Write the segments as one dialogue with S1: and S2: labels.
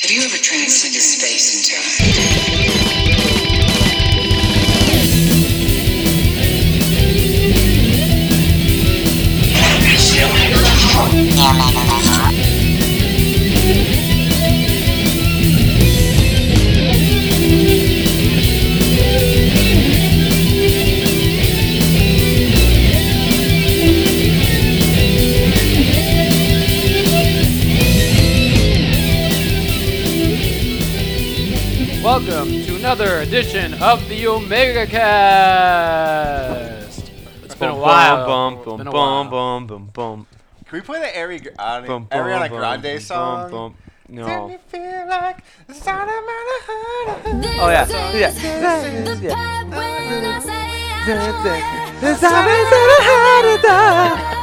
S1: Have you ever transcended space and time?
S2: Welcome to another edition of the Omega Cast. It's been a while.
S3: Bum,
S2: It's
S3: bum,
S2: been a
S3: bum,
S2: while.
S3: bum, bum, bum,
S4: Can we play the Ari, Ari,
S3: bum, bum,
S4: Ariana
S3: bum,
S4: Grande
S3: bum,
S4: song?
S3: bum.
S4: Don't you
S3: No.
S4: feel like the sound of my heart?
S3: Oh, yeah. Yeah.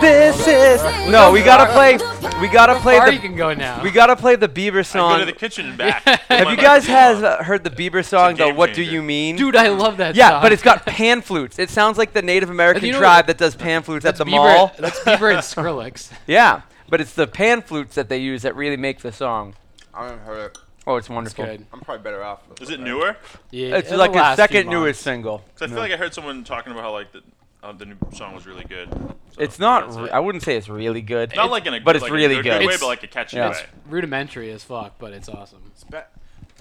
S3: This is no. We gotta play. We gotta play
S2: Or you
S3: the.
S2: can go now.
S3: We gotta play the Bieber
S5: I go to
S3: song.
S5: the kitchen and back.
S3: Have you guys has uh, heard the Bieber song? The
S5: game
S3: What Do
S5: changer.
S3: You Mean?
S2: Dude, I love that
S3: Yeah,
S2: song.
S3: but it's got pan flutes. It sounds like the Native American
S2: you know
S3: tribe that does pan flutes at
S2: that's
S3: the
S2: Bieber,
S3: mall.
S2: That's Bieber and Skrillex.
S3: Yeah, but it's the pan flutes that they use that really make the song.
S4: I haven't heard it.
S3: Oh, it's
S2: It's
S3: wonderful.
S2: good.
S4: I'm probably better off. with
S5: Is it
S4: that.
S5: newer?
S2: Yeah,
S3: It's
S2: it'll
S3: like
S2: last
S3: his
S2: you
S3: second
S2: months.
S3: newest single.
S5: Because
S3: No.
S5: I feel like I heard someone talking about how like the, uh, the new song was really good. So,
S3: It's not.
S5: that's
S3: Re-
S5: it.
S3: I wouldn't say it's really good.
S5: not like in a
S3: but
S5: good-
S3: it's
S5: like a
S3: really
S5: good,
S3: good.
S5: way,
S2: It's-
S5: but like a catchy
S3: yeah.
S5: way.
S2: Rudimentary as fuck, but it's awesome.
S4: It's bet-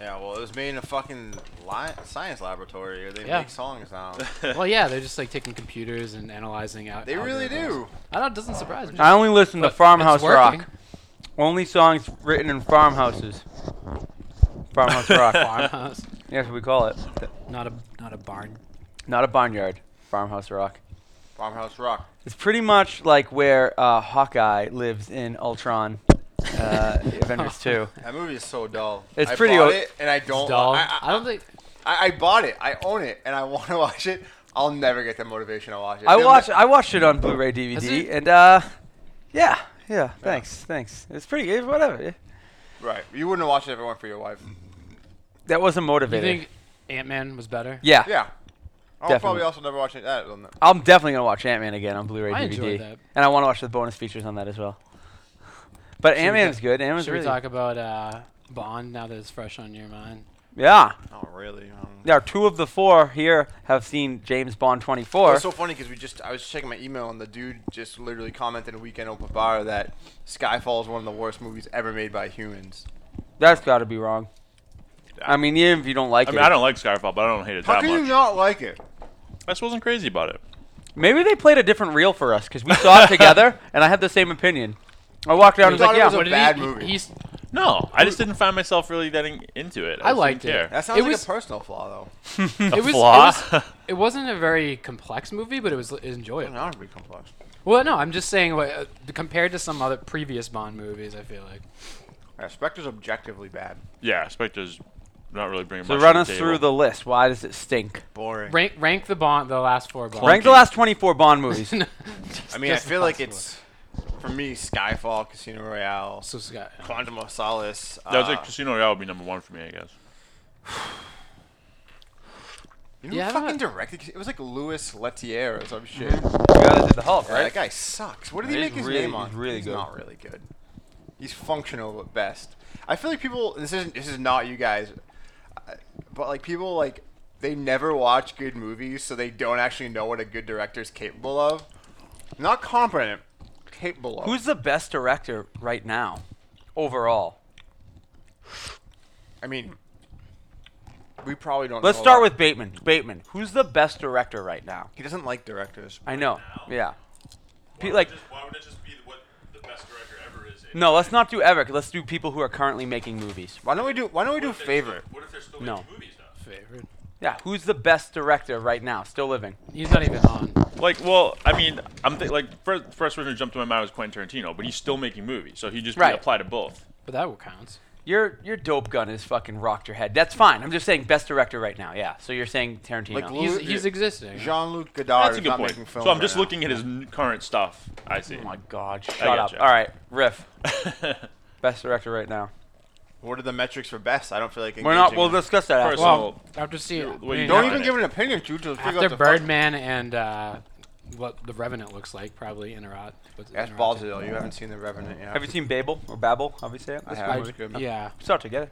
S4: Yeah, well, it was made in a fucking li- science laboratory. Or they
S2: Yeah.
S4: make songs now.
S2: Well, yeah, they're just like taking computers and analyzing out.
S4: They really
S2: algorithms.
S4: do.
S2: I know it doesn't surprise me.
S3: I only listen
S2: But
S3: to farmhouse
S2: it's working.
S3: rock. Only songs written in farmhouses. Farmhouse rock.
S2: Farmhouse,
S3: yeah, that's what we call it.
S2: not a not a barn.
S3: Not a barnyard. Farmhouse rock.
S4: Farmhouse Rock.
S3: It's pretty much like where uh, Hawkeye lives in Ultron, uh, Avengers 2.
S4: That movie is so dull.
S3: It's
S4: I
S3: pretty
S4: Bought
S3: o-
S4: it and I don't.
S2: Doll.
S4: I,
S2: I,
S4: I,
S2: don't think.
S4: I, I bought it. I own it, and I want to watch it. I'll never get the motivation to watch it.
S3: I
S4: Dude,
S3: watched I watched it on Blu-ray
S2: it-
S3: DVD and uh, yeah, yeah. Thanks, thanks. It's pretty good. Whatever. yeah.
S4: Right. You wouldn't have watched it if it weren't for your wife.
S3: That wasn't
S2: You
S3: motivating.
S2: think Ant Man was better?
S3: yeah.
S4: Yeah. I'll
S3: Definitely.
S4: probably also never watch it. That. on the-
S3: I'm definitely gonna watch Ant Man again on Blu-ray
S2: I
S3: DVD,
S2: enjoyed that.
S3: and I want to watch the bonus features on that as well. But
S2: Should
S3: Ant
S2: we
S3: Man
S2: ta-
S3: is good. Ant Man's
S2: Should we
S3: really
S2: talk about uh, Bond now that it's fresh on your mind?
S3: yeah.
S4: Oh, really? Um,
S3: Now two of the four here have seen James Bond 24.
S4: It's so funny because we just I was checking my email and the dude just literally commented a weekend open bar that Skyfall is one of the worst movies ever made by humans.
S3: That's got to be wrong.
S5: Yeah.
S3: I mean, even if you don't like
S5: I
S3: it,
S5: mean, I don't like Skyfall, but I don't hate it
S4: How
S5: that
S4: can
S5: much.
S4: you not like it?
S5: I just wasn't crazy about it.
S3: maybe they played a different reel for us because we saw it together, and I had the same opinion. I walked around and
S4: We
S3: was like,
S4: thought it
S3: "Yeah,
S4: was a
S2: What did
S4: bad
S2: he,
S4: movie.
S2: He's,
S5: No, I just didn't find myself really getting into it. I,
S2: I
S5: just
S2: liked
S5: didn't
S2: it.
S5: care.
S4: That sounds
S2: It
S4: like
S2: was-
S4: a personal flaw though.
S2: it was,
S5: flaw?
S2: It, was, it wasn't a very complex movie, but it was l-
S4: I don't
S2: enjoyable.
S4: know how to be complex.
S2: Well, no, I'm just saying what, uh, compared to some other previous Bond movies, I feel like
S4: Yeah, Spectre's objectively bad.
S5: Yeah, Spectre's not really bringing.
S3: So
S5: much
S3: run
S5: to the
S3: us through
S5: table.
S3: the list. Why does it stink?
S4: Boring.
S2: rank rank the Bond the last four Bond.
S3: Rank the last 24 Bond movies.
S4: I mean, I
S2: just
S4: feel like
S2: impossible.
S4: it's for me Skyfall, Casino Royale,
S2: So it's got-
S4: Quantum of Solace.
S5: That
S3: Ah.
S5: was
S4: uh,
S5: like Casino Royale would be number one for me, I guess.
S4: you know who
S2: Yeah, I don't
S4: fucking
S2: know.
S4: directed. Cas- It was like Louis Lettier or some shit.
S3: The guy that did the Hulk,
S4: Yeah,
S3: right?
S4: that guy sucks. What did he
S3: He's
S4: make his
S3: really-
S4: name on?
S3: he's really
S4: he's
S3: good.
S4: not really good. He's functional at best. I feel like people. This isn't. This is not you guys, uh, but like people like they never watch good movies, so they don't actually know what a good director's capable of. Not competent, capable of.
S3: Who's the best director right now, overall?
S4: I mean, we probably don't.
S3: Let's
S4: know a
S3: start
S4: lot.
S3: with Bateman. Bateman. Who's the best director right now?
S4: He doesn't like directors.
S3: I know. Yeah. Pe- like,
S5: why would it just be what the best director ever is?
S3: no, let's not do Eric. Let's do people who are currently making movies.
S4: Why don't we do? Why don't we do favorite?
S5: What if they're still
S3: No. making
S5: movies though?
S2: favorite.
S3: Yeah. Who's the best director right now, still living?
S2: He's not even on.
S5: Like, well, I mean, I'm th- like first first person who jumped to my mind was Quentin Tarantino, but he's still making movies, so he just
S3: Right.
S5: right. apply to both.
S2: But that counts.
S3: Your your dope gun has fucking rocked your head. That's fine. I'm just saying best director right now. Yeah. So you're saying Tarantino. Oh
S4: Like,
S2: He's,
S4: Who-
S2: he's existing.
S4: Jean-Luc Godard
S5: That's a
S4: is
S5: good
S4: not
S5: point.
S4: making
S5: So
S4: films.
S5: I'm
S4: right
S5: just
S4: now.
S5: looking at his n- current stuff. I see.
S3: oh my god. Shut
S5: gotcha.
S3: up. All right, riff. best director right now.
S4: What are the metrics for best? I don't feel like
S3: We're not.
S4: engaging
S3: We'll
S4: in that.
S3: discuss that after.
S5: First-
S2: well,
S4: Oh.
S5: Well,
S2: Oh, after seeing
S5: well, you
S4: Don't
S5: Yeah.
S4: even give an opinion to to figure out
S2: after
S4: the
S2: Birdman and uh, what the Revenant looks like, probably Interot. what's it,
S4: That's
S2: Interot?
S4: balls though. You haven't seen the Revenant yet.
S3: Have you seen Babel or Babel? How do you say it?
S4: I
S3: That's
S4: have.
S3: my-
S4: It's good.
S2: Yeah,
S3: We saw it together.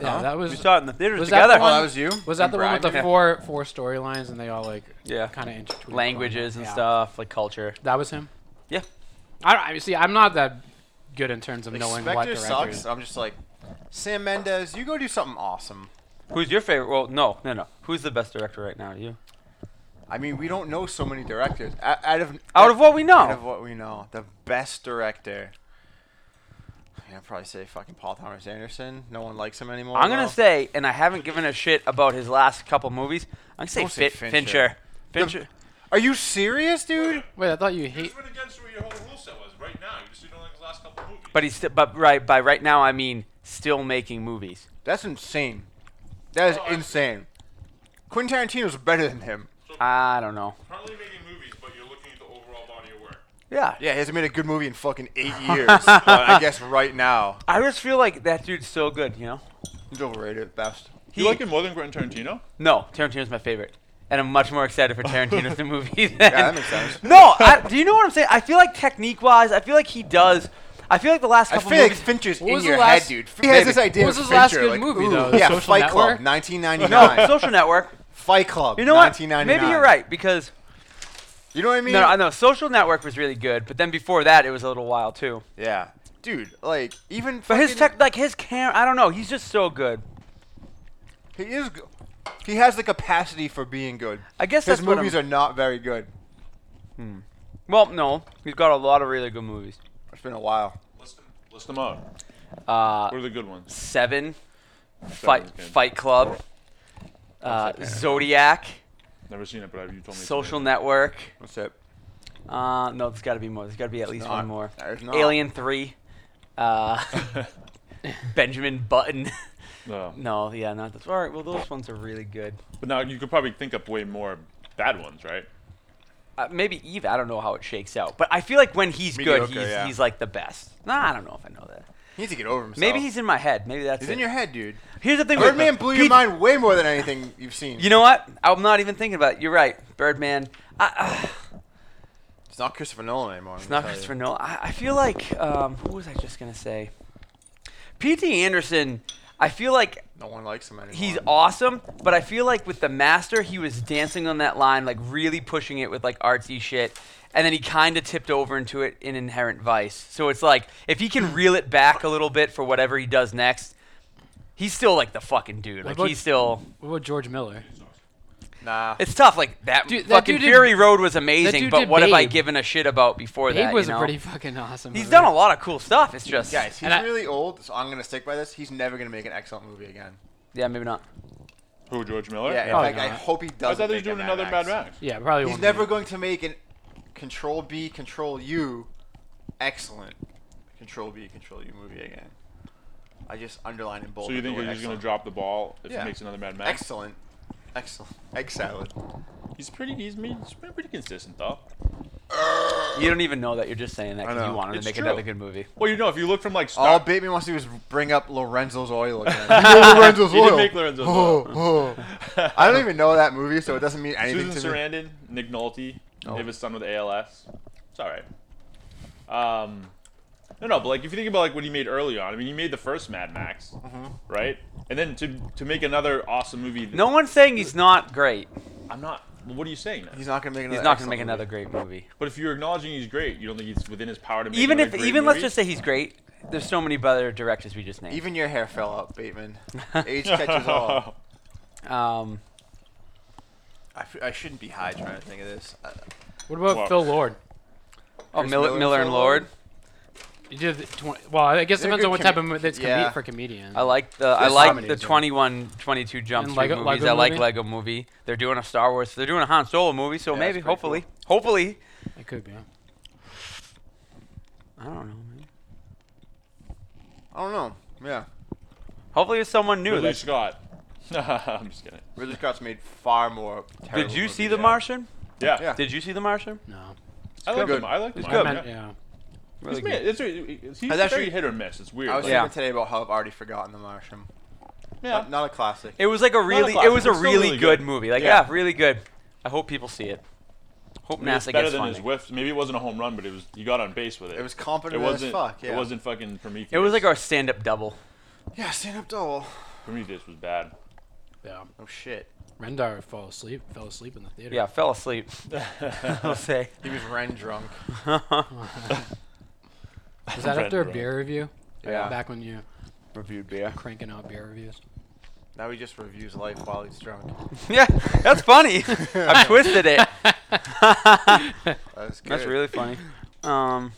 S2: Yeah,
S4: Huh?
S2: that was
S3: we saw it in the theaters
S2: was that
S3: together.
S2: the one-
S4: Oh, that was you?
S2: Was that
S4: And
S2: the one with
S4: Brad?
S2: the four four storylines and they all like
S3: Yeah.
S2: kind of intertwined
S3: Languages and
S2: Yeah.
S3: stuff, like culture.
S2: That was him.
S3: Yeah.
S2: I don't, I mean, see. I'm not that good in terms of
S4: Like,
S2: knowing what
S4: Spectre
S2: director.
S4: sucks. I'm just like, Sam Mendes, you go do something awesome.
S3: Who's your favorite? Well, no, no, no. Who's the best director right now? You.
S4: I mean, we don't know so many directors. O- Out of
S3: Out of what we
S4: out of
S3: know.
S4: what we know, the best director. I mean, I'd probably say fucking Paul Thomas Anderson. No one likes him anymore.
S3: I'm gonna
S4: though.
S3: say, and I haven't given a shit about his last couple movies. I'm gonna say,
S4: Don't say
S3: Fit-
S4: Fincher.
S3: Fincher.
S4: The-
S3: Fincher.
S4: Are you serious, dude?
S2: Wait, I thought you hate.
S5: Just went against what your whole rule set was right now. You just didn't like his last couple movies.
S3: But he's still, but right by right now I mean still making movies.
S4: That's insane. That is
S5: Oh, I see.
S4: insane. Quentin Tarantino's better than him.
S3: I don't know.
S5: currently making movies, but you're looking at the overall body of work.
S3: Yeah.
S4: Yeah, he hasn't made a good movie in fucking eight years. but I guess right now
S3: I just feel like that dude's so good, you know.
S4: he's overrated at best.
S3: He,
S5: you like him more than Quentin Tarantino?
S3: No, Tarantino's my favorite, and I'm much more excited for Tarantino's new movie. Than,
S4: that makes sense.
S3: No, I, do you know what I'm saying? I feel like technique-wise, I feel like he does. I feel like the last
S4: I
S3: couple
S4: feel like
S3: movies.
S4: Fincher's in
S2: What was the
S4: your
S2: last-
S4: head, dude. He has this idea.
S2: What was
S4: of
S2: his last
S4: Fincher,
S2: good
S4: like,
S2: movie,
S4: ooh,
S2: though? The
S4: yeah,
S2: Social
S4: Fight Club,
S2: Network?
S4: 1999.
S3: no, Social Network.
S4: Fight Club.
S3: You know what?
S4: 1999.
S3: Maybe you're right because
S4: You know what I mean?
S3: no, no, no, Social Network was really good, but then before that, it was a little while too.
S4: Yeah, dude. Like even.
S3: But his
S4: fucking-
S3: tech, like his cam, I don't know. He's just so good.
S4: He is. go- He has the capacity for being good.
S3: I guess
S4: his
S3: that's what
S4: movies
S3: I'm-
S4: are not very good.
S3: Well, no, he's got a lot of really good movies.
S4: It's been a while.
S5: List them, list them out.
S3: Uh,
S5: What are the good ones?
S3: Seven, Fight,
S5: good.
S3: Fight Club, uh, Zodiac,
S5: Never seen it, but you told me. it's
S3: Social
S5: amazing.
S3: Network.
S4: What's it?
S3: Uh, no, there's got to be more. There's got to be at least
S4: not.
S3: one more.
S4: There's not.
S3: Alien Three, uh, Benjamin Button.
S5: No.
S3: no, yeah, not this. All right, well, those ones are really good.
S5: But now you could probably think up way more bad ones, right?
S3: uh, maybe Eve. I don't know how it shakes out, but I feel like when he's
S4: Mediocre,
S3: good, he's,
S4: yeah.
S3: he's like the best. Nah, I don't know if I know that.
S4: He needs to get over himself.
S3: Maybe he's in my head. Maybe that's
S4: He's
S3: it.
S4: in your head, dude.
S3: Here's the thing. with-
S4: Birdman blew your
S3: Pete-
S4: mind way more than anything you've seen.
S3: You know what? I'm not even thinking about it. You're right. Birdman. I, uh,
S4: it's not Christopher Nolan anymore.
S3: it's not Christopher Nolan. I, I feel like um, who was I just gonna say? P.T. Anderson. I feel like
S4: No one likes him anymore.
S3: he's awesome, but I feel like with the master, he was dancing on that line, like really pushing it with like artsy shit, and then he kind of tipped over into it in Inherent Vice. So it's like if he can reel it back a little bit for whatever he does next, he's still like the fucking dude. Like
S2: about-
S3: he's still.
S2: What about George Miller?
S4: Nah.
S3: It's tough. Like that
S2: Dude, that
S3: fucking
S2: dude did-
S3: Fury Road was
S2: dude
S3: amazing, but
S2: did
S3: what have I
S2: Babe.
S3: given a shit about before that?
S2: Babe was
S3: you
S2: a
S3: know?
S2: pretty fucking awesome.
S3: He's
S2: movie.
S3: done a lot of cool stuff. It's just
S4: Guys, he's
S2: and I-
S4: really old, so I'm gonna stick by this. He's never gonna make an excellent movie again.
S3: yeah, maybe not.
S5: Who George Miller?
S4: Yeah, in
S3: Oh,
S2: Probably
S4: fact, I
S2: not.
S4: hope he
S5: I
S4: doesn't.
S5: thought he was
S4: make a
S5: doing another Mad Max.
S2: Yeah, probably.
S4: He's
S2: won't
S4: never
S2: be.
S4: going to make an Control B, Control U, excellent Control B, Control U movie again. I just underlined in bold.
S5: So you
S4: the
S5: think
S4: word
S5: he's just gonna
S4: excellent.
S5: drop the ball if
S4: Yeah.
S5: he makes another Mad Max?
S4: Excellent, excellent, egg salad.
S5: He's pretty. He's, made, he's been pretty consistent though.
S3: You don't even know that. You're just saying that
S4: I
S3: because you
S4: know.
S3: want him
S5: It's
S3: to make
S5: true.
S3: another good movie.
S5: Well, you know, if you look from like
S4: All
S5: start,
S4: Bateman wants to do is bring up Lorenzo's Oil again. You know Lorenzo's
S5: He did make Lorenzo's Oil.
S4: Oh, oh. I don't even know that movie, so it doesn't mean anything
S5: Susan
S4: to me.
S5: Sarandon, Nick Nolte,
S4: Oh.
S5: they have a son with ALS. It's all right. Um, no, no, but like if you think about like what he made early on, I mean, he made the first Mad Max, right? And then to to make another awesome movie.
S3: No one's saying he's not great.
S5: I'm not. well, What are you saying? Then?
S4: He's not gonna make another.
S3: He's not going to make
S4: excellent
S3: another
S4: movie.
S3: great movie.
S5: But if you're acknowledging he's great, you don't think it's within his power to make
S3: Even if,
S5: another
S3: even
S5: great
S3: let's
S5: movie?
S3: just say he's great. There's so many other directors we just named.
S4: Even your hair fell out, Bateman. Age catches all.
S3: um,
S4: I, f- I shouldn't be high trying to think of this. Uh,
S2: What about
S5: Wow.
S2: Phil Lord?
S3: oh,
S4: Chris
S3: Miller,
S4: Miller,
S3: Miller, and
S4: Phil
S3: Lord.
S4: Lord.
S2: You did the twen- well, I guess it
S4: They're
S2: depends on
S4: good
S2: what type
S4: comed-
S2: of movie it's
S4: yeah.
S2: comedian for comedian.
S3: I like the I
S4: There's
S3: like
S4: comedies,
S3: the
S4: yeah.
S3: 21, 22 jump
S2: And
S3: Street
S2: Lego-
S3: movies.
S2: Lego
S3: I like
S2: movie?
S3: Lego movie. They're doing a Star Wars. They're doing a Han Solo movie. So
S4: Yeah, that's
S3: maybe,
S4: pretty cool.
S3: hopefully, hopefully.
S2: It could be.
S3: I don't know. Man.
S4: I don't know. Yeah.
S3: Hopefully, it's someone new.
S5: Ridley
S3: That's,
S5: Scott. I'm just kidding.
S4: Ridley Scott's made far more. terrible
S3: did you see
S4: movies
S3: The
S4: than-
S3: Martian?
S5: Yeah,
S4: Yeah.
S3: Did you see The Martian?
S2: No.
S5: I like
S4: good.
S5: him. I like him.
S3: It's
S5: I
S3: good.
S5: like
S2: Meant-
S5: him.
S2: yeah.
S3: Really
S5: He's made-
S3: good.
S5: it's really-
S4: That's
S5: he's very
S4: actually-
S5: hit or miss. It's weird.
S4: I was
S5: Like,
S3: Yeah.
S4: thinking today about how I've already forgotten The Martian.
S5: yeah.
S4: Not, not a classic.
S3: It was like a really it
S5: classic,
S3: was a
S5: but still
S3: really
S5: really
S3: good,
S5: good.
S3: movie. Like
S4: Yeah.
S3: yeah. really good. I hope people see it. Hope
S5: Maybe it's
S3: NASA
S5: better
S3: gets
S5: than
S3: funding.
S5: his whiffs. Maybe it wasn't a home run, but it was. You got on base with it.
S4: It was competent
S5: It
S4: as
S5: wasn't.
S4: fuck, yeah.
S5: It wasn't fucking Prometheus.
S3: It was like our stand-up double.
S4: yeah, stand up double.
S5: Prometheus was bad.
S2: Yeah.
S4: Oh shit.
S2: Rendar fell asleep. Fell asleep in the theater.
S3: Yeah, fell asleep. I'll say.
S4: He was Ren drunk.
S2: Was that after a
S5: Rendar.
S2: beer review?
S4: Yeah.
S2: Back when you
S3: Reviewed beer.
S2: cranking out beer reviews.
S4: Now he just reviews life while he's drunk.
S3: Yeah, that's funny. I've twisted it.
S4: That was good.
S3: That's really funny. Um, all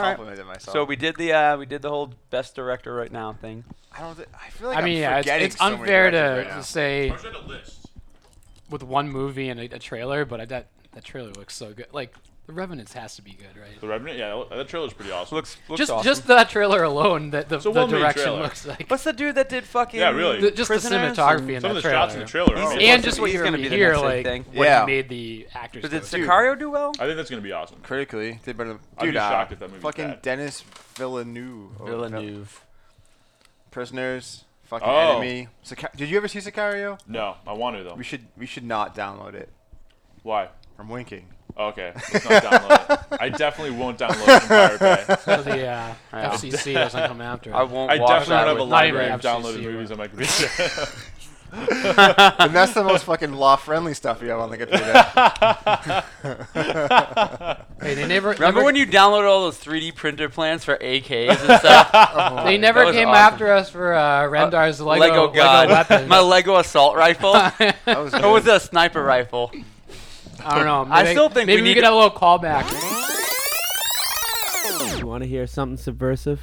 S3: right.
S4: complimented myself.
S3: So we did the uh, we did the whole best director right now thing.
S4: I don't. Th- I feel like
S2: I mean,
S4: am
S2: yeah, it's,
S4: forgetting
S2: it's
S4: so many
S2: unfair to,
S4: directors right now.
S2: to say
S5: had a list.
S2: with one movie and a, a trailer, but I, that that trailer looks so good. Like The Revenant has to be good, right?
S5: The Revenant, yeah, that- that trailer's pretty awesome.
S3: Looks looks
S2: just
S3: awesome.
S2: just that trailer alone, that the,
S5: It's a
S2: the
S5: well-made
S2: direction
S5: trailer.
S2: looks like.
S3: What's the dude that did fucking?
S5: Yeah, really.
S2: the, just the
S3: Prisoners
S2: cinematography in
S5: some
S2: that
S5: of the
S2: trailer.
S5: shots in the trailer. Are
S3: He's-
S5: amazing.
S2: and just what
S3: He's
S2: you're
S3: gonna
S2: gonna
S3: be the
S2: hear,
S3: next big
S2: like
S3: thing.
S2: what
S4: Yeah.
S2: made the actors.
S3: But
S2: go
S3: did
S2: so-
S3: Sicario do well?
S5: I think that's gonna be awesome.
S4: critically, they've been.
S5: I'd be
S4: Dude, uh,
S5: shocked if that movie's
S4: fucking
S5: bad.
S4: Dennis Villeneuve. or Vill- Prisoners. Fucking
S5: Oh.
S4: enemy. Sica- Did you ever see Sicario?
S5: No, I want to though.
S4: We should. We should not download it.
S5: Why?
S4: I'm winking.
S5: Oh, okay, let's not download it. I definitely won't download Empire Bay.
S2: So the uh, FCC doesn't come after.
S3: I
S2: it.
S3: won't
S5: I
S3: watch that.
S5: definitely don't have a
S3: with-
S2: Not even
S5: library of downloaded
S2: FCC
S5: movies
S2: one.
S5: on my computer.
S4: and that's the most fucking law-friendly stuff you have on the computer.
S2: Hey, they never
S3: Remember
S2: never-
S3: when you downloaded all those 3D printer plans for AKs and stuff?
S2: they
S3: that
S2: never
S3: was
S2: came
S3: awesome.
S2: after us for uh, Rendar's Lego, Lego,
S3: God.
S2: weapon?
S3: My Lego assault rifle.
S2: I
S4: That was
S3: or was
S4: good.
S3: it a sniper rifle?
S2: don't know. Maybe,
S3: I still think we
S2: maybe
S3: need
S2: could
S3: to-
S2: have a little callback.
S6: You want to hear something subversive?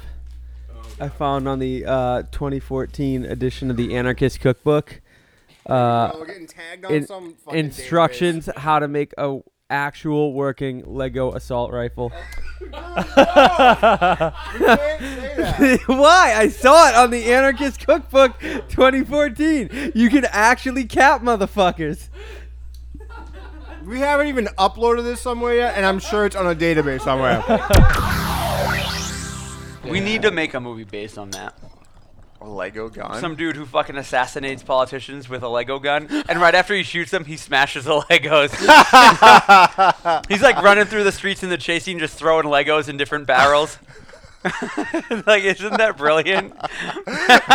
S6: I found on the uh, 2014 edition of the Anarchist Cookbook uh,
S7: Oh, we're getting tagged on
S6: in-
S7: some fucking
S6: instructions how to make a actual working Lego assault rifle.
S7: database. Can't say that.
S6: Why? I saw it on the Anarchist Cookbook 2014. You can actually cap motherfuckers.
S7: We haven't even uploaded this somewhere yet, and I'm sure it's on a database somewhere.
S3: We need to make a movie based on that.
S4: A Lego gun.
S3: Some dude who fucking assassinates politicians with a Lego gun, and right after he shoots them, he smashes the Legos. He's like running through the streets in the chase scene, just throwing Legos in different barrels. like, isn't that brilliant?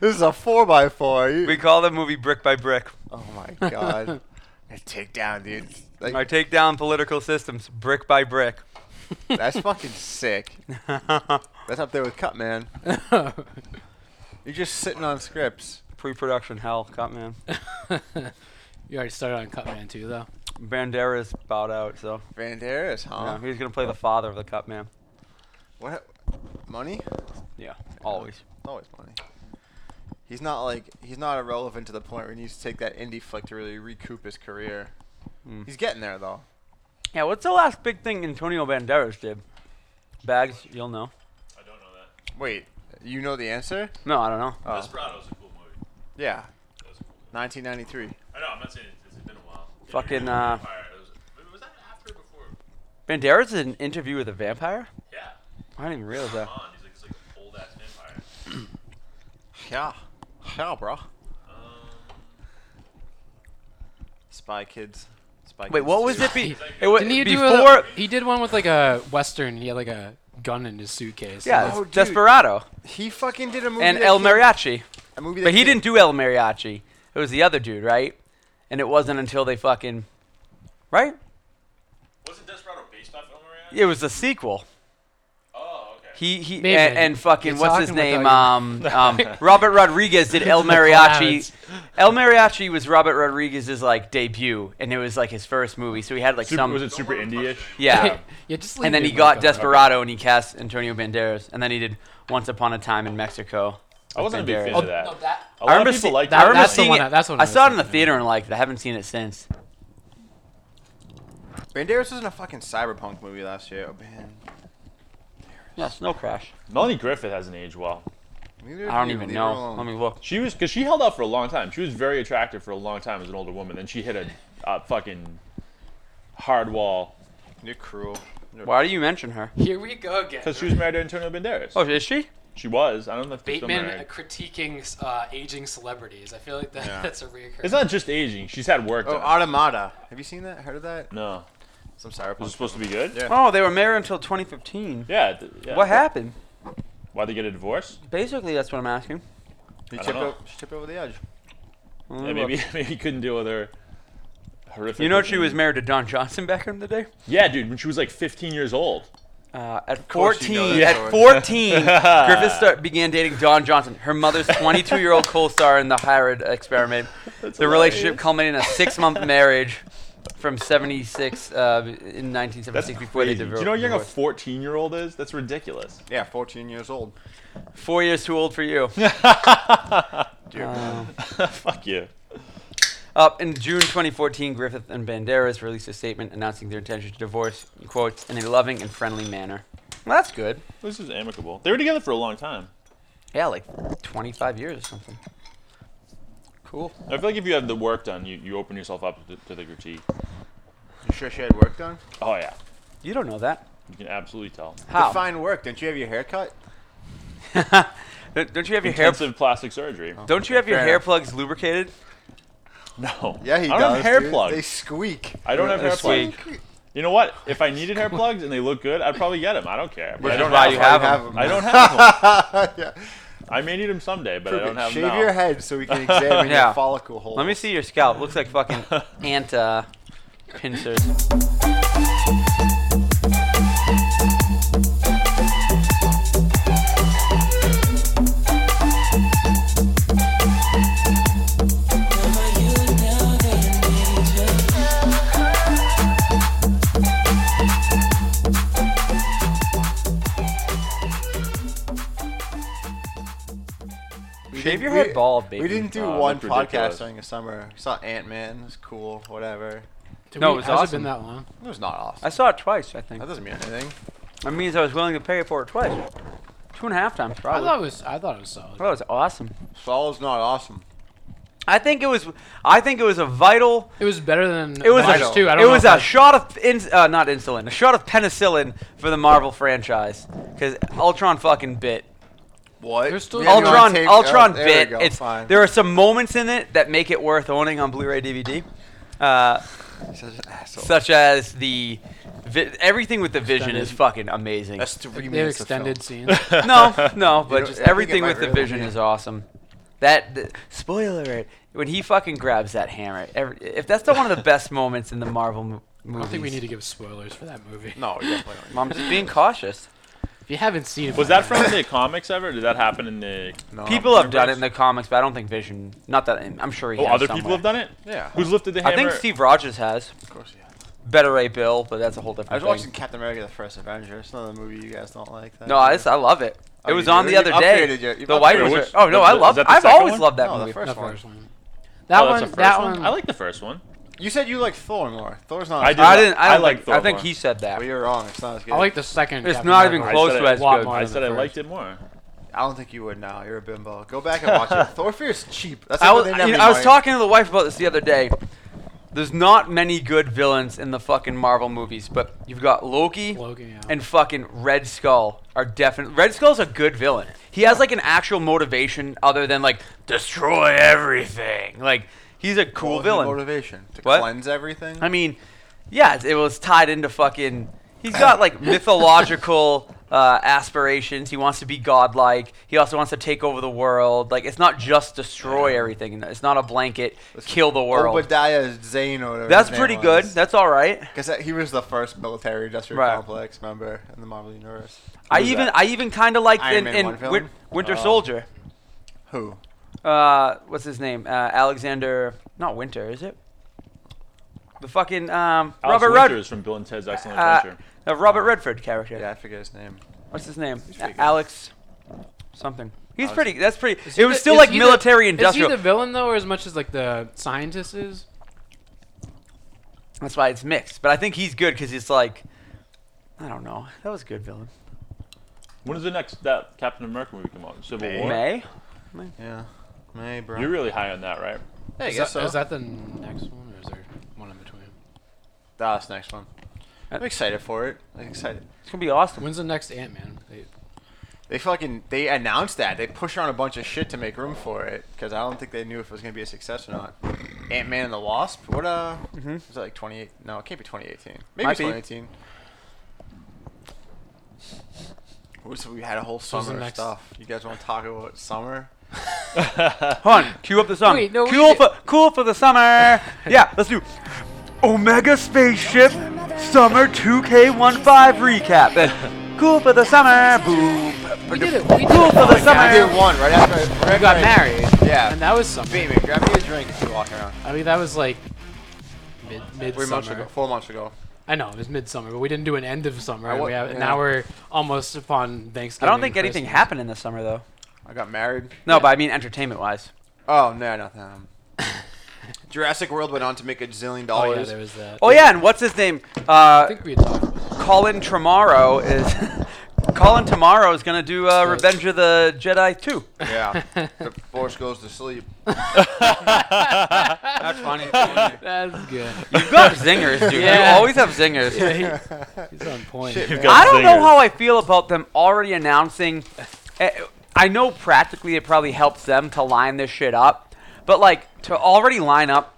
S4: this is a four by four. You-
S3: We call the movie Brick by Brick.
S4: oh my god. Hey, Take down, dude. Like,
S3: I take down political systems brick by brick.
S4: That's fucking sick. That's up there with Cut Man. You're just sitting on scripts.
S3: Pre-production hell, cut man.
S2: You already started on Cutman too, though.
S3: Bandera's bowed out, so
S4: Banderas, huh?
S3: yeah, he's gonna play the father of the cut man.
S4: What? Money?
S3: Yeah, always.
S4: It's always money. He's not like he's not irrelevant to the point where he needs to take that indie flick to really recoup his career.
S3: Hmm.
S4: He's getting there though.
S3: Yeah, what's the last big thing Antonio Banderas did? Bags, you'll know.
S5: I don't know that.
S4: Wait, you know the answer?
S3: No, I don't know.
S4: Oh.
S5: Desperado's a cool movie.
S4: Yeah,
S5: That was a cool movie.
S4: 1993.
S5: I know. I'm not saying it's, it's been a while.
S3: Fucking, uh,
S5: Empire, it was, was that after or before?
S3: Banderas did an interview with a vampire.
S5: Yeah.
S3: I didn't even realize that.
S5: Bond. He's like this like old ass vampire.
S4: Yeah, yeah, bro.
S5: Um,
S4: Spy Kids. Spy
S3: Wait,
S4: Kids
S3: what was
S4: 2.
S3: it? Be- it wa-
S2: Didn't he do
S3: before?
S2: a, He did one with like a western. He had like a gun in his suitcase.
S3: yeah,
S4: Oh,
S3: it's
S4: dude.
S3: Desperado
S4: He fucking did a movie.
S3: and
S4: that
S3: El
S4: came-
S3: Mariachi.
S4: A movie that
S3: But he
S4: came-
S3: didn't do El Mariachi. It was the other dude, right? And it wasn't until they fucking, right?
S5: wasn't Desperado based off El Mariachi?
S3: It was a sequel.
S5: Oh, okay.
S3: He he
S2: Maybe.
S3: and, and fucking
S2: You're
S3: what's his
S2: talking
S3: name?
S2: without
S3: Um, um, Robert Rodriguez did El
S2: clouds.
S3: Mariachi. El Mariachi was Robert Rodriguez's like debut, and it was like his first movie. So he had like
S5: Super,
S3: some
S5: was it super indie-ish?
S3: yeah.
S2: yeah, just leave
S3: and then
S2: it
S3: he
S2: like
S3: got
S2: that.
S3: Desperado, and he cast Antonio Banderas, and then he did Once Upon a Time in Mexico.
S5: I wasn't a
S3: Banderas.
S5: big fan
S3: Oh,
S5: of that.
S3: I
S5: a lot of
S3: remember,
S5: people
S3: see-
S5: liked
S3: I
S5: it.
S3: remember
S2: That's the
S3: seeing
S2: one
S3: it.
S2: I- that's the one
S3: I
S2: I was
S3: saw it in the
S2: thinking of.
S3: theater and liked it. I haven't seen it since.
S4: Banderas was in a fucking cyberpunk movie last year. Oh man.
S3: Yeah, Snow Crash.
S5: Melanie Griffith hasn't aged well.
S4: Neither
S3: I don't
S4: did
S3: even
S4: Leave Her
S3: know.
S4: Alone.
S3: Let me look.
S5: She was because she held out for a long time. She was very attractive for a long time as an older woman. Then she hit a uh, fucking hard wall
S4: You're cruel.
S3: Why do you mention her?
S2: Here we go again.
S5: because she was married to Antonio Banderas.
S3: Oh, is she?
S5: She was. I don't know if they're still
S2: Bateman
S5: married.
S2: critiquing uh, aging celebrities. I feel like that, that's a reoccurring.
S5: It's not just aging. She's had work.
S4: Oh,
S5: done.
S4: Automata. Have you seen that? Heard of that?
S5: no.
S4: Some
S5: Was it
S4: cyberpunk.
S5: supposed to be good?
S4: Yeah.
S3: Oh, they were married until 2015.
S5: Yeah. th- yeah.
S3: What happened?
S5: Why they get a divorce?
S3: Basically, that's what I'm asking.
S4: He
S5: I
S4: tipped,
S5: don't know.
S4: over, she tipped over the edge.
S5: Yeah, maybe maybe he couldn't deal with her horrific.
S3: You know she was married to Don Johnson back in the day?
S5: Yeah, dude, when she was like 15 years old.
S3: Uh, at
S4: course you
S3: 14,
S4: know that
S3: at 14,
S4: story.
S3: Griffith start, began dating Don Johnson, her mother's 22-year-old co-star in the Hired Experiment. the relationship culminated in a six-month marriage from 76 uh, in 1976
S5: That's
S3: before
S5: crazy.
S3: they
S5: Do
S3: divor-
S5: you know how young a
S3: divorced.
S5: 14 year old is? That's ridiculous.
S4: Yeah, 14 years old.
S3: Four years too old for you.
S5: Fuck you.
S3: Up in June 2014, Griffith and Banderas released a statement announcing their intention to divorce, in quotes, in a loving and friendly manner. Well, that's good.
S5: This is amicable. They were together for a long time.
S3: Yeah, like 25 years or something. Cool.
S5: I feel like if you have the work done, you, you open yourself up to, to the critique.
S4: You sure she had work done?
S5: Oh yeah,
S3: You don't know that.
S5: you can absolutely tell.
S3: How?
S4: Define work. Didn't you have your hair cut?
S3: Don't don't you have your hair? Oh.
S5: Intensive plastic surgery.
S3: Don't you have your
S4: Fair
S3: hair
S4: enough.
S3: plugs lubricated?
S5: No.
S4: Yeah, he
S5: I don't
S4: does.
S5: have hair
S4: dude.
S5: plugs.
S4: They squeak.
S5: I don't have hair
S3: That's
S5: plugs. You know what? If I needed hair plugs and they look good, I'd probably get them. I don't care. But I
S3: is
S5: don't
S3: why
S5: have
S3: you
S5: them.
S3: have
S5: I don't have them.
S4: yeah.
S5: I may need them someday, but I
S4: Prove
S5: don't
S4: it.
S5: have
S4: Shave
S5: them now.
S4: your head so we can examine
S3: Yeah.
S4: your follicle hole.
S3: Let me see your scalp. Looks like fucking ant uh, pincers.
S4: We
S3: Shave
S4: didn't-
S3: your
S4: we-
S3: head bald,
S4: We
S3: baby.
S4: didn't do
S5: Oh,
S4: one
S5: that's ridiculous.
S4: podcast during the summer. We saw Ant Man. It was cool. Whatever.
S2: Did
S3: No,
S2: we-
S3: it was
S2: has
S3: awesome.
S2: it been that long?
S4: It was not
S3: I
S4: awesome.
S3: saw it twice, I think.
S4: That doesn't mean anything.
S3: That means I was willing to pay for it twice. Two and a half times,
S2: I
S3: probably.
S2: thought it was. I thought it was solid.
S3: that was awesome.
S4: Saul's not awesome.
S3: I think it was. I think it was a vital.
S2: It was better than
S3: It was
S2: Avengers
S3: a.
S2: 2. I don't
S3: it
S2: know
S3: was
S2: if
S3: a
S2: I-
S3: shot of in, uh, not insulin, a shot of penicillin for the Marvel franchise because Ultron fucking bit.
S4: What?
S2: There's still-
S4: We had you on
S3: Ultron,
S4: tape-
S3: Ultron
S4: oh, there we
S3: bit.
S4: go,
S3: It's
S4: fine.
S3: there are some moments in it that make it worth owning on Blu-ray DVD, uh,
S4: Such an asshole.
S3: such as the vi- everything with the Vision is fucking amazing.
S4: That's three
S2: They have
S4: minutes of film.
S2: extended scenes.
S3: no, no, but
S4: know, I
S3: just
S4: think it
S3: everything
S4: might
S3: with the
S4: really
S3: Vision
S4: be.
S3: is awesome. That th- spoiler alert, when he fucking grabs that hammer, every, if that's the one of the best moments in the Marvel mo- movies.
S2: I don't think we need to give spoilers for that movie.
S4: No, you definitely don't.
S3: I'm just being cautious.
S2: If you haven't seen it,
S5: Was
S2: by
S5: that
S2: now-
S5: from the comics ever? Did that happen in the?
S4: No.
S3: People have done it in
S5: Universe.
S3: the comics, but I don't think Vision. Not that I'm sure he.
S5: Oh,
S3: has
S5: other people have done it.
S4: Yeah.
S5: Who's lifted the hammer? Oh,
S3: I think Steve Rogers has.
S4: Of course, yeah.
S3: Better Ray Bill, but that's a whole different.
S4: I was
S3: thing.
S4: watching Captain America: The First Avenger. It's another movie you guys don't like. That
S3: No, I, just, I love it.
S4: Oh,
S3: it
S4: you
S3: was
S4: do?
S3: on the
S4: You
S3: other day.
S4: upgraded your- you
S3: the white
S4: upgraded
S3: was.
S5: which-
S3: Oh no,
S5: the-
S3: I
S5: the- is
S3: love.
S5: that the
S3: I've
S5: second
S3: always
S5: one?
S3: loved that
S4: No, the
S3: movie.
S4: first
S2: The
S4: one.
S2: first one. That
S5: oh,
S2: one.
S5: that's the first
S2: that
S5: one.
S2: one.
S5: I like the first one.
S4: You said you like Thorn more. Thor's not.
S5: I
S4: as
S5: did.
S4: good.
S3: I didn't. I,
S5: I
S3: don't
S5: like
S3: think- I
S5: Thor
S3: think
S5: more.
S3: he said that.
S4: Well, you're wrong. It's not as good.
S2: I like the second.
S3: It's
S2: Captain
S3: not even
S2: Marvel.
S3: close
S5: I said
S3: to
S5: I-
S3: as
S2: lot
S3: good.
S2: more
S5: I
S2: than
S5: said
S2: the
S5: I
S2: first.
S5: liked it more.
S4: I don't think you would now. You're a bimbo. Go back and watch it. Thor Fear's cheap. That's
S3: I
S4: like
S3: was,
S4: they
S3: you
S4: never
S3: know, I was
S4: mind.
S3: talking to the wife about this the other day. There's not many good villains in the fucking Marvel movies, but you've got Loki,
S2: Loki, yeah.
S3: and fucking Red Skull are definitely. Red Skull's a good villain. He has like an actual motivation other than like destroy everything. Like he's a cool
S4: What was the
S3: villain.
S4: Motivation to
S3: What?
S4: cleanse everything.
S3: I mean, yeah, it was tied into fucking. He's got like mythological uh, aspirations. He wants to be godlike. He also wants to take over the world. Like it's not just destroy everything. It's not a blanket kill the world.
S4: Obadiah Zane or whatever
S3: That's
S4: his name
S3: pretty good.
S4: Oh, was.
S3: That's all right.
S4: Because he was the first military industrial
S3: Right.
S4: complex member in the Marvel Universe.
S3: I
S5: was
S3: even
S5: that?
S3: I even kind of liked
S4: Iron
S3: in,
S4: Man
S3: in
S4: one film? Oh.
S3: Win- Winter Soldier.
S4: Who?
S3: Uh, what's his name? Uh, Alexander. Not Winter, is it? The fucking um,
S5: Alex
S3: Robert
S5: Winter
S3: Redford.
S5: is from Bill and Ted's Excellent
S3: Uh,
S5: Adventure.
S3: uh, Robert Redford character.
S4: Yeah, I forget his name.
S3: What's his name?
S4: pretty good.
S3: Alex something. He's
S4: Alex-
S3: pretty. That's pretty.
S2: Is he
S3: It was
S2: the-
S3: still
S2: is
S3: like
S2: he the-
S3: military industrial.
S2: Is he the villain though, or as much as like the scientist is?
S3: That's why it's mixed. But I think he's good because he's like, I don't know. That was a good villain.
S5: When does the next that Captain America movie come out? Civil War.
S3: May.
S4: Yeah. May, bro.
S5: You're really high on that, right?
S4: Hey,
S2: Is
S4: guess
S2: that,
S4: so.
S2: is that the next one, or is there one in between?
S4: That's next one. I'm excited for it. I'm excited.
S3: It's gonna be awesome.
S2: When's the next Ant Man?
S4: They fucking they announced that they pushed on a bunch of shit to make room for it because I don't think they knew if it was gonna be a success or not. Ant Man and the Wasp. What uh?
S2: Mm-hmm.
S4: Was that like 28? No, it can't be 2018. Maybe
S3: Might
S4: it's
S3: be.
S4: 2018. Ooh, So we had a whole
S2: was the
S4: summer of
S2: next-
S4: stuff. You guys want to talk about summer?
S3: Hold on, cue up the song.
S2: Wait, no, we
S3: cool
S2: did-
S3: for cool for the summer. yeah, let's do Omega Spaceship Summer 2K15 recap. Then cool for the summer. Boom.
S2: We did it. We did
S3: Cool
S2: it.
S3: for the
S4: I did
S3: summer.
S4: one right after I right
S2: We
S4: after
S2: got
S4: I-
S2: married.
S4: Yeah.
S2: And that was something.
S4: Baby, grab me a drink if you're walking around.
S2: I mean, that was like mid mid
S4: Three months ago,
S2: summer.
S4: four months ago.
S2: I know it was midsummer, but we didn't do an end of summer.
S4: I wa-
S2: we have,
S4: yeah.
S2: Now we're almost upon
S3: I
S2: Thanksgiving.
S3: don't think
S2: and
S3: anything
S2: Christmas.
S3: happened in the summer though.
S4: I got married.
S3: No, but I mean entertainment wise.
S4: Oh no, nothing. Um, Jurassic World went on to make a zillion
S2: Oh yeah,
S4: dollars.
S2: there was that.
S3: Oh yeah, and what's his name?
S2: I
S3: Uh,
S2: think we had talked about it.
S3: Colin Trevorrow is. Colin Trevorrow is gonna do uh, Revenge of the Jedi 2.
S4: yeah, the force goes to sleep.
S3: That's funny.
S2: That's good.
S3: You've got zingers, dude.
S2: Yeah.
S3: You always have zingers.
S2: Yeah, he- he's on point.
S5: You've
S3: I
S5: got
S3: don't know
S5: zingers.
S3: how I feel about them already announcing. eh, I know practically it probably helps them to line this shit up, but like to already line up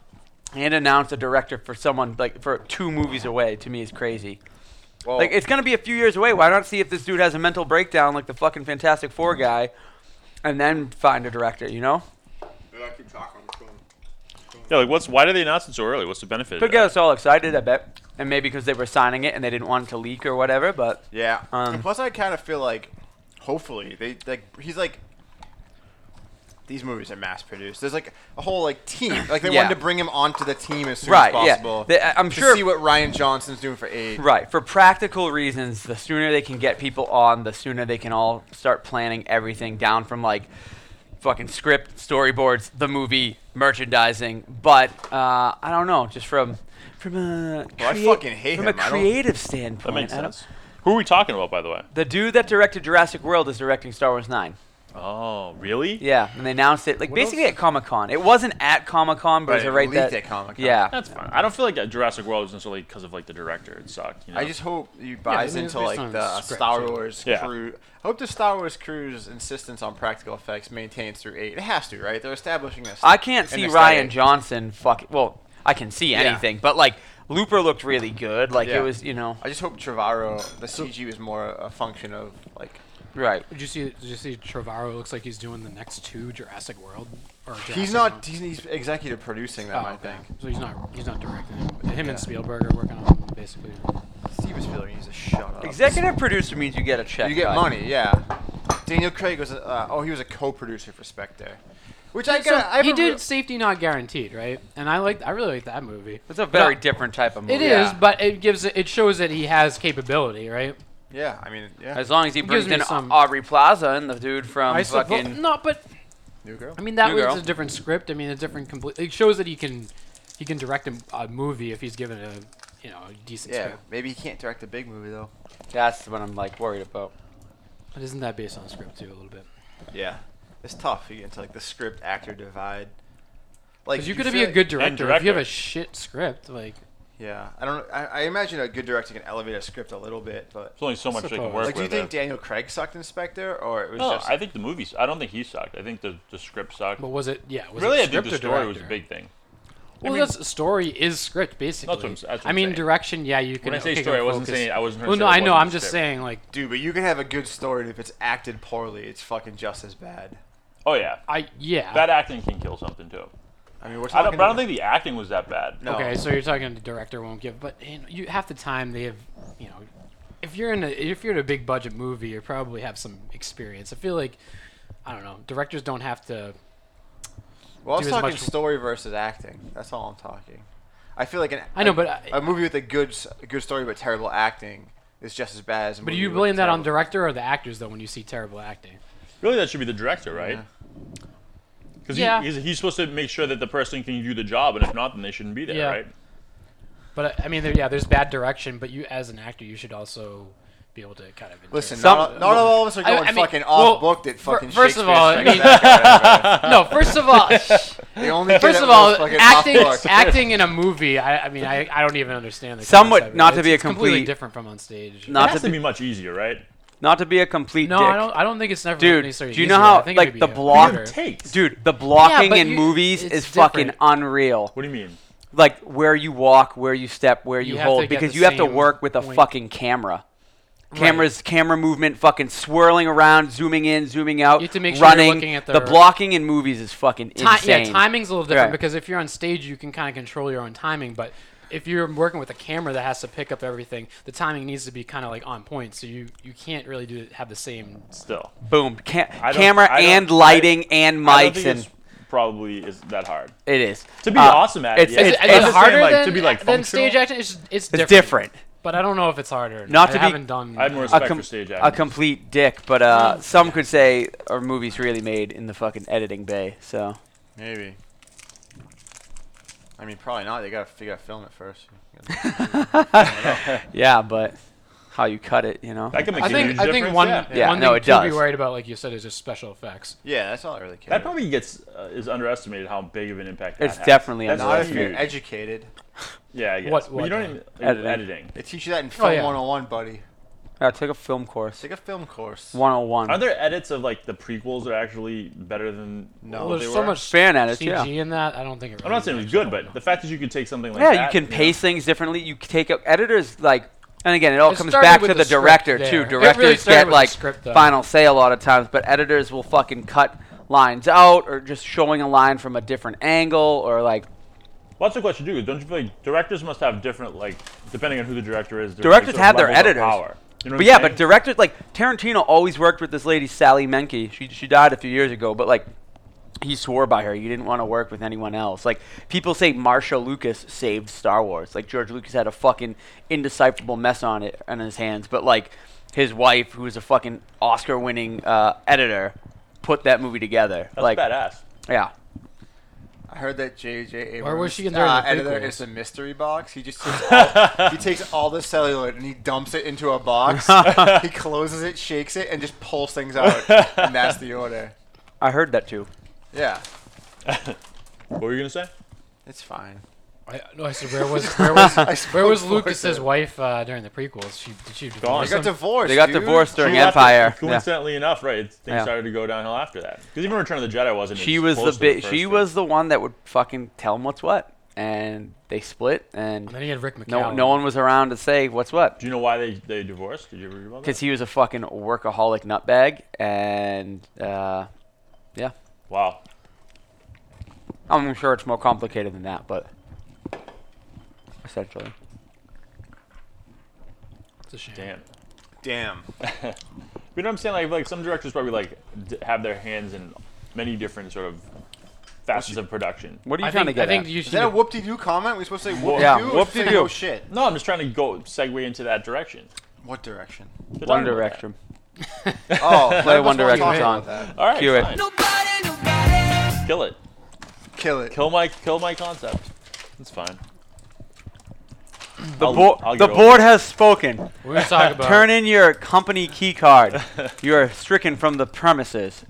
S3: and announce a director for someone like for two movies away to me is crazy.
S4: Well,
S3: Like it's gonna be a few years away. Why not see if this dude has a mental breakdown like the fucking Fantastic Four guy, and then find a director? You know,
S5: Yeah, like what's why did they announce it so early? What's the benefit?
S3: could
S5: of
S3: get
S5: that?
S3: us all excited. I bet, and maybe because they were signing it and they didn't want it to leak or whatever. But
S4: yeah.
S3: um,
S4: and plus, I kind of feel like, hopefully, they like he's like. These movies are mass produced. There's like a whole like team. Like they
S3: Yeah.
S4: wanted to bring him onto the team as soon
S3: right,
S4: as possible.
S3: yeah, They- I- I'm
S4: to
S3: sure
S4: see what Ryan Johnson's doing for eight.
S3: Right. For practical reasons, the sooner they can get people on, the sooner they can all start planning everything down from like fucking script, storyboards, the movie, merchandising. But uh, I don't know, just from from a
S4: Oh, I
S3: creat-
S4: fucking hate
S3: from
S4: him.
S3: a
S4: I don't-
S3: creative
S5: That
S3: standpoint.
S5: makes
S3: I don't-
S5: sense. Who are we talking about, by the way?
S3: The dude that directed Jurassic World is directing Star Wars Nine.
S5: Oh, really?
S3: Yeah, and they announced it like
S2: What
S3: basically
S2: else?
S3: at Comic Con. It wasn't at Comic Con, but,
S4: But
S3: it
S4: it
S3: was right
S4: leaked
S3: that.
S4: at Comic-Con.
S3: Yeah,
S5: That's fine. I don't feel like that Jurassic World was necessarily because of like the director. It sucked. You know?
S4: I just hope he buys
S2: I mean, it's
S4: into
S2: based
S4: like
S2: on
S4: the
S2: script,
S4: Star
S2: too.
S4: Wars
S5: Yeah.
S4: crew. I hope the Star Wars crew's insistence on practical effects maintains through eight. It has to, right? They're establishing this.
S3: I can't see Ryan Johnson fuck well, I can see
S4: Yeah.
S3: anything, but like Looper looked really good. Like
S4: Yeah.
S3: it was, you know,
S4: I just hope Trevorrow, the CG was more a function of like
S3: right.
S2: Did you see? Did you see? Trevorrow looks like he's doing the next two Jurassic World. Or Jurassic
S4: he's
S2: World. Oh,
S4: not he's, he's executive producing them. I
S2: okay.
S4: think
S2: So he's not. He's not directing. Him, him and Spielberg are working on basically.
S4: Steven Spielberg needs to shut up.
S3: Executive producer means you get a check.
S4: You get
S3: bud.
S4: money, yeah. Daniel Craig was a- uh, oh he was a co-producer for Spectre, which I
S2: So
S4: got. I have
S2: he
S4: a
S2: did
S4: real-
S2: safety not guaranteed, right? And I like. I really like that movie.
S3: It's a very
S2: But-
S3: different type of movie.
S2: It is,
S4: Oh, Yeah.
S2: but it gives. It shows that he has capability, right?
S4: Yeah, I mean, yeah.
S3: As long as he
S2: gives
S3: brings
S2: me
S3: in
S2: some-
S3: Aubrey Plaza and the dude from
S2: I
S3: fucking.
S2: suppose. No, but
S4: New girl.
S2: I mean that
S3: New
S2: was
S3: Girl.
S2: a different script. I mean a different complete. It shows that he can, he can direct a, a movie if he's given a, you know, a decent
S4: yeah,
S2: script.
S4: maybe he can't direct a big movie though.
S3: That's what I'm like worried about.
S2: But isn't that based on script too a little bit?
S4: Yeah, it's tough. You get into like the script actor divide. Like
S2: Because you're
S4: you
S2: gonna be a
S4: feel like-
S2: good director, if you have
S5: director.
S2: a shit script. Like
S4: Yeah, I don't. I, I imagine a good director can elevate a script a little bit, but
S5: There's only so much they can
S2: Suppose.
S5: work
S4: like, do you
S5: with.
S4: think
S5: there.
S4: Daniel Craig sucked Inspector, or it was
S2: Oh,
S5: no,
S4: just?
S5: Oh, I think the movies. I don't think he sucked. I think the, the script sucked.
S2: But was it? Yeah, was
S5: really,
S2: it
S5: I think
S2: script
S5: the
S2: or
S5: story
S2: director?
S5: was a big thing.
S2: Well,
S5: mean-
S2: that's story is script basically.
S5: That's what I'm s- that's what
S2: I
S5: I'm
S2: mean,
S5: saying.
S2: direction. Yeah, you can.
S5: When I say
S2: okay, go
S5: story, I wasn't
S2: focus.
S5: saying- I wasn't trying to
S2: Well, no,
S5: say it
S2: I know.
S5: wasn't
S2: I'm
S5: a
S2: just
S5: script.
S2: saying like
S4: Dude, but you can have a good story, and if it's acted poorly, it's fucking just as bad.
S5: Oh yeah,
S2: I yeah.
S5: bad acting can kill something too.
S4: I mean, we're
S5: I
S4: talking.
S5: don't, but I don't
S4: about-
S5: think the acting was that bad.
S4: No.
S2: Okay, so you're talking the director won't give, but you, know, you half the time they have, you know, if you're in a if you're in a big budget movie, you probably have some experience. I feel like, I don't know, directors don't have to.
S4: Well, I was
S2: do as
S4: talking
S2: much-
S4: story versus acting. That's all I'm talking. I feel like an.
S2: I know,
S4: a-
S2: but I-
S4: a movie with a good s- a good story but terrible acting is just as bad as. A
S2: But do
S4: movie
S2: you
S4: with
S2: blame that on
S4: terrible-
S2: director or the actors though when you see terrible acting?
S5: Really, that should be the director, right? Because
S2: Yeah.
S5: he, 'cause he's supposed to make sure that the person can do the job, and if not, then they shouldn't be there,
S2: Yeah.
S5: right?
S2: But I I mean, there, yeah, there's bad direction, but you as an actor, you should also be able to kind of enjoy
S4: Listen,
S2: it.
S3: Some-
S4: not, not all of us are
S2: I-
S4: going
S2: I mean,
S4: fucking off
S2: well,
S4: book that fucking
S2: fir- first of
S4: Shakespeare
S2: all,
S4: strikes
S2: I mean-
S4: back or whatever.
S2: no. First of all,
S4: The only kid
S2: first
S4: that
S2: of all,
S4: was fucking
S2: acting
S4: off book.
S2: acting in a movie. I, I mean, I, I don't even understand the.
S3: Some would-
S2: concept of it.
S3: not to
S2: It's-
S3: be a
S2: it's completely
S3: complete-
S2: different from on stage.
S5: It
S3: Not
S5: has
S3: to
S5: to
S3: be,
S5: be much easier, right?
S3: not to be a complete
S2: No,
S3: dick.
S2: I don't. I don't think it's never
S3: Dude,
S2: necessarily.
S3: do you
S2: easier.
S3: know how
S2: I think it
S3: like
S2: could
S3: the
S2: be a-
S3: block,
S5: takes.
S3: dude? The blocking
S2: but
S3: in
S2: you-
S3: movies
S2: it's
S3: is fucking
S2: different.
S3: unreal.
S5: What do you mean?
S3: like where you walk, where you step, where you,
S2: You have to
S3: hold,
S2: get
S3: because
S2: the
S3: you have to
S2: same
S3: work with a
S2: point.
S3: fucking camera. Cameras, camera movement, fucking swirling around, zooming in, zooming out,
S2: You have to make sure you're
S3: running.
S2: looking at
S3: the
S2: the-
S3: blocking in movies is fucking
S2: Ti-
S3: insane.
S2: yeah, timing's a little different
S3: Right.
S2: because if you're on stage, you can kind of control your own timing. But if you're working with a camera that has to pick up everything, the timing needs to be kind of like on point. So you, you can't really do have the same.
S5: Still,
S3: Boom, Ca-
S5: I don't-
S3: camera
S5: I don't-
S3: and
S5: I-
S3: lighting and
S5: I don't
S3: mics
S5: think
S3: and
S5: it's probably is that hard.
S3: it is
S5: To be
S3: Uh,
S5: awesome at
S3: it's-
S5: it, yeah.
S3: it's-
S2: Is it-
S5: I
S2: is it
S5: understand,
S2: harder
S5: like,
S2: than,
S5: to be like
S2: than stage
S5: functional?
S2: acting? It's, it's,
S3: It's
S2: different.
S3: different.
S2: But I don't know if it's harder.
S3: Not
S2: I
S3: to be-
S2: haven't done.
S5: I have more
S3: A,
S5: respect
S3: com-
S5: for stage
S3: a
S5: acting.
S3: complete dick, but uh, some could say our movies really made in the fucking editing bay. So
S4: Maybe. I mean, probably not. They gotta, they gotta film it first.
S3: yeah, but how you cut it, you know.
S5: that can make
S2: I
S5: a huge
S2: think I think
S5: difference,
S2: one
S5: yeah.
S3: Yeah,
S2: one
S3: no,
S2: thing
S3: it
S2: to
S3: does.
S2: be worried about, like you said, is just special effects.
S4: yeah, that's all I really care.
S5: That probably gets uh, is underestimated how big of an impact. that
S3: It's
S5: has.
S3: definitely
S5: That's
S4: not if
S5: huge.
S4: you're educated.
S5: Yeah, I guess.
S2: What-
S5: But
S2: what,
S5: you don't
S2: uh,
S5: even like,
S3: editing?
S5: editing.
S4: They teach you that in film
S2: Oh, yeah.
S4: 101, buddy.
S3: I took a film course,
S4: Take a film course.
S3: 101.
S5: Are there edits of like the prequels that are actually better than?
S4: No.
S5: what
S2: There's
S5: they
S2: so
S5: were?
S2: much
S3: Fan edits,
S2: CG
S3: yeah.
S2: in that. I don't think it. Really
S5: I'm not saying it was good, but the fact that you could take something like
S3: Yeah,
S5: that.
S3: you can
S5: know,
S3: pace things differently. You c- take up editors like, and again, it all
S2: It
S3: comes
S2: started
S3: back to
S2: with
S3: the,
S2: the script
S3: director
S2: there.
S3: too.
S2: It really
S3: Directors
S2: started
S3: get
S2: with the
S3: like
S2: script, though.
S3: final say a lot of times, but editors will fucking cut lines out or just showing a line from a different angle or like
S5: Well, that's the question too. Don't you feel like directors must have different like depending on who the director is. different
S3: Directors
S5: sort of
S3: have their
S5: levels of
S3: editors.
S5: Power. You know what
S3: But
S5: I'm
S3: yeah,
S5: saying?
S3: but directors like Tarantino always worked with this lady Sally Menke. She she died a few years ago, but like he swore by her. He didn't want to work with anyone else. Like people say, Marsha Lucas saved Star Wars. Like George Lucas had a fucking indecipherable mess on it on his hands, but like his wife, who was a fucking Oscar-winning uh, editor, put that movie together.
S5: that's
S3: like
S5: badass.
S3: yeah,
S4: I heard that J.J. Abrams,
S2: Where was she in there in
S4: uh,
S2: the
S4: editor
S2: prequels?
S4: is a mystery box. He just takes all, he takes all the celluloid and he dumps it into a box. he closes it, shakes it, and just pulls things out, and that's the order.
S3: I heard that too.
S4: Yeah,
S5: What were you gonna say?
S4: it's fine.
S2: I, no, I said where was where was where was
S4: spoke for
S2: Lucas's
S4: it.
S2: wife uh, during the prequels? She did she divorce
S5: Gone.
S4: They got
S2: him?
S4: divorced.
S3: They got
S4: dude.
S3: divorced during
S5: She left it.
S3: Empire. Yeah.
S5: Coincidentally enough, right? it's- Things
S3: Yeah.
S5: started to go downhill after that. Because even Return of the Jedi wasn't.
S3: She
S5: as
S3: was the
S5: close to the
S3: bit.
S5: first
S3: She
S5: one.
S3: was the one that would fucking tell him what's what, and they split. And
S2: And then he had Rick McCallum.
S3: no, no one was around to say what's what.
S5: Do you know why they, they divorced? Did you ever read about that?
S3: Because he was a fucking workaholic nutbag, and uh, yeah,
S5: Wow.
S3: I'm sure it's more complicated than that, but essentially,
S2: It's a shame.
S5: Damn.
S4: Damn.
S5: You know what I'm saying? Like, like some directors probably like d- have their hands in many different sort of facets of production.
S3: what are you
S2: I
S3: trying
S2: think
S3: to
S2: I
S3: get?
S2: think
S3: at?
S2: you
S4: Is
S2: should.
S4: that a whoop de doo comment? Are we supposed to say whoop de doo?
S3: Yeah,
S4: Say
S3: whoop-de-doo.
S4: no shit.
S5: No, I'm just trying to go segue into that direction.
S4: What direction?
S5: They're
S3: One
S5: talking about
S3: Direction.
S4: Oh,
S3: Play One
S4: that's what I'm
S3: Direction
S4: talking
S3: song.
S4: about that.
S5: that. All right,
S3: Cue it.
S5: fine. Kill it.
S4: Kill it.
S5: Kill my kill my concept. It's fine.
S3: The,
S5: I'll-
S3: bo-
S5: I'll
S3: the
S5: get over
S3: board has spoken.
S2: We're gonna talk about
S3: Turn in your company key card. you are stricken from the premises.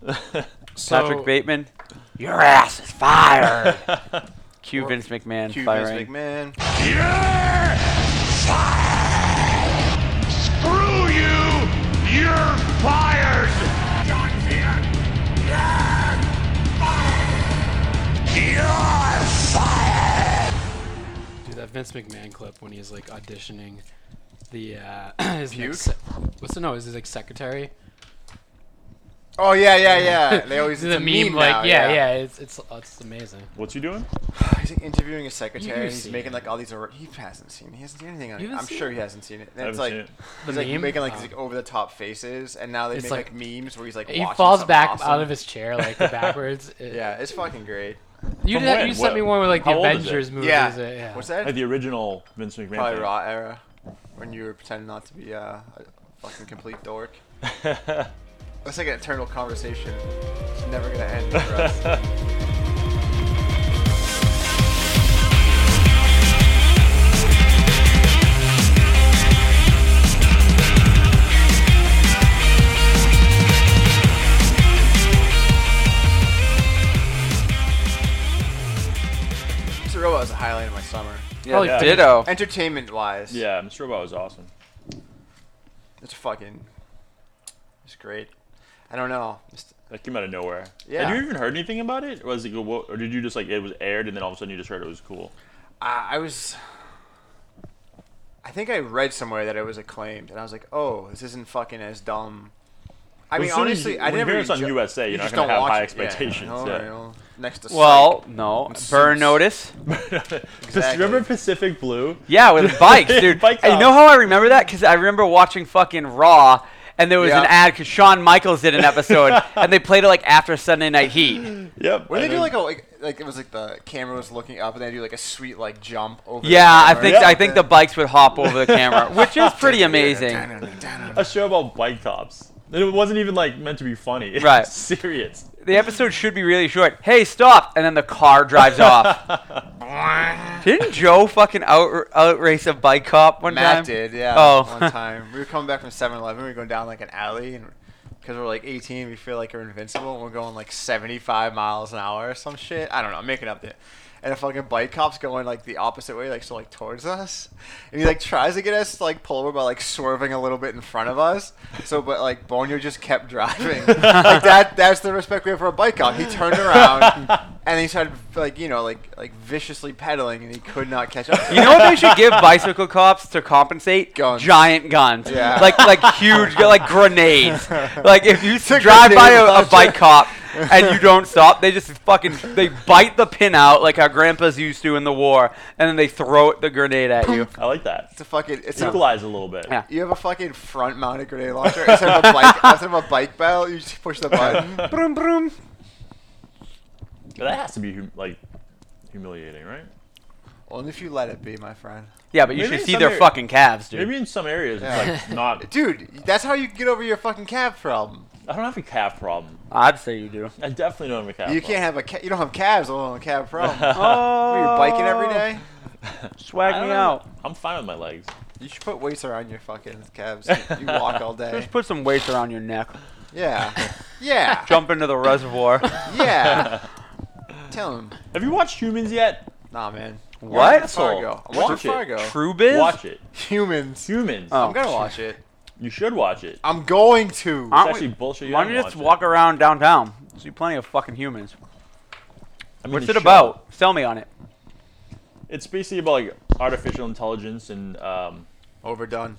S2: so,
S3: Patrick Bateman, your ass is fired. Cue Vince McMahon
S4: Cue Vince
S3: firing.
S4: McMahon.
S8: Screw you! You're fired! John Cena, you're fired!
S2: Do that Vince McMahon clip when he's like auditioning the uh, his
S4: Puke?
S2: next se- what's the no? Is his like secretary?
S4: Oh yeah, yeah, yeah. They always
S2: the
S4: it's a
S2: meme, like
S4: now,
S2: yeah, yeah, It's it's oh, it's amazing.
S5: What you doing?
S4: He's like interviewing his secretary. and he's
S2: seen
S4: making
S2: it.
S4: like all these. or- He hasn't seen. He hasn't seen anything. On
S2: You
S4: it.
S2: haven't
S4: I'm
S2: seen
S4: sure
S2: it?
S4: he hasn't seen it. And
S5: I
S4: it's
S5: haven't
S4: like
S5: seen it.
S4: he's
S2: The
S4: like
S2: meme?
S4: making like these
S2: Oh.
S4: like over the top faces, and now they
S2: It's
S4: make
S2: like-
S4: like, memes where he's like
S2: He
S4: watching
S2: falls
S4: something
S2: back
S4: awesome.
S2: out of his chair like backwards. It-
S4: Yeah, it's fucking great.
S2: you
S5: From
S2: did that,
S5: when?
S2: you sent
S5: What-
S2: me one with like the
S5: how old is it?
S2: Avengers movies.
S4: Yeah.
S2: uh, yeah.
S4: What's
S5: Like
S4: that?
S5: the original Vince McMahon.
S4: Probably
S5: thing.
S4: Raw era, when you were pretending not to be uh, a fucking complete dork. That's like an eternal conversation. It's never gonna end for us. Mr. Robot was a highlight of my summer.
S3: Yeah,
S2: Yeah.
S3: ditto.
S4: Entertainment wise,
S5: Yeah, Mr. Robot was awesome.
S4: it's fucking, it's great. I don't know. Just-
S5: That came out of nowhere.
S4: Yeah.
S5: Had you even heard anything about it? Or was it go- or did you just like it was aired and then all of a sudden you just heard it was cool?
S4: I, I was. I think I read somewhere that it was acclaimed, and I was like, oh, this isn't fucking as dumb. I
S5: Well,
S4: mean,
S5: as soon as
S4: honestly,
S5: you-
S4: I
S5: when you
S4: never.
S5: hear it's on
S4: ju-
S5: USA, you're not
S4: just
S5: gonna
S4: don't
S5: have
S4: watch
S5: high
S4: it. Yeah,
S5: expectations,
S4: no,
S5: yeah.
S4: no. Next to
S3: Well, no. Burn
S4: Suits.
S3: notice.
S5: Just remember Pacific Blue?
S3: Yeah, with bikes, dude.
S5: Bike
S3: and you
S5: cops.
S3: know how I remember that? Because I remember watching fucking Raw, and there was an
S4: Yeah.
S3: ad because Shawn Michaels did an episode, and they played it like after Sunday Night Heat.
S5: Yep.
S4: When they
S5: and
S4: do
S5: then-
S4: like a like, like it was like the camera was looking up and they do like a sweet like jump over. the
S3: Yeah, I
S4: camera or
S3: think I think the
S4: something.
S3: bikes would hop over the camera, which is pretty amazing.
S5: a show about bike cops. And it wasn't even like meant to be funny. It's
S3: Right.
S5: serious.
S3: The episode should be really short. Hey, stop! And then the car drives off. Didn't Joe fucking out outrace a bike cop one
S4: Matt
S3: time?
S4: did, yeah.
S3: Oh.
S4: one time we were coming back from 7-Eleven, we were going down like an alley, and because we're like 18, we feel like we're invincible, and we're going like 75 miles an hour or some shit. I don't know. I'm making up it. And a fucking bike cop's going like the opposite way, like so like towards us, and he like tries to get us to, like pull over by like swerving a little bit in front of us. So, but like Bonio just kept driving. like that. That's the respect we have for a bike cop. He turned around and he started like you know like like viciously pedaling, and he could not catch up. to
S3: You
S4: us.
S3: know what they should give bicycle cops to compensate?
S4: Guns.
S3: Giant guns.
S4: Yeah.
S3: Like like huge gu- like grenades. Like if you
S4: a
S3: drive by
S4: grenade
S3: a, a
S4: launcher.
S3: bike cop and you don't stop, they just fucking they bite the pin out like our grandpas used to in the war, and then they throw the grenade at you.
S5: I like that.
S4: It's a fucking. It's a
S5: Equalize a little bit.
S3: Yeah.
S4: You have a fucking front-mounted grenade launcher instead of a bike. instead of a bike barrel, you just push the button. broom, broom.
S5: That has to be hum- like humiliating, right?
S4: Only if you let it be, my friend.
S3: Yeah, but you
S5: Maybe
S3: should see
S5: some
S3: their
S5: area-
S3: fucking calves, dude.
S5: Maybe in some areas
S4: Yeah.
S5: it's like not.
S4: Dude, that's how you get over your fucking calf problem.
S5: I don't have a calf problem.
S3: I'd say you do.
S5: I definitely don't have a calf.
S4: You can't have a ca- you don't have calves alone a calf problem. oh, you're biking every day.
S3: Swag me out.
S5: I'm fine with my legs.
S4: You should put weights around your fucking calves. You walk all day.
S3: Just put some weights around your neck.
S4: Yeah, yeah,
S3: Jump into the reservoir.
S4: yeah. Tell him,
S5: Have you watched Humans yet?
S4: nah, man.
S3: What?
S4: Fargo. I'm
S5: Watch
S4: watching
S5: it.
S4: Fargo.
S3: True biz?
S5: Watch it.
S4: Humans.
S5: Humans.
S3: Oh.
S4: I'm gonna watch it.
S5: You should watch it.
S4: I'm going to.
S3: Aren't
S5: actually
S3: we-
S5: bullshit you
S3: Why don't
S5: don't
S3: you just
S5: watch it.
S3: walk around downtown? See plenty of fucking humans.
S5: I mean,
S3: What's
S5: you
S3: it
S5: should.
S3: about? Sell me on it.
S5: It's basically about like artificial intelligence and um.
S4: Overdone.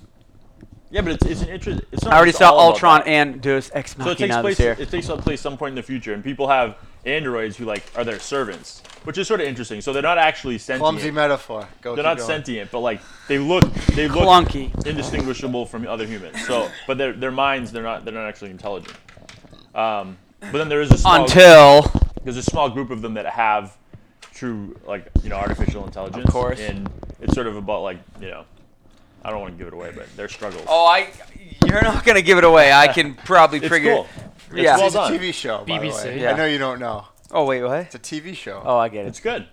S5: Yeah, but it's it's an interest. It's not
S3: I already
S5: it's
S3: saw
S5: all about
S3: Ultron
S5: that.
S3: and Deus Ex
S5: So it takes
S3: Machina
S5: place.
S3: this year.
S5: It takes place some point in the future, and people have androids who like are their servants, which is sort of interesting. So they're not actually sentient.
S4: Clumsy metaphor. Go.
S5: they're
S4: keep
S5: not
S4: going.
S5: sentient, but like they look they look
S3: Clunky.
S5: indistinguishable from other humans. So, but their their minds they're not they're not actually intelligent. Um, but then there is a small
S3: Until
S5: there's a small group of them that have true like you know artificial intelligence.
S3: course.
S5: And it's sort of about like you know I don't want to give it away, but their struggles.
S3: oh, I you're not gonna give it away. I can probably
S5: it's
S3: trigger.
S5: cool. It's
S3: Yeah.
S5: well
S4: It's a
S5: done.
S4: TV show, by
S2: BBC.
S4: the way.
S3: Yeah.
S4: I know you don't know.
S3: Oh wait, what?
S4: It's a TV show.
S3: Oh, I get it.
S5: It's good.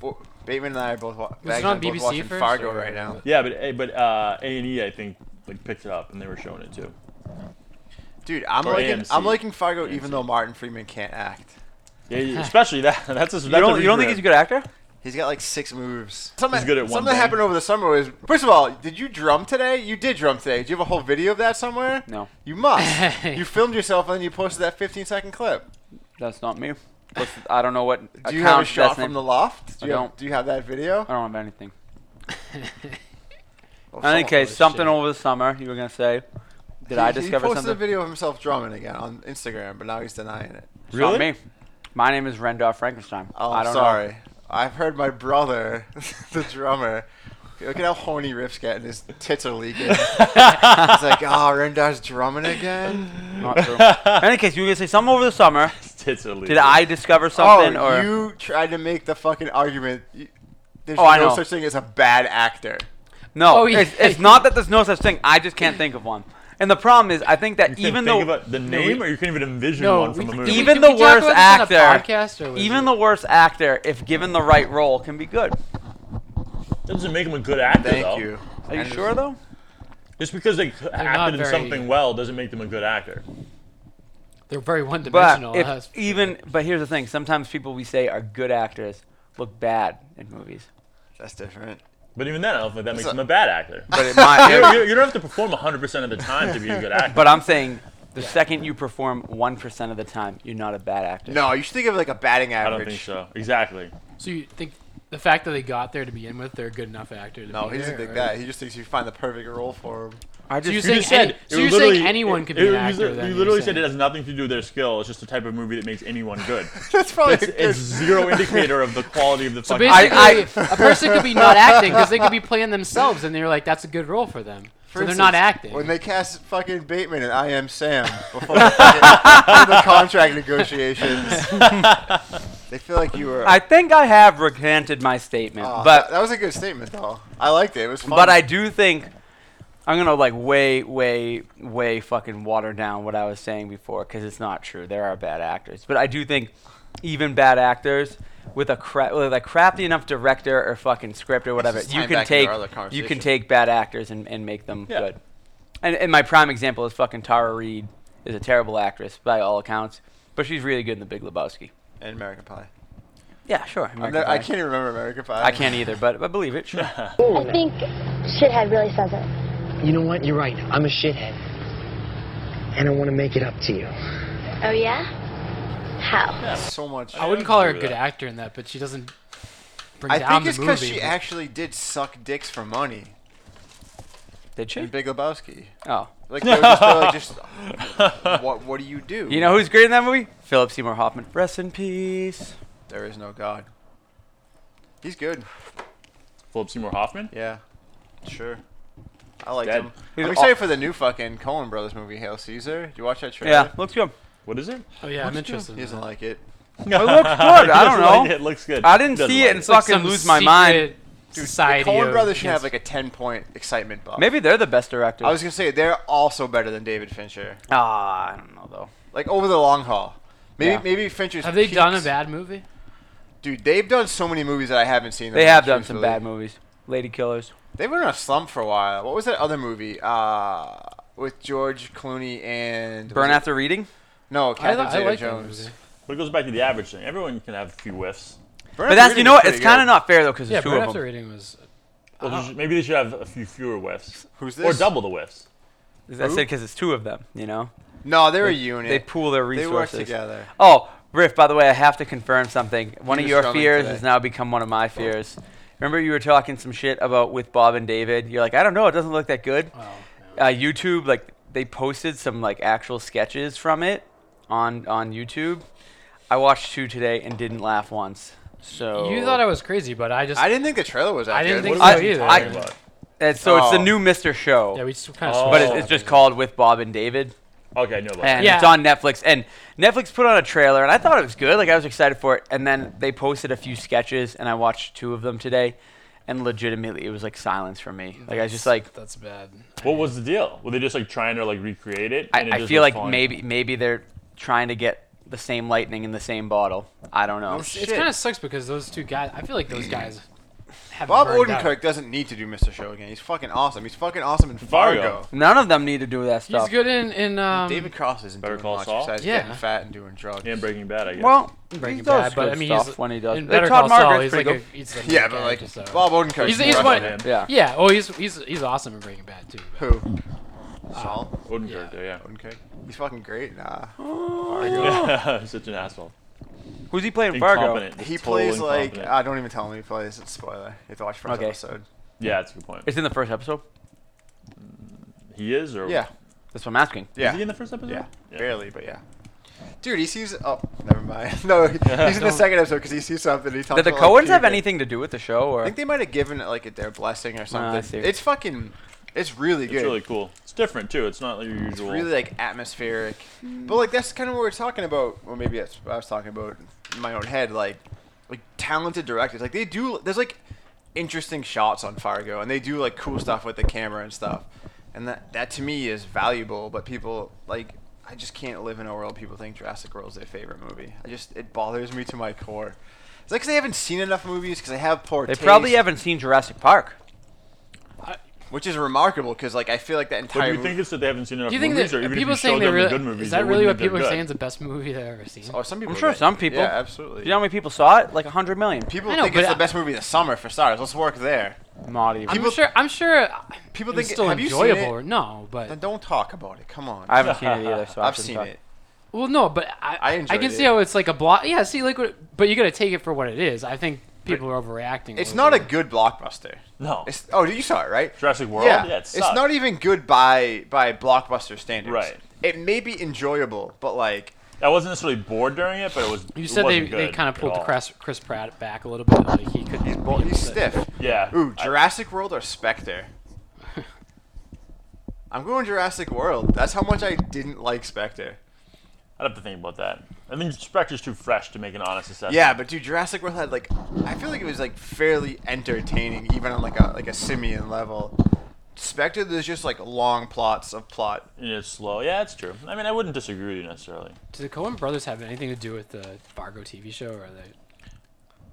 S4: Well, Bateman and I are both, wa-
S2: Was it
S4: Bags and I
S2: on
S4: are both
S2: BBC
S4: watching
S2: first,
S4: Fargo
S2: or-
S4: right now.
S5: Yeah, but eh, but uh, A and E I think like picked it up and they were showing it too.
S4: Dude, I'm
S5: Or
S4: liking,
S5: AMC.
S4: I'm liking Fargo even
S5: AMC.
S4: though Martin Freeman can't act.
S5: Yeah, yeah, especially that. That's a, that's
S3: You
S5: a
S3: don't, you don't think
S5: regrip.
S3: he's a good actor?
S4: He's got like six moves. Something,
S5: He's good at one
S4: something that
S5: thing.
S4: happened over the summer was, first of all, did you drum today? You did drum today. Do you have a whole video of that somewhere?
S3: No,
S4: You must. you filmed yourself and then you posted that 15 second clip.
S3: that's not me. What's the- I don't know what
S4: Do
S3: account
S4: you have a
S3: that's
S4: shot from
S3: named-
S4: the loft? Do
S3: I
S4: you,
S3: don't.
S4: Have, do you have that video? Oh,
S3: I don't have anything.
S4: Well,
S3: In any
S4: someone
S3: case,
S4: posted
S3: something
S4: it.
S3: over the summer you were gonna say. Did
S4: He-
S3: I
S4: he
S3: discover
S4: posted a
S3: something?
S4: video of himself drumming again on Instagram, but now he's denying it.
S3: It's Not me. My name is Rendar Frankenstein.
S4: Oh,
S3: I
S4: I'm
S3: don't
S4: sorry. I've heard my brother, the drummer. Look at how horny Riff's getting. His tits are leaking. He's like, oh, Rendar's drumming again?
S3: know. Not true. In any case, you were gonna say something over the summer.
S5: Tits are
S3: Did I discover something
S4: oh,
S3: or?
S4: you tried to make the fucking argument. You- There's
S3: Oh, I
S4: no
S3: know.
S4: such thing as a bad actor.
S3: No,
S2: Oh, yeah.
S3: it's, it's not that there's no such thing. I just can't think of one. And the problem is, I think that even though
S5: the name, or you couldn't even envision
S2: No,
S5: one from
S2: we-
S5: a movie.
S3: even
S2: Did
S3: the
S2: we talk
S3: worst
S2: about this on a
S3: actor,
S2: podcast, or was
S3: even
S2: it-
S3: the worst actor, if given the right role, can be good.
S5: That doesn't make him a good actor,
S4: Thank
S5: though.
S4: you.
S3: Are you sure though?
S5: Just because they c-
S2: not
S5: acted in
S2: very-
S5: something well doesn't make them a good actor.
S2: They're very one
S3: But
S2: dimensional.
S3: if even but here's the thing: sometimes people we say are good actors look bad in movies.
S4: That's different.
S5: But even then, I don't think that makes
S4: a-
S5: him a bad actor.
S3: But it might,
S5: you, you don't have to perform 100% of the time to be a good actor.
S3: but I'm saying the second you perform one percent of the time, you're not a bad actor.
S4: No, you should think of it like a batting
S5: I
S4: average.
S5: don't think so. Exactly.
S2: so you think the fact that they got there to begin with, they're a good enough actor. To
S4: No,
S2: be
S4: he's a
S2: there,
S4: big
S2: right?
S4: guy. He just thinks you find the perfect role for him.
S6: I
S2: So
S6: just
S2: you're saying,
S5: You just
S2: any,
S5: said
S2: so
S5: it
S2: you're
S5: literally-
S2: saying anyone
S5: it-
S2: could be
S5: it
S2: an
S5: was-
S2: actor. then,
S5: You
S2: you're
S5: literally said it
S2: saying.
S5: has nothing to do with their skill. It's just the type of movie that makes anyone good.
S4: That's probably
S5: it's,
S4: a good-
S5: it's zero indicator of the quality of the
S2: So
S5: fucking.
S2: basically,
S3: I-
S2: a person could be not acting because they could be playing themselves, and they're like, "That's a good role for them." so they're not
S4: instance,
S2: acting.
S4: When they cast fucking Bateman and I Am Sam before the, fucking, the contract negotiations, they feel like you were.
S3: I think I have recanted my statement,
S4: Aw, that,
S3: but
S4: that was a good statement though. I liked it. It was fun.
S3: but I do think I'm gonna like way way way fucking water down what I was saying before because it's not true. There are bad actors, but I do think even bad actors with a cra- with a crappy enough director or fucking script or whatever,
S4: just
S3: you
S4: tying
S3: can
S4: back into
S3: take
S4: our other
S3: you
S4: conversation.
S3: can take bad actors and, and make them
S5: Yeah.
S3: good. And, and my prime example is fucking Tara Reid is a terrible actress by all accounts, but she's really good in The Big Lebowski.
S4: and American Pie.
S3: Yeah, sure.
S4: I've
S3: American
S4: never- I
S3: Pie.
S4: can't even remember American Pie.
S3: I can't either, but I believe it. Sure.
S9: I think shithead really says it.
S10: You know what? You're right. I'm a shithead. And I want to make it up to you.
S9: Oh yeah? How?
S4: so much.
S2: I wouldn't call her a
S5: agree
S2: good
S5: with that.
S2: actor in that, but she doesn't bring
S4: I
S2: down
S4: think it's
S2: the
S4: because
S2: movie.
S4: she actually did suck dicks for money
S3: Did she?
S4: in Big Lebowski.
S3: Oh.
S4: Like they were just, they were like, just what? What do you do?
S3: You know who's great in that movie? Philip Seymour Hoffman. Rest in peace.
S4: there is no God. He's good.
S5: Philip Seymour Hoffman.
S4: Yeah, sure. I liked
S5: Dead.
S4: him.
S3: He's
S4: I'm
S3: aw-
S4: excited for the new fucking Coen Brothers movie, Hail Caesar. Did you watch that trailer?
S3: Yeah, looks good.
S5: What is it?
S2: oh yeah, I'm interested.
S4: He
S2: In
S4: doesn't
S2: that.
S4: like it.
S5: It looks good.
S3: good, I don't know.
S5: it looks good.
S3: I didn't
S5: Doesn't
S3: see it
S5: like
S3: and
S2: It's like
S3: fucking
S2: some
S3: lose my mind.
S2: secret
S4: The
S2: Society.
S4: Coen
S2: of-
S4: Brothers should have
S2: yes.
S4: like a 10 point excitement buff.
S3: Maybe they're the best directors.
S4: I was gonna say they're also better than David Fincher.
S3: ah, I don't know though.
S4: Like over the long haul. Maybe
S3: Yeah.
S4: maybe Fincher's.
S2: Have they done a
S4: peaks-
S2: bad movie?
S4: Dude, they've done so many movies that I haven't seen.
S3: They
S4: them,
S3: have done some
S4: truthfully.
S3: bad movies. Lady Killers.
S4: They've been in a slump for a while. What was that other movie? Uh, with George Clooney and
S3: Burn
S4: was it-
S3: After Reading.
S4: No,
S2: I,
S4: Catherine
S2: li- I like that
S4: Zeta-Jones.
S2: movie.
S5: But it goes back to the average thing. Everyone can have a few whiffs.
S4: Burn
S3: But
S4: After
S3: that's you
S4: Reading
S3: know
S4: is
S3: what?
S4: pretty
S3: It's kind
S4: good.
S3: of not fair though because
S2: Yeah,
S3: there's two
S2: Burn
S3: of
S2: After
S3: them.
S2: Reading was.
S5: Well,
S2: Uh-huh.
S5: they should- maybe they should have a few fewer whiffs.
S4: Who's
S5: Or
S4: this?
S5: double the whiffs.
S3: I said because it's two of them. You know,
S4: No, they're a unit.
S3: they pool their
S4: They work
S3: resources.
S4: together.
S3: Oh, Riff. By the way, I have to confirm something. One of
S4: He was
S3: your
S4: struggling
S3: fears
S4: today.
S3: has now become one of my fears. Remember you were talking some shit about with Bob and David. You're like, I don't know, it doesn't look that good.
S4: Oh,
S3: uh, YouTube like they posted some like actual sketches from it on on YouTube. I watched two today and didn't laugh once. So
S2: You thought I was crazy, but I just.
S4: I didn't think the trailer was that
S2: I didn't
S4: good.
S2: think
S4: What
S2: so
S5: are you
S2: either.
S5: talking
S3: I-
S5: about?
S3: And so it's the
S4: Oh.
S3: new Mr. Show,
S2: yeah, we just kind of.
S5: Oh.
S3: but it, it's just called With Bob and David,
S5: Okay, I know about
S3: and
S5: that.
S2: Yeah.
S3: it's on Netflix. And Netflix put on a trailer, and I thought it was good. Like I was excited for it. And then they posted a few sketches, and I watched two of them today. And legitimately, it was like silence for me. Like I was just like,
S2: That's bad.
S5: What was the deal? Were they just like trying to like recreate it?
S3: I,
S5: and it
S3: I
S5: just
S3: feel
S5: looked
S3: like
S5: fine?
S3: maybe maybe they're trying to get the same lightning in the same bottle. I don't know.
S2: It's, it kind of sucks because those two guys. I feel like those guys. Have
S4: Bob
S2: burned out.
S4: Odenkirk doesn't need to do Mr. Show again. He's fucking awesome. He's fucking awesome in Fargo.
S5: Fargo.
S3: None of them need to do that
S2: He's
S3: stuff.
S2: good in in um,
S4: David Cross isn't
S5: Better
S4: doing
S5: Call
S4: much
S5: Saul?
S4: besides
S2: Yeah.
S4: getting fat and doing drugs.
S5: And Breaking Bad, I guess.
S3: Well, he
S2: Breaking
S3: does
S2: Bad, but
S3: good
S2: I mean,
S3: stuff
S2: he's
S3: when he does.
S2: in
S3: Like,
S2: Better
S3: Todd
S2: Call Saul,
S3: Margaret's
S2: he's like
S3: pretty
S2: a,
S3: good.
S2: he's a
S4: yeah,
S2: nice
S4: but
S2: guy,
S4: like
S2: just, uh,
S4: Bob Odenkirk.
S2: He's, he's
S5: more
S2: one.
S5: than him.
S3: Yeah.
S2: Yeah. Oh, he's he's he's awesome in Breaking Bad too. but-
S4: Who? Saul
S5: Odenkirk, yeah.
S4: Odenkirk. He's fucking great. Nah.
S5: yeah. Such an asshole.
S3: Who's he playing? Fargo.
S5: Incompetent. Just
S4: He
S5: total
S4: plays like
S5: incompetent.
S4: uh, don't even tell me he plays. It's a spoiler. You have to watch first
S3: Okay.
S4: episode.
S5: yeah, that's a good point.
S3: It's in the first episode.
S5: He is, or
S4: Yeah.
S3: That's what I'm asking.
S4: Yeah.
S5: Is he in the first episode?
S4: yeah. Barely, but yeah. Dude, he sees. Oh, never mind. no, he's in the second episode because he sees something. He talks.
S3: Did the
S4: about,
S3: Coens
S4: like,
S3: have
S4: puking.
S3: anything to do with the show?
S4: I
S3: Or
S4: think they might have given it like it their blessing or
S3: I
S4: something.
S3: see.
S4: it's fucking. It's really good.
S5: It's really cool. It's different too. It's not like your
S4: It's
S5: usual.
S4: really like atmospheric. But like that's kind of what we're talking about. Well, maybe that's what I was talking about in my own head. Like, like talented directors. Like they do. There's like interesting shots on Fargo, and they do like cool stuff with the camera and stuff. And that that to me is valuable. But people like. I just can't live in a world people think Jurassic World's their favorite movie. I just it bothers me to my core. Is that because they haven't seen enough movies? Because they have poor
S3: they
S4: taste,
S3: probably haven't seen Jurassic Park.
S4: which is remarkable. Because like I feel like that
S5: But
S4: entire
S5: do you
S4: movie,
S5: think it's that they haven't seen enough
S2: Do you think
S5: movies, or
S2: that
S5: even
S2: people
S5: if you
S2: saying
S5: showed
S2: they
S5: them
S2: really
S5: the good movies?
S2: is
S5: they
S2: that really what
S5: wouldn't have
S2: people
S5: been
S2: are
S5: good.
S2: saying is the best movie they've ever seen?
S4: oh, some people.
S3: I'm sure
S4: think-
S3: some people.
S4: Yeah, absolutely.
S3: You know how many people saw it? Like 100 million.
S4: People
S2: I know,
S4: think it's
S2: but
S4: the
S2: I-
S4: best movie of the summer for stars. Let's work there.
S3: Not even.
S2: I'm sure. I'm sure.
S4: people
S2: it was
S4: think it-
S2: still
S4: have you seen
S2: enjoyable.
S4: it?
S2: or- No,
S4: Then
S2: but
S4: don't talk about it. Come on.
S3: I haven't seen it either. So I
S4: I've
S3: shouldn't
S4: seen
S3: talk.
S4: it.
S2: well, no, but I
S4: I
S2: I,
S4: enjoyed
S2: can see
S4: it.
S2: how it's like a block. Yeah, see, like, what, but you gotta take it for what it is. I think people are overreacting.
S4: It's
S2: over
S4: not a
S2: it.
S4: good blockbuster.
S5: No.
S4: It's, oh, you saw it, right?
S5: Jurassic World?
S4: Yeah,
S5: Yeah, it
S4: it's
S5: sucked.
S4: not even good by by blockbuster standards.
S5: Right.
S4: It may be enjoyable, but like
S5: I wasn't necessarily bored during it, but it was.
S2: You
S5: it
S2: said they,
S5: wasn't
S2: they
S5: good
S2: kind of
S5: at
S2: pulled
S5: all.
S2: Chris, Chris Pratt back a little bit. Like he could. He's,
S4: well, he's stiff.
S5: Yeah.
S4: Ooh,
S5: I-
S4: Jurassic World or Spectre? I'm going Jurassic World. That's how much I didn't like Spectre.
S5: I'd have to think about that. I think Spectre's too fresh to make an honest assessment.
S4: Yeah, but dude, Jurassic World had like I feel like it was like fairly entertaining, even on like a like a simian level. Spectre, there's just like long plots of plot.
S5: And It's slow. Yeah, it's true. I mean, I wouldn't disagree with you necessarily.
S2: Do the Coen Brothers have anything to do with the Fargo TV show, or are they?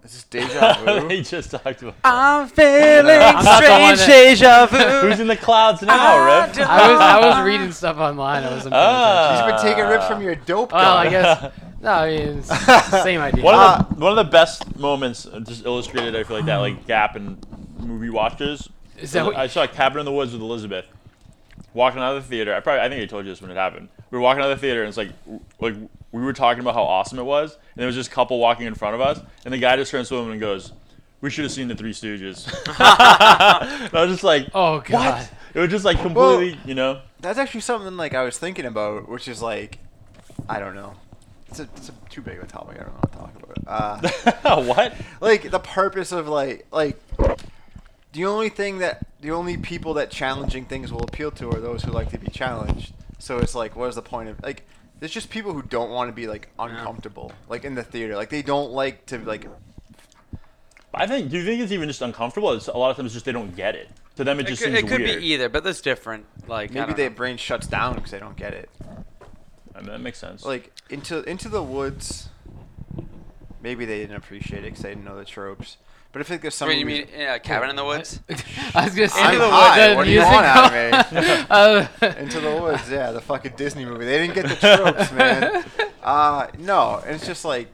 S4: Is this deja vu?
S5: they just talked about.
S3: I'm feeling
S2: I'm not the one
S3: strange
S2: that-
S3: deja
S4: Oh,
S3: vu.
S5: Who's in the clouds
S3: uh,
S5: now, Rip?
S2: I was I was reading stuff online. I wasn't. paying attention.
S5: Ah.
S4: He's been taking rips from your dope.
S2: Well, I
S4: gun.
S2: guess. No, I mean, it's the same idea.
S5: One of the one of the best moments, uh, just illustrated. I feel like that like gap in movie watchers.
S2: Is that what-
S5: I saw Cabin in the Woods with Elizabeth. Walking out of the theater, I probably I think I told you this when it happened. We were walking out of the theater, and it's like w- like we were talking about how awesome it was, and there was this couple walking in front of us, and the guy just turns to him and goes, "We should have seen the Three Stooges." and I was just like,
S2: Oh god.
S5: What? It was just like completely,
S4: Well-
S5: you know.
S4: That's actually something like I was thinking about, which is like, I don't know. It's a, it's a too big of a topic. I don't know what to talk about. Uh,
S5: what?
S4: like the purpose of like like the only thing that the only people that challenging things will appeal to are those who like to be challenged. So it's like, what is the point of like? There's just people who don't want to be like uncomfortable, like in the theater. Like they don't like to like.
S5: I think. Do you think it's even just uncomfortable? It's, a lot of times, it's just they don't get it. To them, it
S3: It
S5: just
S3: could,
S5: seems
S3: it could
S5: weird.
S3: be e- either, but that's different. Like I
S4: Maybe
S3: don't
S4: their
S3: know.
S4: brain shuts down because they don't get it.
S5: I mean, that makes sense.
S4: Like into into the woods. Maybe they didn't appreciate it because they didn't know the tropes. But if like there's some
S3: Wait, you
S4: movies-
S3: mean yeah, cabin in the woods?
S2: I was gonna say
S4: I'm
S2: the
S4: high.
S2: the
S4: What do you
S2: music-
S4: want out of me?
S2: Uh,
S4: Into the Woods, yeah, the fucking Disney movie. They didn't get the tropes, man. Uh, no, and it's just like,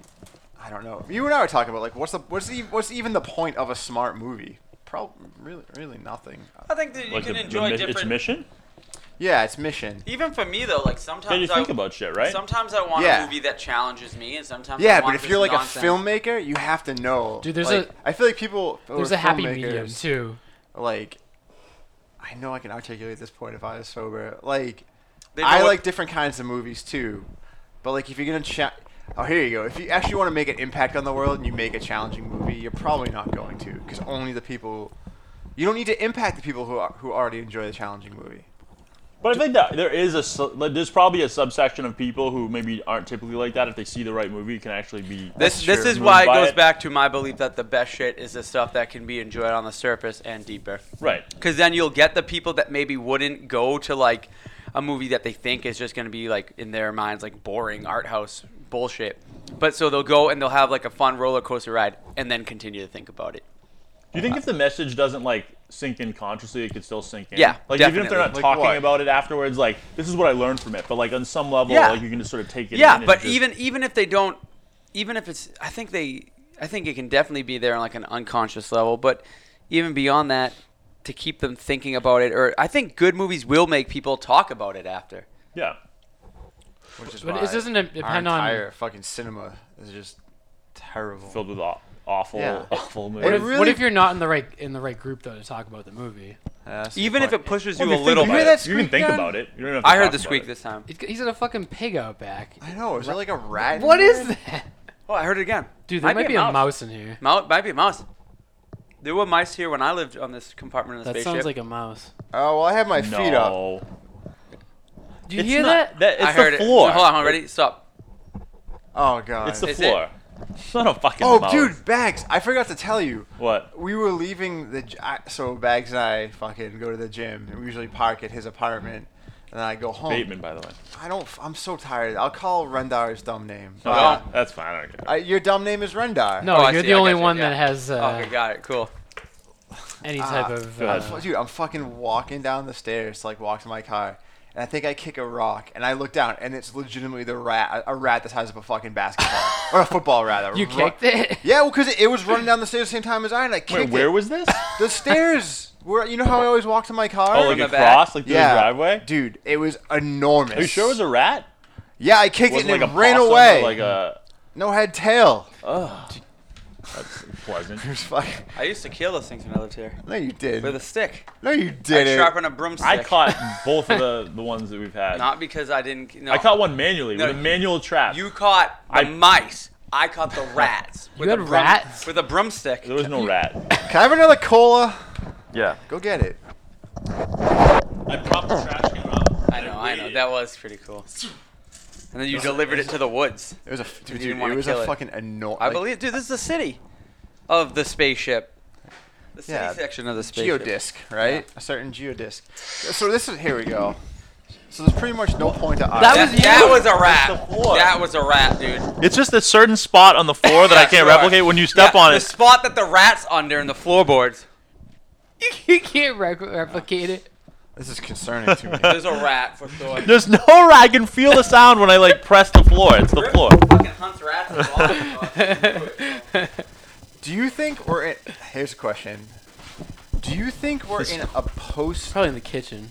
S4: I don't know. You and I were talking about like, what's the what's e- what's even the point of a smart movie? Probably really really nothing.
S3: I think that you
S5: Like
S3: can
S5: the- the
S3: enjoy
S5: mi- Its
S3: different.
S5: mission.
S4: Yeah, it's mission.
S3: Even for me though, like sometimes
S5: Yeah, you
S3: I
S5: think about shit, right?
S3: sometimes I want
S4: Yeah.
S3: a movie that challenges me, and sometimes I
S4: Yeah,
S3: want
S4: but if you're like
S3: just
S4: a
S3: nonsense.
S4: filmmaker, you have to know.
S2: Dude, there's
S4: like,
S2: a-
S4: I feel like people. who
S2: there's
S4: are
S2: a happy
S4: filmmakers,
S2: medium too.
S4: Like, I know I can articulate this point if I was sober. Like,
S3: They know
S4: I
S3: what-
S4: like different kinds of movies too, but like if you're gonna cha- oh here you go. If you actually want to make an impact on the world and you make a challenging movie, you're probably not going to because only the people. You don't need to impact the people who are, who already enjoy the challenging movie.
S5: But I think that there is a su- like, there's probably a subsection of people who maybe aren't typically like that. If they see the right movie, can actually be.
S3: This this
S4: true.
S3: is why it
S5: Buy
S3: goes
S5: it.
S3: back to my belief that the best shit is the stuff that can be enjoyed on the surface and deeper.
S5: right.
S3: Because then you'll get the people that maybe wouldn't go to like a movie that they think is just going to be like in their minds like boring art house bullshit. But so they'll go and they'll have like a fun roller coaster ride and then continue to think about it.
S5: Do you think if the message doesn't like sink in consciously, it could still sink in?
S3: Yeah,
S5: Like even if they're
S3: definitely.
S5: not
S4: Like
S5: talking
S4: what?
S5: about it afterwards, like this is what I learned from it. But like on some level,
S3: Yeah.
S5: like you can just sort of take it. in
S3: Yeah,
S5: and
S3: but
S5: just-
S3: even even if they don't, even if it's, I think they, I think it can definitely be there on like an unconscious level. But even beyond that, to keep them thinking about it, or I think good movies will make people talk about it after.
S5: yeah.
S4: Which is
S2: But
S4: why
S2: it doesn't dep-
S4: our
S2: depend on-
S4: entire fucking cinema is just terrible.
S5: filled with aw- awful,
S4: Yeah.
S5: awful
S2: What
S5: movies.
S2: if,
S4: really-
S2: what if you're not in the right in the right group though to talk about the movie?
S4: Yeah, that's a good
S3: Even if
S4: point.
S3: it pushes
S5: Well,
S3: you a
S5: if you
S3: little
S5: think about
S3: bit.
S5: it,
S4: that
S5: You can
S4: squeak
S5: think
S4: down?
S5: about it. You don't have to
S3: I heard
S5: talk
S3: the
S5: about
S3: squeak
S5: it.
S3: this time.
S2: He's got- He's got a fucking pig out back.
S4: I know. Is there like a rat? in
S2: What
S4: there?
S2: is that?
S3: Oh, I heard it again.
S2: Dude, there might, be a mouse. in here.
S3: Mou- might be a mouse. There were mice here when I lived on this compartment of the
S2: That
S3: spaceship.
S2: sounds like a mouse.
S4: Oh well, I have my feet up.
S5: No.
S2: Do you
S5: It's
S2: hear
S5: not-
S2: that?
S5: It's
S3: I heard
S5: the floor.
S3: it. Hold on, hold on, ready? Stop.
S4: Oh god.
S5: It's the
S3: Is it?
S5: floor. It's not a fucking
S4: oh
S5: mouse.
S4: dude, Bags! I forgot to tell you.
S5: What?
S4: we were leaving the gy- I- so Bags and I fucking go to the gym. and We usually park at his apartment, and then I go
S3: Oh.
S4: home.
S5: Bateman, by the way.
S4: I don't. f- I'm so tired. I'll call Rendar's dumb name.
S5: No,
S4: Uh,
S5: that's fine. I don't care.
S4: uh, your dumb name is Rendar.
S2: No,
S3: Oh, I
S2: you're
S3: see,
S2: the
S3: I
S2: only
S3: got you,
S2: one
S3: yeah. Oh,
S2: that has uh,
S3: Okay, got it. Cool.
S2: any
S4: Ah,
S2: type of.
S5: go
S2: Uh,
S5: ahead.
S4: I'm fu- dude, I'm fucking walking down the stairs to like walk to my car, and I think I kick a rock, and I look down, and it's legitimately the rat, a rat the size of a fucking basketball or a football rather.
S2: you
S4: Ru-
S2: kicked it.
S4: Yeah, well, because it, it was running down the stairs the same time as I, and I kicked
S5: Wait, where
S4: it.
S5: was this?
S4: the stairs? Where you know how I always walk to my car?
S5: Oh, like
S3: the
S5: across, like through
S4: yeah,
S5: the driveway.
S4: dude. It was enormous.
S5: Are you sure it was a rat?
S4: Yeah, I kicked it
S5: Wasn't
S4: and
S5: like
S4: it
S5: a
S4: ran
S5: possum or
S4: away.
S5: Like a
S4: no head tail.
S5: That's pleasant.
S4: There's fucking.
S11: I used to kill those things when I lived here.
S4: No, you did.
S11: With a stick.
S4: No, you didn't.
S11: I sharpened a broomstick.
S5: I caught both of the, the ones that we've had.
S11: Not because I didn't. No.
S5: I caught one manually
S11: No,
S5: with a
S11: you-
S5: manual trap.
S11: You caught the
S5: I-
S11: mice. I caught the rats.
S5: You
S11: with
S5: had
S11: a broom-
S5: rats?
S11: With a broomstick.
S5: there was no rat.
S4: Can I have another cola?
S5: Yeah.
S4: Go get it.
S5: I propped the trash can up.
S11: I know, I know. That was pretty cool. And then you delivered it to the woods.
S4: It was a dude.
S11: didn't
S4: dude
S11: wanna
S4: it was a
S11: kill it.
S4: fucking annoying.
S11: I believe, dude, this is the city of the spaceship. The city
S4: Yeah.
S11: section of the spaceship.
S4: geodisc, right? A certain geodisc. So this is here we go. So there's pretty much no point to
S11: That,
S4: that
S11: that was, that was a
S5: That's
S11: rat.
S5: the floor.
S11: That was a rat, dude.
S5: It's just a certain spot on the floor that I
S11: Yeah,
S5: can't
S11: sure.
S5: replicate. When you step
S11: Yeah,
S5: on
S11: the
S5: it,
S11: spot that the rat's under in the floorboards.
S2: you can't re- replicate it.
S4: This is concerning to me.
S11: There's a rat for sure.
S5: there's no. I can feel the sound when I like press the floor. It's the
S11: Rip
S5: floor.
S11: Fucking hunts rats. and walks them.
S4: Do you think we're in? Here's a question. Do you think we're in a post,
S2: Probably in the kitchen.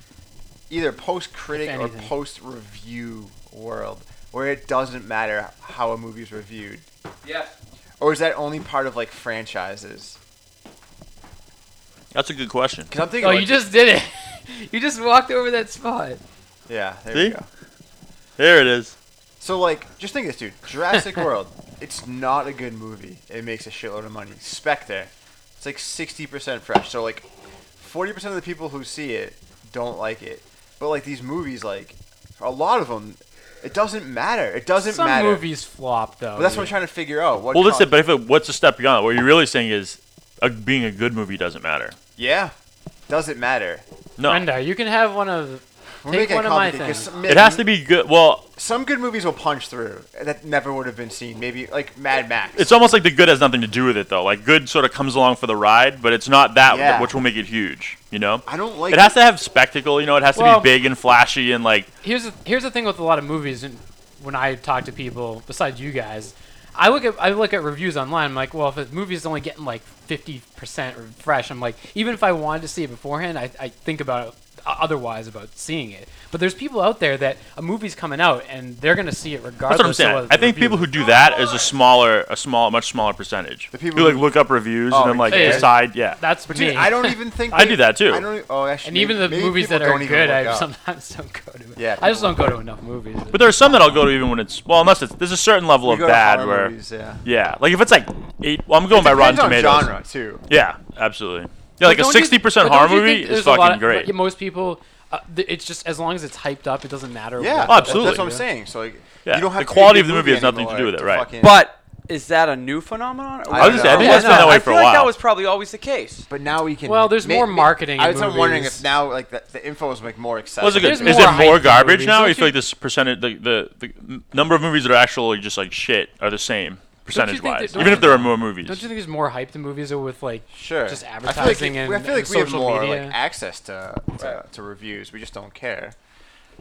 S4: either post critic
S2: If
S4: or
S2: anything.
S4: post review world, where it doesn't matter how a movie's reviewed,
S11: yeah.
S4: or is that only part of like franchises?
S5: That's a good question.
S4: Because I'm thinking.
S2: Oh,
S4: like-
S2: you just did it. You just walked over that spot.
S4: Yeah. There
S5: See?
S4: you go.
S5: There it is.
S4: So like, just think of this, dude. Jurassic World. It's not a good movie. It makes a shitload of money. Spectre. It's like sixty percent fresh. So like, forty percent of the people who see it don't like it. But like these movies, like a lot of them, it doesn't matter. It doesn't
S2: Some
S4: matter.
S2: movies flop though.
S4: But that's what I'm
S2: dude.
S4: trying to figure out. What
S5: Well, listen,
S4: caused-
S5: but if it, what's a step beyond? What you're really saying is, a, being a good movie doesn't matter.
S4: yeah, doesn't matter.
S5: No,
S2: Brenda, you can have one of.
S4: We're
S2: Take
S4: making
S2: one of my
S4: complicated, 'cause
S2: things.
S4: some-
S5: it has to be good. Well,
S4: Some good movies will punch through that never would have been seen. Maybe like Mad Max.
S5: it's almost like the good has nothing to do with it though. Like good sort of comes along for the ride, but it's not that
S4: Yeah.
S5: which will make it huge. You know,
S4: I don't like
S5: it has to have spectacle. You know, it has to
S2: Well-
S5: be big and flashy and like
S2: Here's the, here's the thing with a lot of movies, and when I talk to people besides you guys, I look at I look at reviews online. I'm like, well, if a movie's only getting like 50 percent fresh, I'm like, even if I wanted to see it beforehand, I, I think about it otherwise about seeing it. But there's people out there that a movie's coming out and they're gonna see it regardless.
S5: That's what I'm
S2: of
S5: saying.
S2: what the
S5: I think
S2: review
S5: people who
S2: is.
S5: do that is a smaller, a small, much smaller percentage.
S4: The people
S5: people who like
S4: who-
S5: look up reviews
S4: Oh,
S5: and then like
S2: yeah.
S5: decide, yeah.
S2: that's
S4: But
S2: me.
S4: dude, I don't even think
S5: I
S4: they-
S5: do that, too.
S4: I don't. Oh, actually,
S2: and even the
S4: maybe
S2: movies
S4: people
S2: that are
S4: don't even
S2: good,
S4: look
S2: I
S4: up.
S2: sometimes don't go to. It.
S4: Yeah,
S2: I just
S4: people
S2: don't go to enough movies.
S5: But there are some that I'll go to even when it's well, unless it's there's a certain level
S4: We
S5: of
S4: go to
S5: bad
S4: horror
S5: where
S4: movies, yeah.
S5: yeah, like if it's like eight. Well, I'm going by Rotten
S4: Depends on
S5: Tomatoes. Oh,
S4: genre too.
S5: Yeah, absolutely. Yeah, like a
S2: But don't you-
S5: 60 percent
S2: but don't
S5: horror
S2: you think
S5: movie
S2: there's
S5: is
S2: a lot
S5: fucking
S2: of-
S5: great.
S2: like, most people, uh, th- it's just as long as it's hyped up, it doesn't matter.
S4: Yeah,
S5: Oh,
S2: what-
S5: absolutely.
S4: That's what I'm saying. So like,
S5: Yeah,
S4: you don't have
S5: the
S4: to be
S5: quality
S4: a
S5: of
S4: good
S5: the movie has nothing to
S4: anymore
S5: do with it,
S4: to
S5: right.
S4: fucking-
S11: But is that a new phenomenon? Or
S4: I
S5: I was gonna say, I
S4: don't
S5: think
S4: know.
S5: that's been that way for
S11: feel
S5: a
S11: like
S5: while.
S11: that was probably always the case.
S4: but now we can.
S2: Well, there's more marketing
S4: I
S2: in
S4: was I'm wondering
S2: movies.
S4: if now like the, the info is like more accessible.
S5: Well, is it good?
S2: There's
S5: Is
S2: more
S5: there
S2: hype
S5: more
S2: than
S5: garbage
S2: movies.
S5: now?
S2: Don't
S5: or You
S2: you-
S5: feel like this percentage, the, the the m- number of movies that are actually just like shit are the same
S2: think
S5: percentage
S2: that-
S5: wise,
S2: don't
S5: even
S2: you-
S5: if there are more movies.
S2: Don't you think there's more hype to movies or with like
S4: Sure.
S2: just
S4: I feel
S2: advertising
S4: like,
S2: and,
S4: we- I feel like
S2: and
S4: we have
S2: social
S4: more
S2: media?
S4: like access to, to to reviews. We just don't care.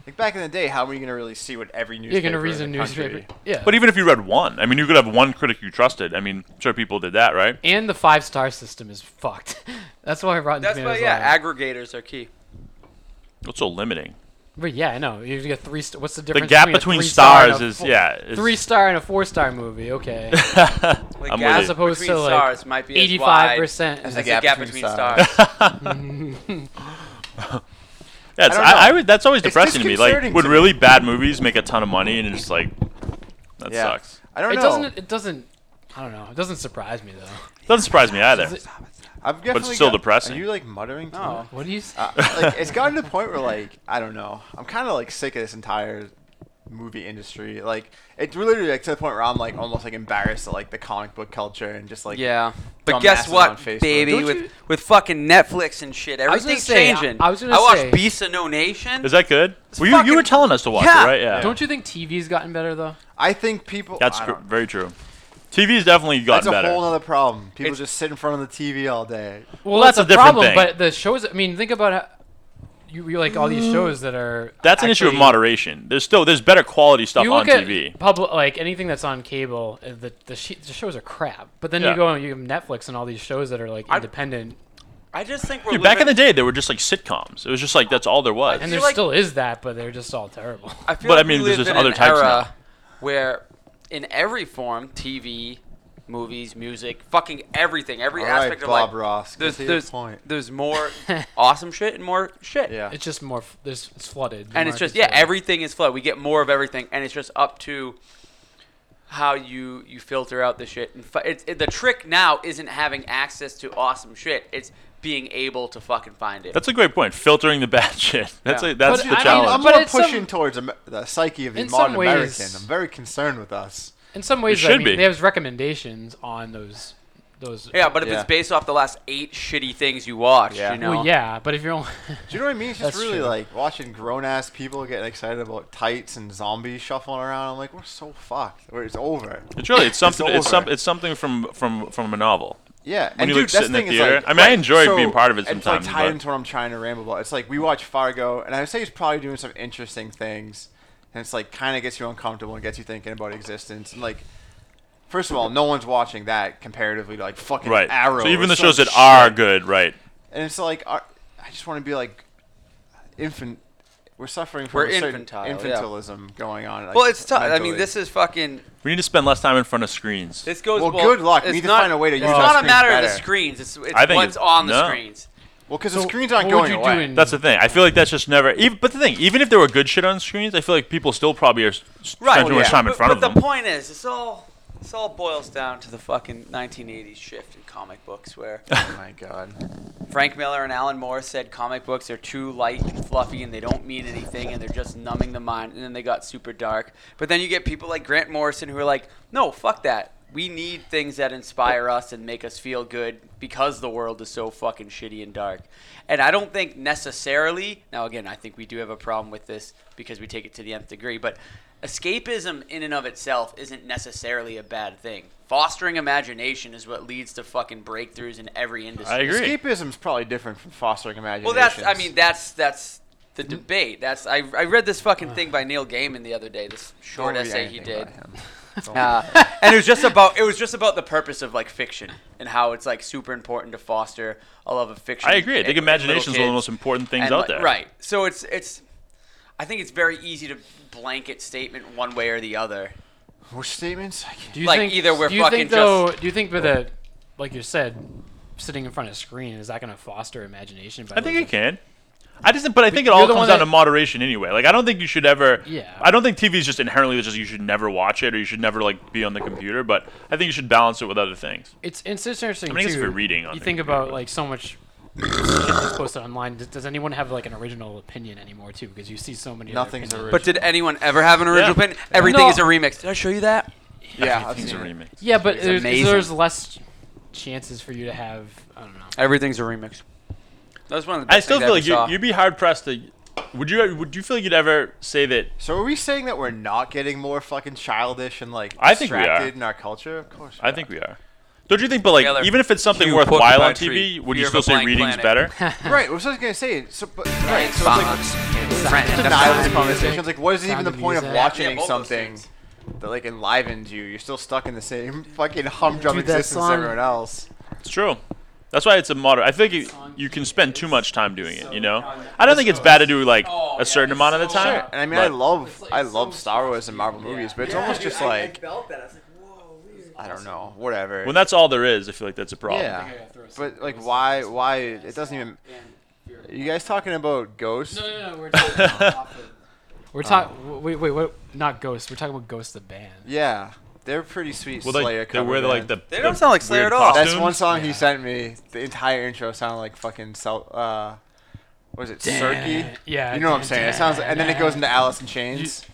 S4: Like back in the day, how were you gonna really see what every newspaper?
S2: You're gonna read
S4: in
S2: a
S4: the
S2: newspaper.
S4: country-
S2: Yeah.
S5: But even if you read one, I mean, you could have one critic you trusted. I mean, sure, people did that, right?
S2: and the five star system is fucked. That's why Rotten
S11: That's
S2: Tomatoes.
S11: why, yeah,
S2: lied.
S11: aggregators are key.
S5: It's so limiting.
S2: but yeah, I know. You get three. St- what's the
S5: The
S2: difference?
S5: gap
S2: between, a
S5: between
S2: three-star and
S5: stars
S2: a
S5: is
S2: four-
S5: yeah. Is,
S2: Three star and a four star movie. Okay.
S11: Like
S5: I'm with
S11: gap
S5: you.
S2: Opposed
S11: between
S2: to, like,
S11: stars might be as
S2: Eighty-five
S11: wide
S4: As
S2: percent.
S11: as
S4: The
S11: the
S4: gap
S11: gap
S4: between
S11: between
S4: stars.
S11: stars.
S5: That's
S4: I
S5: I,
S4: don't know.
S5: I, would. That's always
S4: It's
S5: depressing to me. Like,
S4: disconcerting
S5: would
S4: to me.
S5: really bad movies make a ton of money and it's just like that
S4: Yeah.
S5: sucks?
S4: I don't
S2: It
S4: know.
S2: doesn't. It doesn't. I don't know. It doesn't surprise me though.
S5: Doesn't surprise me either.
S2: Is it-
S4: I've definitely
S5: still
S4: got-
S5: depressing.
S4: Are you like muttering? to me?
S11: No.
S2: What do you? Say?
S4: Uh, like it's gotten to the point where like I don't know. I'm kind of like sick of this entire movie industry. Like it's really like to the point where I'm like almost like embarrassed at like the comic book culture and just like
S11: Yeah.
S4: dumbasses
S11: But guess
S4: on
S11: what,
S4: Facebook.
S11: baby?
S2: Don't
S11: With
S2: you-
S11: with fucking Netflix and shit,
S2: was gonna
S11: everything's
S2: say, I-
S11: changing.
S2: I was gonna
S11: watched
S2: say-
S11: Beast of No Nation.
S5: Is that good? Well, you, you were
S11: fucking-
S5: telling us to watch
S11: Yeah.
S5: it, right? Yeah.
S2: Don't you think TV's gotten better though?
S4: I think people.
S5: That's
S4: I
S5: gr-
S4: don't-
S5: very true. TV's definitely
S4: That's
S5: gotten
S4: a
S5: better.
S4: whole other problem. People
S11: It's-
S4: just sit in front of the TV all day.
S2: Well,
S5: that's
S2: the
S5: a different
S2: problem,
S5: thing.
S2: But the shows. I mean, think about how you, you like all these shows that are.
S5: that's an issue of
S2: actually-
S5: moderation. There's still there's better quality stuff
S2: You
S5: on
S2: look at
S5: TV.
S2: public, like anything that's on cable. uh, The the, she, the shows are crap. But then
S5: Yeah.
S2: you go and you have Netflix and all these shows that are like independent,
S11: I just think we're
S5: Dude, back in the
S11: living-
S5: day, they were just like sitcoms. It was just like that's all there was.
S11: feel
S2: and there
S11: like-
S2: still is that, but they're just all terrible.
S11: I feel
S5: But,
S11: like
S5: I mean,
S11: we
S5: there's
S11: live
S5: just
S11: in
S5: other
S11: an
S5: types
S11: era
S5: now.
S11: where in every form, TV,
S3: movies, music, fucking everything, every
S4: All right,
S3: aspect of
S4: Bob
S3: life.
S4: Ross,
S3: There's
S4: concede
S3: there's
S4: a point.
S3: there's more awesome shit and more shit.
S4: Yeah.
S2: It's just more. f- There's it's flooded. The
S3: and it's just
S2: market's
S3: yeah,
S2: flooded.
S3: everything is flooded. We get more of everything, and it's just up to how you you filter out the shit. And fi- it's, it, the trick now isn't having access to awesome shit; it's being able to fucking find it.
S5: That's a great point. Filtering the bad shit. That's
S3: Yeah.
S5: a, that's
S2: But
S5: the
S2: I mean,
S5: challenge.
S4: I'm
S2: But
S4: more
S2: in some-
S4: pushing towards Amer- the psyche of the
S2: in
S4: modern
S2: some ways-
S4: American. I'm very concerned with us.
S2: In some ways, I
S5: should
S2: mean,
S5: be.
S2: there's recommendations on those. Those.
S3: yeah, but if
S4: Yeah.
S3: it's based off the last eight shitty things you watched,
S4: Yeah.
S3: you know,
S2: Well, yeah, but if you're only.
S4: Do you know what I mean? It's just
S2: That's
S4: really
S2: true.
S4: like watching grown ass people getting excited about tights and zombies shuffling around. I'm like, we're so fucked. We're- It's over.
S5: It's really it's something it's, some,
S4: over.
S5: it's something from from from a novel.
S4: Yeah, and
S5: When you,
S4: dude,
S5: like,
S4: that's
S5: sit in the
S4: thing is,
S5: theater-
S4: like-
S5: I mean, I
S4: right,
S5: enjoy
S4: so-
S5: being part of it
S4: and it's,
S5: sometimes,
S4: Like tied
S5: but-
S4: into what I'm trying to ramble about. It's like we watch Fargo, and I would say he's probably doing some interesting things, and it's like kind of gets you uncomfortable and gets you thinking about existence. And like, first of all, no one's watching that comparatively to like fucking
S5: Right.
S4: Arrow.
S5: so
S4: or
S5: even the
S4: some
S5: shows that
S4: shit.
S5: are good, right?
S4: and it's like our, I just want to be like infant. We're suffering from
S3: We're
S4: a certain
S3: infantile, yeah.
S4: infantilism going on. Like,
S3: well, it's tough. I mean,
S4: mentally.
S3: this is fucking.
S5: We need to spend less time in front of screens.
S3: This goes
S4: Well, good luck. We
S3: it's
S4: need to
S3: not-
S4: find a way to
S3: It's
S4: use our
S3: not a
S4: screens
S3: matter of the
S4: better.
S3: screens. It's, it's
S5: I think
S3: what's
S5: it's-
S3: on the
S5: no.
S3: screens.
S4: well because
S2: So
S4: the screens aren't
S2: what would
S4: going
S2: you do
S4: away.
S2: in-
S5: That's the thing. I feel like that's just never. Even, but the thing, even if there were good shit on screens, I feel like people still probably are s-
S3: Right.
S5: spending too much
S3: yeah.
S5: time in
S3: but,
S5: front
S3: but
S5: of
S3: the
S5: them.
S3: point is, it's all it's all boils down to the fucking 1980s shift in comic books, where
S4: oh my god.
S3: Frank Miller and Alan Moore said comic books are too light and fluffy and they don't mean anything and they're just numbing the mind. And then they got super dark. But then you get people like Grant Morrison who are like, no, fuck that. We need things that inspire us and make us feel good because the world is so fucking shitty and dark. And I don't think necessarily, now again, I think we do have a problem with this because we take it to the nth degree, but escapism in and of itself isn't necessarily a bad thing. Fostering imagination is what leads to fucking breakthroughs in every industry.
S5: I agree.
S4: Escapism's probably different from fostering imagination.
S3: Well, that's. I mean, that's that's the
S5: Hmm?
S3: debate. That's. I, I read this fucking thing by Neil Gaiman the other day. This short essay he did. Uh, and it was just about it was just about the purpose of like fiction and how it's like super important to foster a love of fiction.
S5: I agree. I
S3: in-
S5: think
S3: in
S5: imagination is
S3: little
S5: one of the
S3: kids.
S5: most important things
S3: And,
S5: out
S3: like,
S5: there.
S3: Right. So it's it's. I think it's very easy to blanket statement one way or the other.
S4: Which statements? I can't.
S2: Do you
S3: Like,
S2: think,
S3: either we're
S2: do you
S3: fucking
S2: think,
S3: just-
S2: though, Do you think with a, like you said, sitting in front of a screen is that going to foster imagination? By
S5: I think
S2: those-
S5: it can. I just, but I think it
S2: you're
S5: all
S2: the
S5: comes
S2: one
S5: down
S2: that-
S5: to moderation anyway. Like, I don't think you should ever.
S2: Yeah.
S5: I don't think TV is just inherently just you should never watch it or you should never like be on the computer. But I think you should balance it with other things.
S2: It's it's interesting
S5: I mean, I guess
S2: too.
S5: if you're reading on
S2: you
S5: the
S2: think
S5: computer,
S2: about
S5: but-
S2: like so much shit that's posted online. Does, does anyone have like an original opinion anymore too? Because you see so many. other
S4: Nothing's
S2: opinions.
S4: original.
S3: But did anyone ever have an original
S5: Yeah.
S3: pin? Everything
S2: No.
S3: is a remix. Did I show you that?
S4: yeah, I've
S5: Everything's a
S4: seen it.
S5: remix.
S2: Yeah, but there's,
S3: amazing.
S2: there's less chances for you to have. I don't know.
S3: Everything's a remix. That's one of the. Best
S5: I still
S3: things
S5: feel
S3: ever
S5: like you,
S3: saw.
S5: you'd be hard pressed to. Would you would you feel like you'd ever say that?
S4: So are we saying that we're not getting more fucking childish and like
S5: I think we
S4: distracted
S5: are.
S4: in our culture? Of course.
S5: I think we are. Don't you think? But like,
S3: Taylor,
S5: even if it's something
S3: Hugh
S5: worthwhile on
S3: Porcupine Tree,
S5: TV, would you
S3: Fear of
S5: still
S3: a
S5: say
S3: Blank
S5: reading's
S3: Planet.
S5: better?
S4: Right. What was I gonna say? So, but, right. So it's like
S3: Fox, friend,
S4: denial of
S2: Sound of
S4: conversation.
S2: music.
S4: It's like, what is even
S2: Sound
S4: the
S2: of
S4: point of
S2: music.
S4: watching
S3: Yeah, both those
S4: something
S3: things.
S4: that like enlivens you? You're still stuck in the same fucking humdrum
S2: Dude, that
S4: existence as
S2: song-
S4: everyone else.
S5: It's true. That's why it's a moderate. I think you, you can spend too much time doing it. You know, I don't think it's bad to do like a certain amount at a
S4: Sure.
S5: time.
S4: And I mean, I
S5: but-
S4: love I love Star Wars and Marvel movies, but it's almost just like I don't know, whatever.
S5: When that's all there is, I feel like that's a problem.
S4: yeah, but like, why? Why it doesn't even? You guys talking about ghosts?
S2: no, no. We're talking. we're talking. Wait, wait, what? Not Ghost. We're talking about Ghost the band.
S4: Yeah, they're pretty sweet.
S5: Well,
S4: Slayer
S5: like they
S4: cover
S5: wear the, like
S4: band.
S5: the.
S3: They
S5: the
S3: don't sound like Slayer
S5: weird
S3: at all.
S4: That's
S5: costumes.
S4: one song he sent me. The entire intro sounded like fucking Cel- uh, what is it, Cirque?
S2: Yeah,
S4: you know what I'm saying. It sounds, like, and then it goes into Alice in Chains.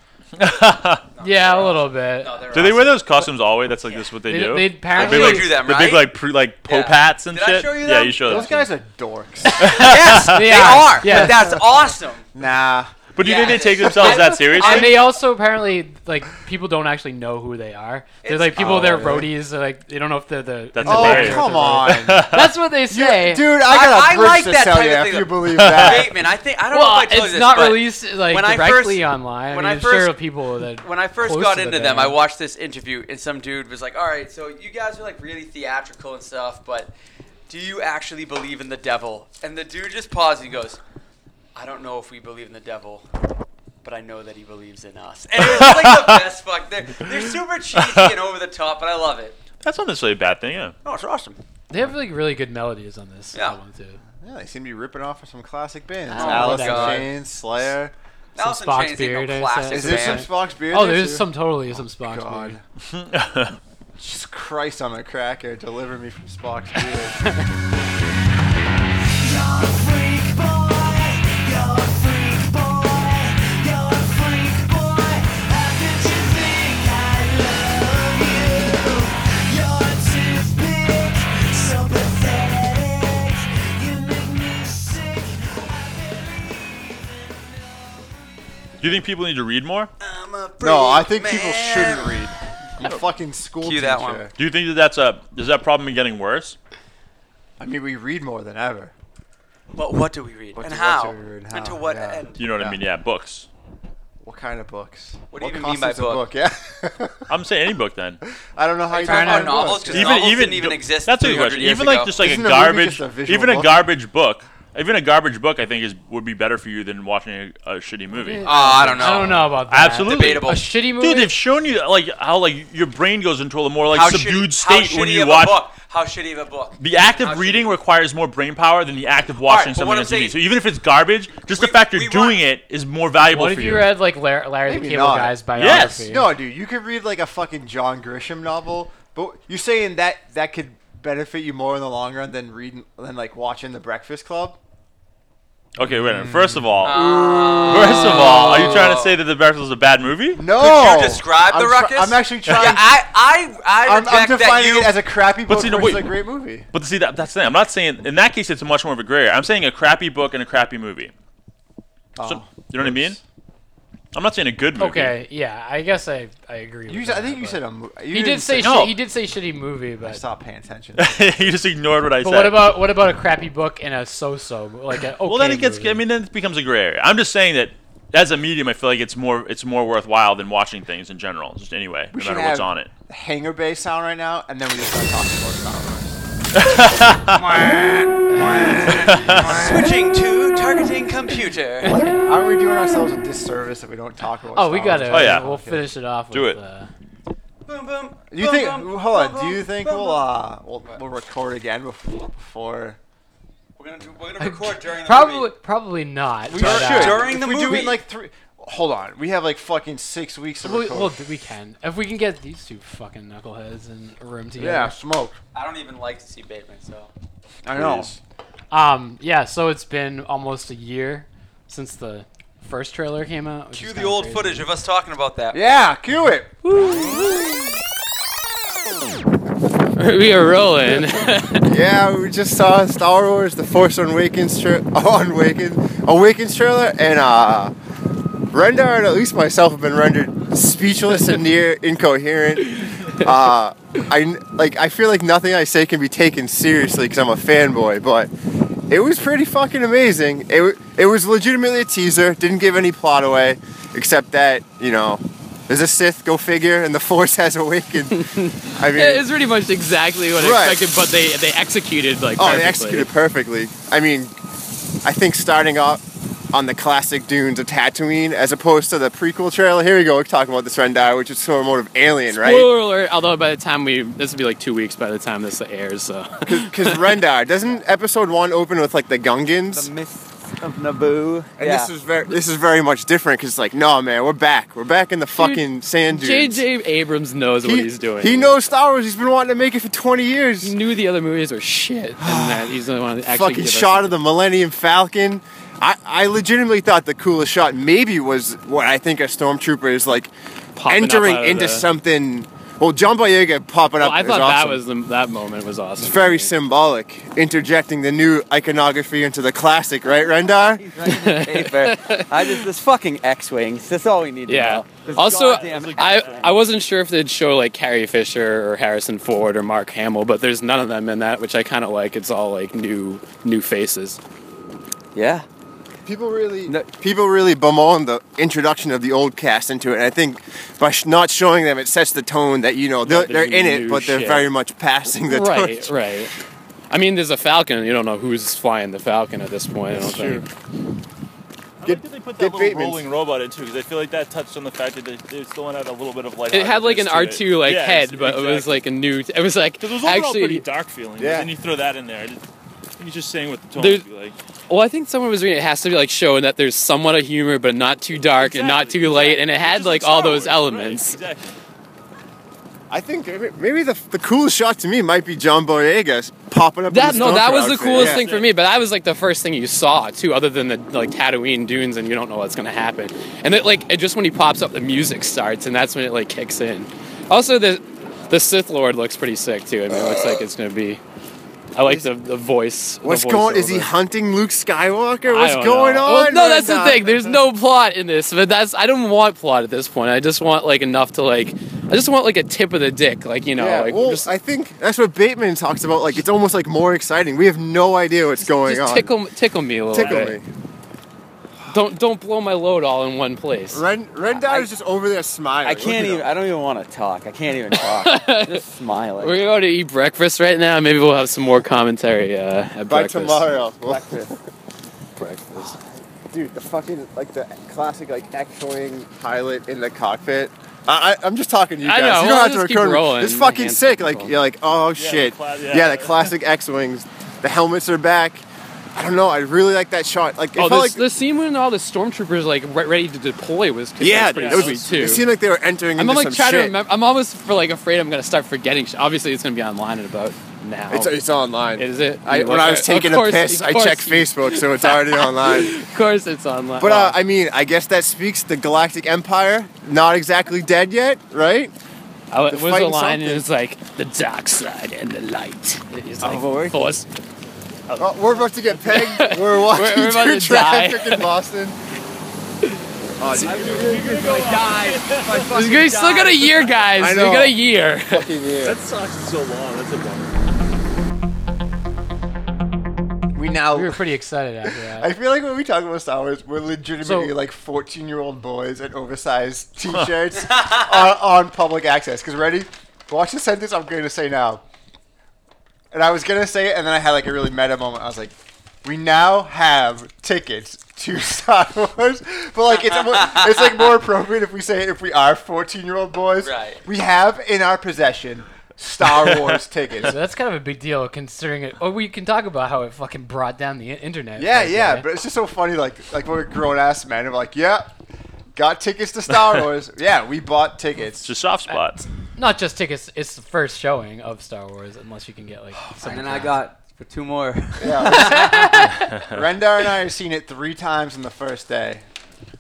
S2: Yeah, a little bit.
S5: Do they wear those costumes always? That's like this what they,
S2: They-
S5: do.
S2: they
S5: The
S2: apparently-
S5: big, like,
S3: They do them,
S5: The big
S3: right?
S5: like pre, like
S3: Yeah.
S5: pope hats and
S3: Did I
S5: shit.
S3: show you
S5: Yeah,
S3: them?
S5: you showed
S4: Those
S5: them to me.
S4: guys are dorks.
S3: Yes, they are.
S2: Yes.
S3: But that's awesome.
S4: nah.
S5: But do you think
S3: Yeah.
S5: they take themselves that seriously?
S2: And they also apparently like people don't actually know who they are. They're
S3: It's-
S2: like people,
S4: Oh,
S2: they're
S4: really?
S2: roadies. They're like they don't know if they're the.
S5: That's
S2: if
S4: Oh
S2: they're the roadies
S5: hilarious.
S2: or
S4: come
S2: the roadies.
S4: on,
S2: That's what they say.
S4: dude! I got a
S3: I, I
S4: bridge
S3: like
S4: to
S3: that
S4: sell
S3: type
S4: you
S3: of
S4: if
S3: thing.
S4: you believe
S3: Wait,
S4: that.
S3: man, I think I don't know
S2: well,
S3: if I
S2: it's
S3: told you this,
S2: not
S3: but
S2: released like
S3: when I
S2: directly
S3: first-
S2: online. I
S3: when
S2: mean,
S3: I
S2: I'm sure
S3: first-
S2: people that
S3: When I first
S2: close
S3: got
S2: to the
S3: into them, I
S2: band.
S3: watched this interview, and some dude was like, "All right, so you guys are like really theatrical and stuff, but do you actually believe in the devil?" And the dude just paused and he goes, "I don't know if we believe in the devil." But I know that he believes in us. And it was like the best fuck. They're, they're super cheesy and over the top, but I love it.
S5: That's not necessarily a bad thing, yeah.
S3: Oh, it's awesome.
S2: They have like really good melodies on this
S3: Yeah.
S2: album too.
S12: Yeah, they seem to be ripping off of some classic bands.
S2: Oh,
S12: Alice in
S2: whatever.
S12: Chains, Slayer.
S2: Some Alice in Spock's Chains ain't no Beard, I classic said.
S12: Is there some
S2: band.
S12: Spock's beard?
S2: Oh,
S12: there,
S2: there's
S12: too?
S2: some- totally some Spock's
S12: God. Jesus Christ, I'm a cracker. Deliver me from Spock's beard.
S5: Do you think people need to read more?
S12: no, I think people shouldn't read. I'm a fucking school
S5: Cue
S12: teacher.
S5: that one. Do you think that that's a is that problem getting worse?
S12: I mean, we read more than ever.
S3: But what do we read?
S12: What
S3: and,
S12: do- what
S3: how?
S12: do we read?
S3: And to
S12: How?
S3: what
S12: Yeah.
S3: end?
S5: You know what I
S12: Yeah.
S5: mean? Yeah, books.
S12: What kind of books?
S3: What do you even mean by
S12: constitutes a book? Yeah.
S5: I'm saying any book then.
S12: I don't know how you define a book.
S5: That's a good question. Even like just like
S12: Isn't
S5: a
S12: movie
S5: garbage,
S12: just visual
S5: even a
S12: book?
S5: garbage book, even a garbage book, I think is would be better for you than watching a, a shitty movie.
S2: Oh,
S12: Uh,
S2: I don't know. I don't know about that.
S5: Absolutely,
S2: Debatable. A shitty movie?
S5: Dude, they've shown you like how like your brain goes into a more like
S3: how
S5: subdued
S3: shitty,
S5: state
S3: how
S5: when
S3: shitty
S5: you
S3: of
S5: watch.
S3: a book? How shitty of a book?
S5: The act of reading requires more brain power than the act of watching
S3: but what
S5: something on
S3: I'm
S5: TV.
S3: saying-
S5: So even if it's garbage, just the fact you're doing it is more valuable
S2: What if
S5: for
S2: you read like Larry, Larry the
S12: Maybe
S2: Cable
S12: not.
S2: Guy's biography?
S5: Yes.
S12: No, dude, you could read like a fucking John Grisham novel, but you're saying that that could benefit you more in the long run than reading than like watching The Breakfast Club.
S5: Okay, wait a minute. First of all,
S3: Oh.
S5: first of all, are you trying to say that The Breakfast is a bad movie?
S12: No.
S3: Could you describe
S12: I'm
S3: the
S12: try-
S3: ruckus?
S12: I'm actually trying-
S3: Yeah, I, I, I
S12: I'm, I'm
S3: reject that
S12: defining
S3: you
S12: it as a crappy
S5: But
S12: book
S5: see, no,
S12: versus
S5: wait.
S12: a great movie.
S5: But see, that, that's the thing. I'm not saying in that case it's much more of a gray. area. I'm saying a crappy book and a crappy movie.
S12: Oh,
S5: so you know what I mean? I'm not saying a good movie.
S2: Okay, yeah, I guess I, I agree.
S12: You
S2: with
S12: said- I
S2: that,
S12: think you
S2: but-
S12: said a mo- you
S2: he
S13: Hmm.
S12: didn't
S2: did
S12: say-
S2: say shi-
S12: No.
S2: he did say shitty movie, but
S12: Stop paying attention.
S5: you just ignored what I
S2: But
S5: said.
S2: what about what about a crappy book and a so-so like an okay
S5: well, then it gets.
S2: movie?
S5: I mean, then it becomes a gray area. I'm just saying that as a medium, I feel like it's more it's more worthwhile than watching things in general. Just anyway,
S12: We
S5: no
S12: should
S5: matter
S12: have
S5: what's on it.
S12: Hangar Bay sound right now, and then we just start talking about Star Wars.
S3: switching to targeting computer.
S12: Aren't we doing ourselves a disservice if we don't talk about?
S2: Oh, we
S12: Star
S2: got it.
S12: Wars?
S2: We'll finish it off.
S5: Do
S2: with,
S5: it.
S2: Uh,
S3: boom, boom.
S12: You
S3: boom,
S12: think?
S3: boom,
S12: Hold on.
S3: boom,
S12: Do you
S3: boom,
S12: think
S3: boom,
S12: we'll
S3: boom.
S12: uh we'll, we'll record again before? before
S3: We're gonna, do, we're gonna record during the
S2: probably
S3: movie.
S2: probably not.
S12: we
S2: but,
S12: should
S2: uh,
S3: During
S12: If
S3: the
S12: we do
S3: movie.
S12: it like three. Hold on. We have like fucking six weeks of
S2: we,
S12: recording.
S2: well, we can if we can get these two fucking knuckleheads in a room together.
S12: yeah, smoke.
S3: I don't even like to see Bateman, so.
S12: I know.
S5: Please.
S2: Um. Yeah. So it's been almost a year since the first trailer came out. which
S3: Cue
S2: is
S3: the
S2: kinda
S3: old
S2: crazy.
S3: footage of us talking about that.
S12: Yeah, cue it.
S13: we are rolling.
S4: Yeah, we just saw Star Wars: The Force Awakens, tra- Awakens, Awakens trailer, and uh, Rendar and at least myself have been rendered speechless and near incoherent. Uh, I n- like I feel like nothing I say can be taken seriously because I'm a fanboy, but it was pretty fucking amazing. It w- it was legitimately a teaser, didn't give any plot away, except that you know. There's a Sith, go figure, and the Force has awakened. I mean,
S13: it's pretty much exactly what I
S4: Right.
S13: expected, but they they executed like.
S4: Oh,
S13: perfectly.
S4: they executed perfectly. I mean, I think starting off on the classic dunes of Tatooine as opposed to the prequel trailer. Here we go, we're talking about this Rendar, which is sort of more of Alien, right?
S13: Spoiler alert! Although by the time we this will be like two weeks by the time this airs, so
S4: Because Rendar doesn't episode one open with like the Gungans?
S14: Of Naboo.
S4: and this is very this is very much different because like no man we're back we're back in the fucking sand dunes.
S13: J.J. Abrams knows what he's doing.
S4: He knows Star Wars. He's been wanting to make it for 20 years. He
S13: knew the other movies were shit, and that he's the only one that actually
S4: fucking
S13: give us-
S4: shot of the Millennium Falcon. I, I legitimately thought the coolest shot maybe was what I think a stormtrooper is like
S13: Popping up
S4: entering
S13: out of
S4: into
S13: the-
S4: something. Well, John Boyega popping
S13: Well,
S4: up.
S13: I
S4: is
S13: thought
S4: awesome.
S13: that was the, that moment was awesome.
S4: It's very symbolic, interjecting the new iconography into the classic, right, Rendar?
S15: paper. I just this fucking X-wings. That's all we need to
S13: Yeah.
S15: know. This
S13: Also,
S15: goddamn
S13: I I wasn't sure if they'd show like Carrie Fisher or Harrison Ford or Mark Hamill, but there's none of them in that, which I kind of like. It's all like new new faces.
S15: Yeah.
S4: People really, people really bemoan the introduction of the old cast into it, and I think by sh- not showing them, it sets the tone that you know they're, they're
S13: There's
S4: in it,
S13: new
S4: but they're
S13: shit.
S4: very much passing the
S13: right,
S4: torch.
S13: right. I mean, there's a Falcon. You don't know who's flying the Falcon at this point. I don't think.
S5: Get, did they put that little rolling robot in too? Because I feel like that touched on the fact that they, they still want to have a little bit of light.
S13: It had like an R two like head, but it was like a new. It was like
S5: Because it was overall
S13: actually
S5: pretty dark feeling.
S13: Yeah.
S5: Yeah. And you throw that in there. I just- I think He's just saying what the tone
S13: There-
S5: would be like.
S13: Well, I think someone was reading it has to be like showing that there's somewhat of humor, but not too dark and not too late, and it had like all those elements.
S5: exactly.
S4: I think maybe- maybe the, the coolest shot to me might be John Boyega popping up.
S13: That
S4: in the
S13: no, that was
S4: Stormtrooper
S13: the
S4: outfit,
S13: coolest
S4: yeah.
S13: thing for me. But that was like the first thing you saw too, other than the like Tatooine dunes, and you don't know what's gonna happen. And it like it just when he pops up, the music starts, and that's when it like kicks in. Also, the the Sith Lord looks pretty sick too. I mean, it looks like it's gonna be. I like the the voice. the
S4: What's going? Is
S13: voiceover.
S4: he hunting Luke Skywalker?
S13: I
S4: What's
S13: don't
S4: going
S13: know.
S4: on?
S13: Well, no, that's the
S4: Brenda?
S13: thing. There's no plot in this, but that's I don't want plot at this point. I just want like enough to like. I just want like a tip of the dick, like you know,
S4: yeah,
S13: like
S4: well, I oh think that's what Bateman talks about. Like, it's almost like more exciting. We have no idea what's going
S13: just
S4: on.
S13: tickle tickle me a little
S4: Tickle
S13: bit. Don't don't blow my load all in one place.
S4: Ren Rendar is just over there smiling.
S16: I can't even. I don't even want to talk. I can't even talk. just smiling.
S13: We're going to eat breakfast right now. Maybe we'll have some more commentary uh, at
S4: By
S13: breakfast.
S4: tomorrow.
S16: Breakfast.
S4: Breakfast. Dude, the fucking like the classic like echoing pilot in the cockpit. I, I, I'm just talking to you
S13: I
S4: guys.
S13: know,
S4: you
S13: we'll
S4: don't have to
S13: just keep
S4: record. me.
S13: rolling
S4: It's fucking
S13: and
S4: sick. Like you're like, oh shit.
S13: cla-
S4: yeah.
S13: yeah.
S4: the classic X-wings. The helmets are back. I don't know. I really like that shot. Like it
S13: Oh,
S4: felt
S13: this,
S4: like
S13: the scene when all the stormtroopers like re- ready to deploy was
S4: yeah,
S13: that's pretty
S4: it was-
S13: sweet too.
S4: It seemed like they were entering
S13: I'm
S4: into some
S13: like trying
S4: shit.
S13: to remember. I'm almost for like afraid I'm gonna start forgetting. Sh- Obviously, it's gonna be online in about now.
S4: It's, it's online.
S13: Is it?
S4: I,
S13: You
S4: when
S13: look
S4: I
S13: at
S4: was
S13: it.
S4: taking
S13: Of course-
S4: a piss,
S13: of
S4: I
S13: course
S4: checked
S13: you-
S4: Facebook, so it's already online.
S13: Of course, it's online.
S4: But uh, I mean, I guess that speaks the Galactic Empire. Not exactly dead yet, right?
S13: I, was
S4: They're
S13: the
S4: fighting
S13: line?
S4: something.
S13: It was like the dark side and the light. It's
S4: Oh,
S13: like
S4: well, we're-
S13: force.
S4: Oh, we're about to get pegged. We're watching
S13: We're- we're about
S4: through
S13: to die.
S4: traffic in Boston. Oh, dude.
S13: We still got a year, guys.
S5: I
S13: We
S5: know.
S13: got a year.
S5: That sucks so long. That's a bummer.
S4: We now
S2: we were pretty excited after that.
S17: I feel like when we talk about Star Wars, we're legitimately
S2: So-
S17: like 14 year old boys in oversized t shirts on, on public access. Because, ready? Watch the sentence I'm going to say now. And I was going to say it, and then I had like a really meta moment. I was like, we now have tickets to Star Wars, but like it's almo- it's like more appropriate if we say it if we are 14 year old boys.
S2: Right.
S17: We have in our possession Star Wars tickets.
S2: So that's kind of a big deal considering it. Or we can talk about how it fucking brought down the internet.
S17: Yeah,
S2: Like,
S17: yeah,
S2: uh,
S17: but it's just so funny. Like, like we're grown ass men. and We're like, yeah, got tickets to Star Wars. yeah, we bought tickets.
S5: It's just soft spots.
S2: not just tickets. It's the first showing of Star Wars, unless you can get like. some
S3: and I
S2: discounts.
S3: got for two more.
S17: Rendar and I have seen it three times in the first day.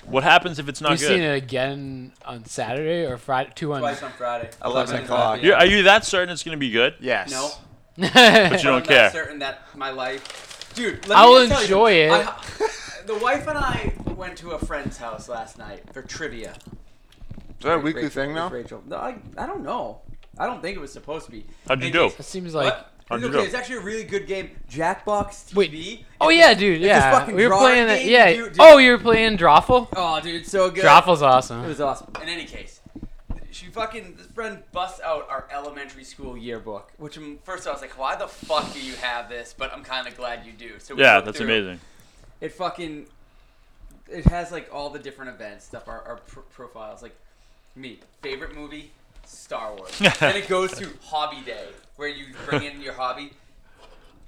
S5: What happens if it's
S2: You've seen it again on Saturday or Friday. Two on.
S3: Twice on Friday.
S2: Twice
S3: 11
S2: on
S3: o'clock.
S5: You're, are you that certain it's going to be good?
S17: Yes.
S3: No.
S5: but you
S3: I'm
S5: don't
S3: not
S5: care.
S3: certain that my life, dude. Let
S2: I
S3: me
S2: will
S3: just tell
S2: enjoy
S3: you,
S2: it.
S3: I- the wife and I went to a friend's house last night for trivia.
S17: Is that a weekly
S3: Rachel-
S17: thing now?
S3: with Rachel, no, I, I don't know. I don't think it was supposed to be.
S5: How'd you
S3: It
S5: do?
S3: just-
S5: It
S2: seems like-
S3: What?
S5: How'd you
S3: Okay,
S5: do?
S3: It's actually a really good game. Jackbox TV.
S2: Oh yeah, dude.
S3: It's a
S2: Yeah,
S3: fucking
S2: we were
S3: drawing
S2: playing it.
S3: game,
S2: Yeah.
S3: dude, dude.
S2: Oh, you were playing Drawful.
S3: Oh, dude, it's so good.
S2: Drawful's awesome.
S3: It was awesome. In any case, she fucking this friend busts out our elementary school yearbook, which um, first I was like, why the fuck do you have this? But I'm kind of glad you do. So we
S5: Yeah,
S3: looked
S5: that's
S3: through.
S5: amazing.
S3: It fucking it has like all the different events stuff. Our, our pr- profiles like me favorite movie Star Wars. then it goes to hobby day where you bring in your hobby.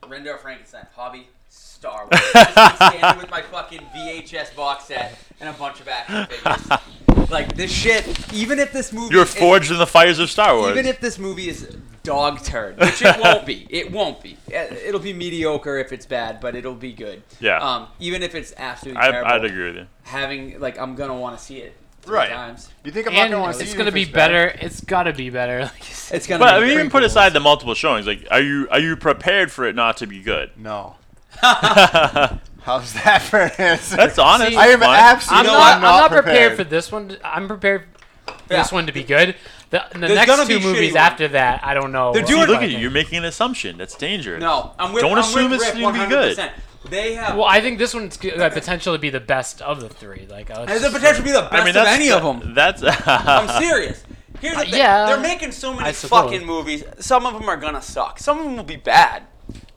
S3: Rendar Frankenstein hobby Star Wars. I just been standing with my fucking VHS box set and a bunch of action figures. like this shit. Even if this movie
S5: You're
S3: is-
S5: forged in the fires of Star Wars.
S3: even if this movie is dog turd, which it won't be, it won't be. Uh, It'll be mediocre if it's bad, but it'll be good.
S5: Yeah.
S3: Um, even if it's absolutely
S5: I-
S3: terrible,
S5: I'd agree with you.
S3: Having like, I'm gonna want to see it. three
S17: Right.
S3: Times.
S17: You think
S2: and it's gonna be better. It's gotta be better. Like you said.
S3: It's gonna.
S5: but I mean, even put aside the multiple showings, like, are you are you prepared for it not to be good?
S17: No. How's that for an answer?
S5: That's honest.
S17: I am
S5: Fine.
S17: absolutely
S2: I'm not, I'm not prepared.
S17: prepared.
S2: for this one. to- I'm prepared for this
S5: Yeah.
S2: one to be good. The, the
S3: There's
S2: next
S3: gonna
S2: two
S3: be shitty
S2: movies
S3: ones.
S2: after that, I don't know.
S3: They're
S2: what
S5: See,
S2: I'm
S5: look at
S2: thinking.
S5: you. You're making an assumption. That's dangerous.
S3: No, I'm with.
S5: Don't
S3: I'm
S5: assume
S3: with
S5: it's
S3: Rip
S5: going to be good.
S3: 100%. They have.
S2: Well, I think this one's g- got potential to be the best of the three. Like, I was
S3: There's
S2: just-
S3: the potential to be the best
S5: I mean,
S3: of
S5: that's
S3: any of them.
S5: That's.
S3: I'm serious. Here's the
S2: Uh,
S3: thing.
S2: yeah,
S3: They're making so many
S2: I suppose.
S3: fucking movies. Some of them are gonna suck. Some of them will be bad.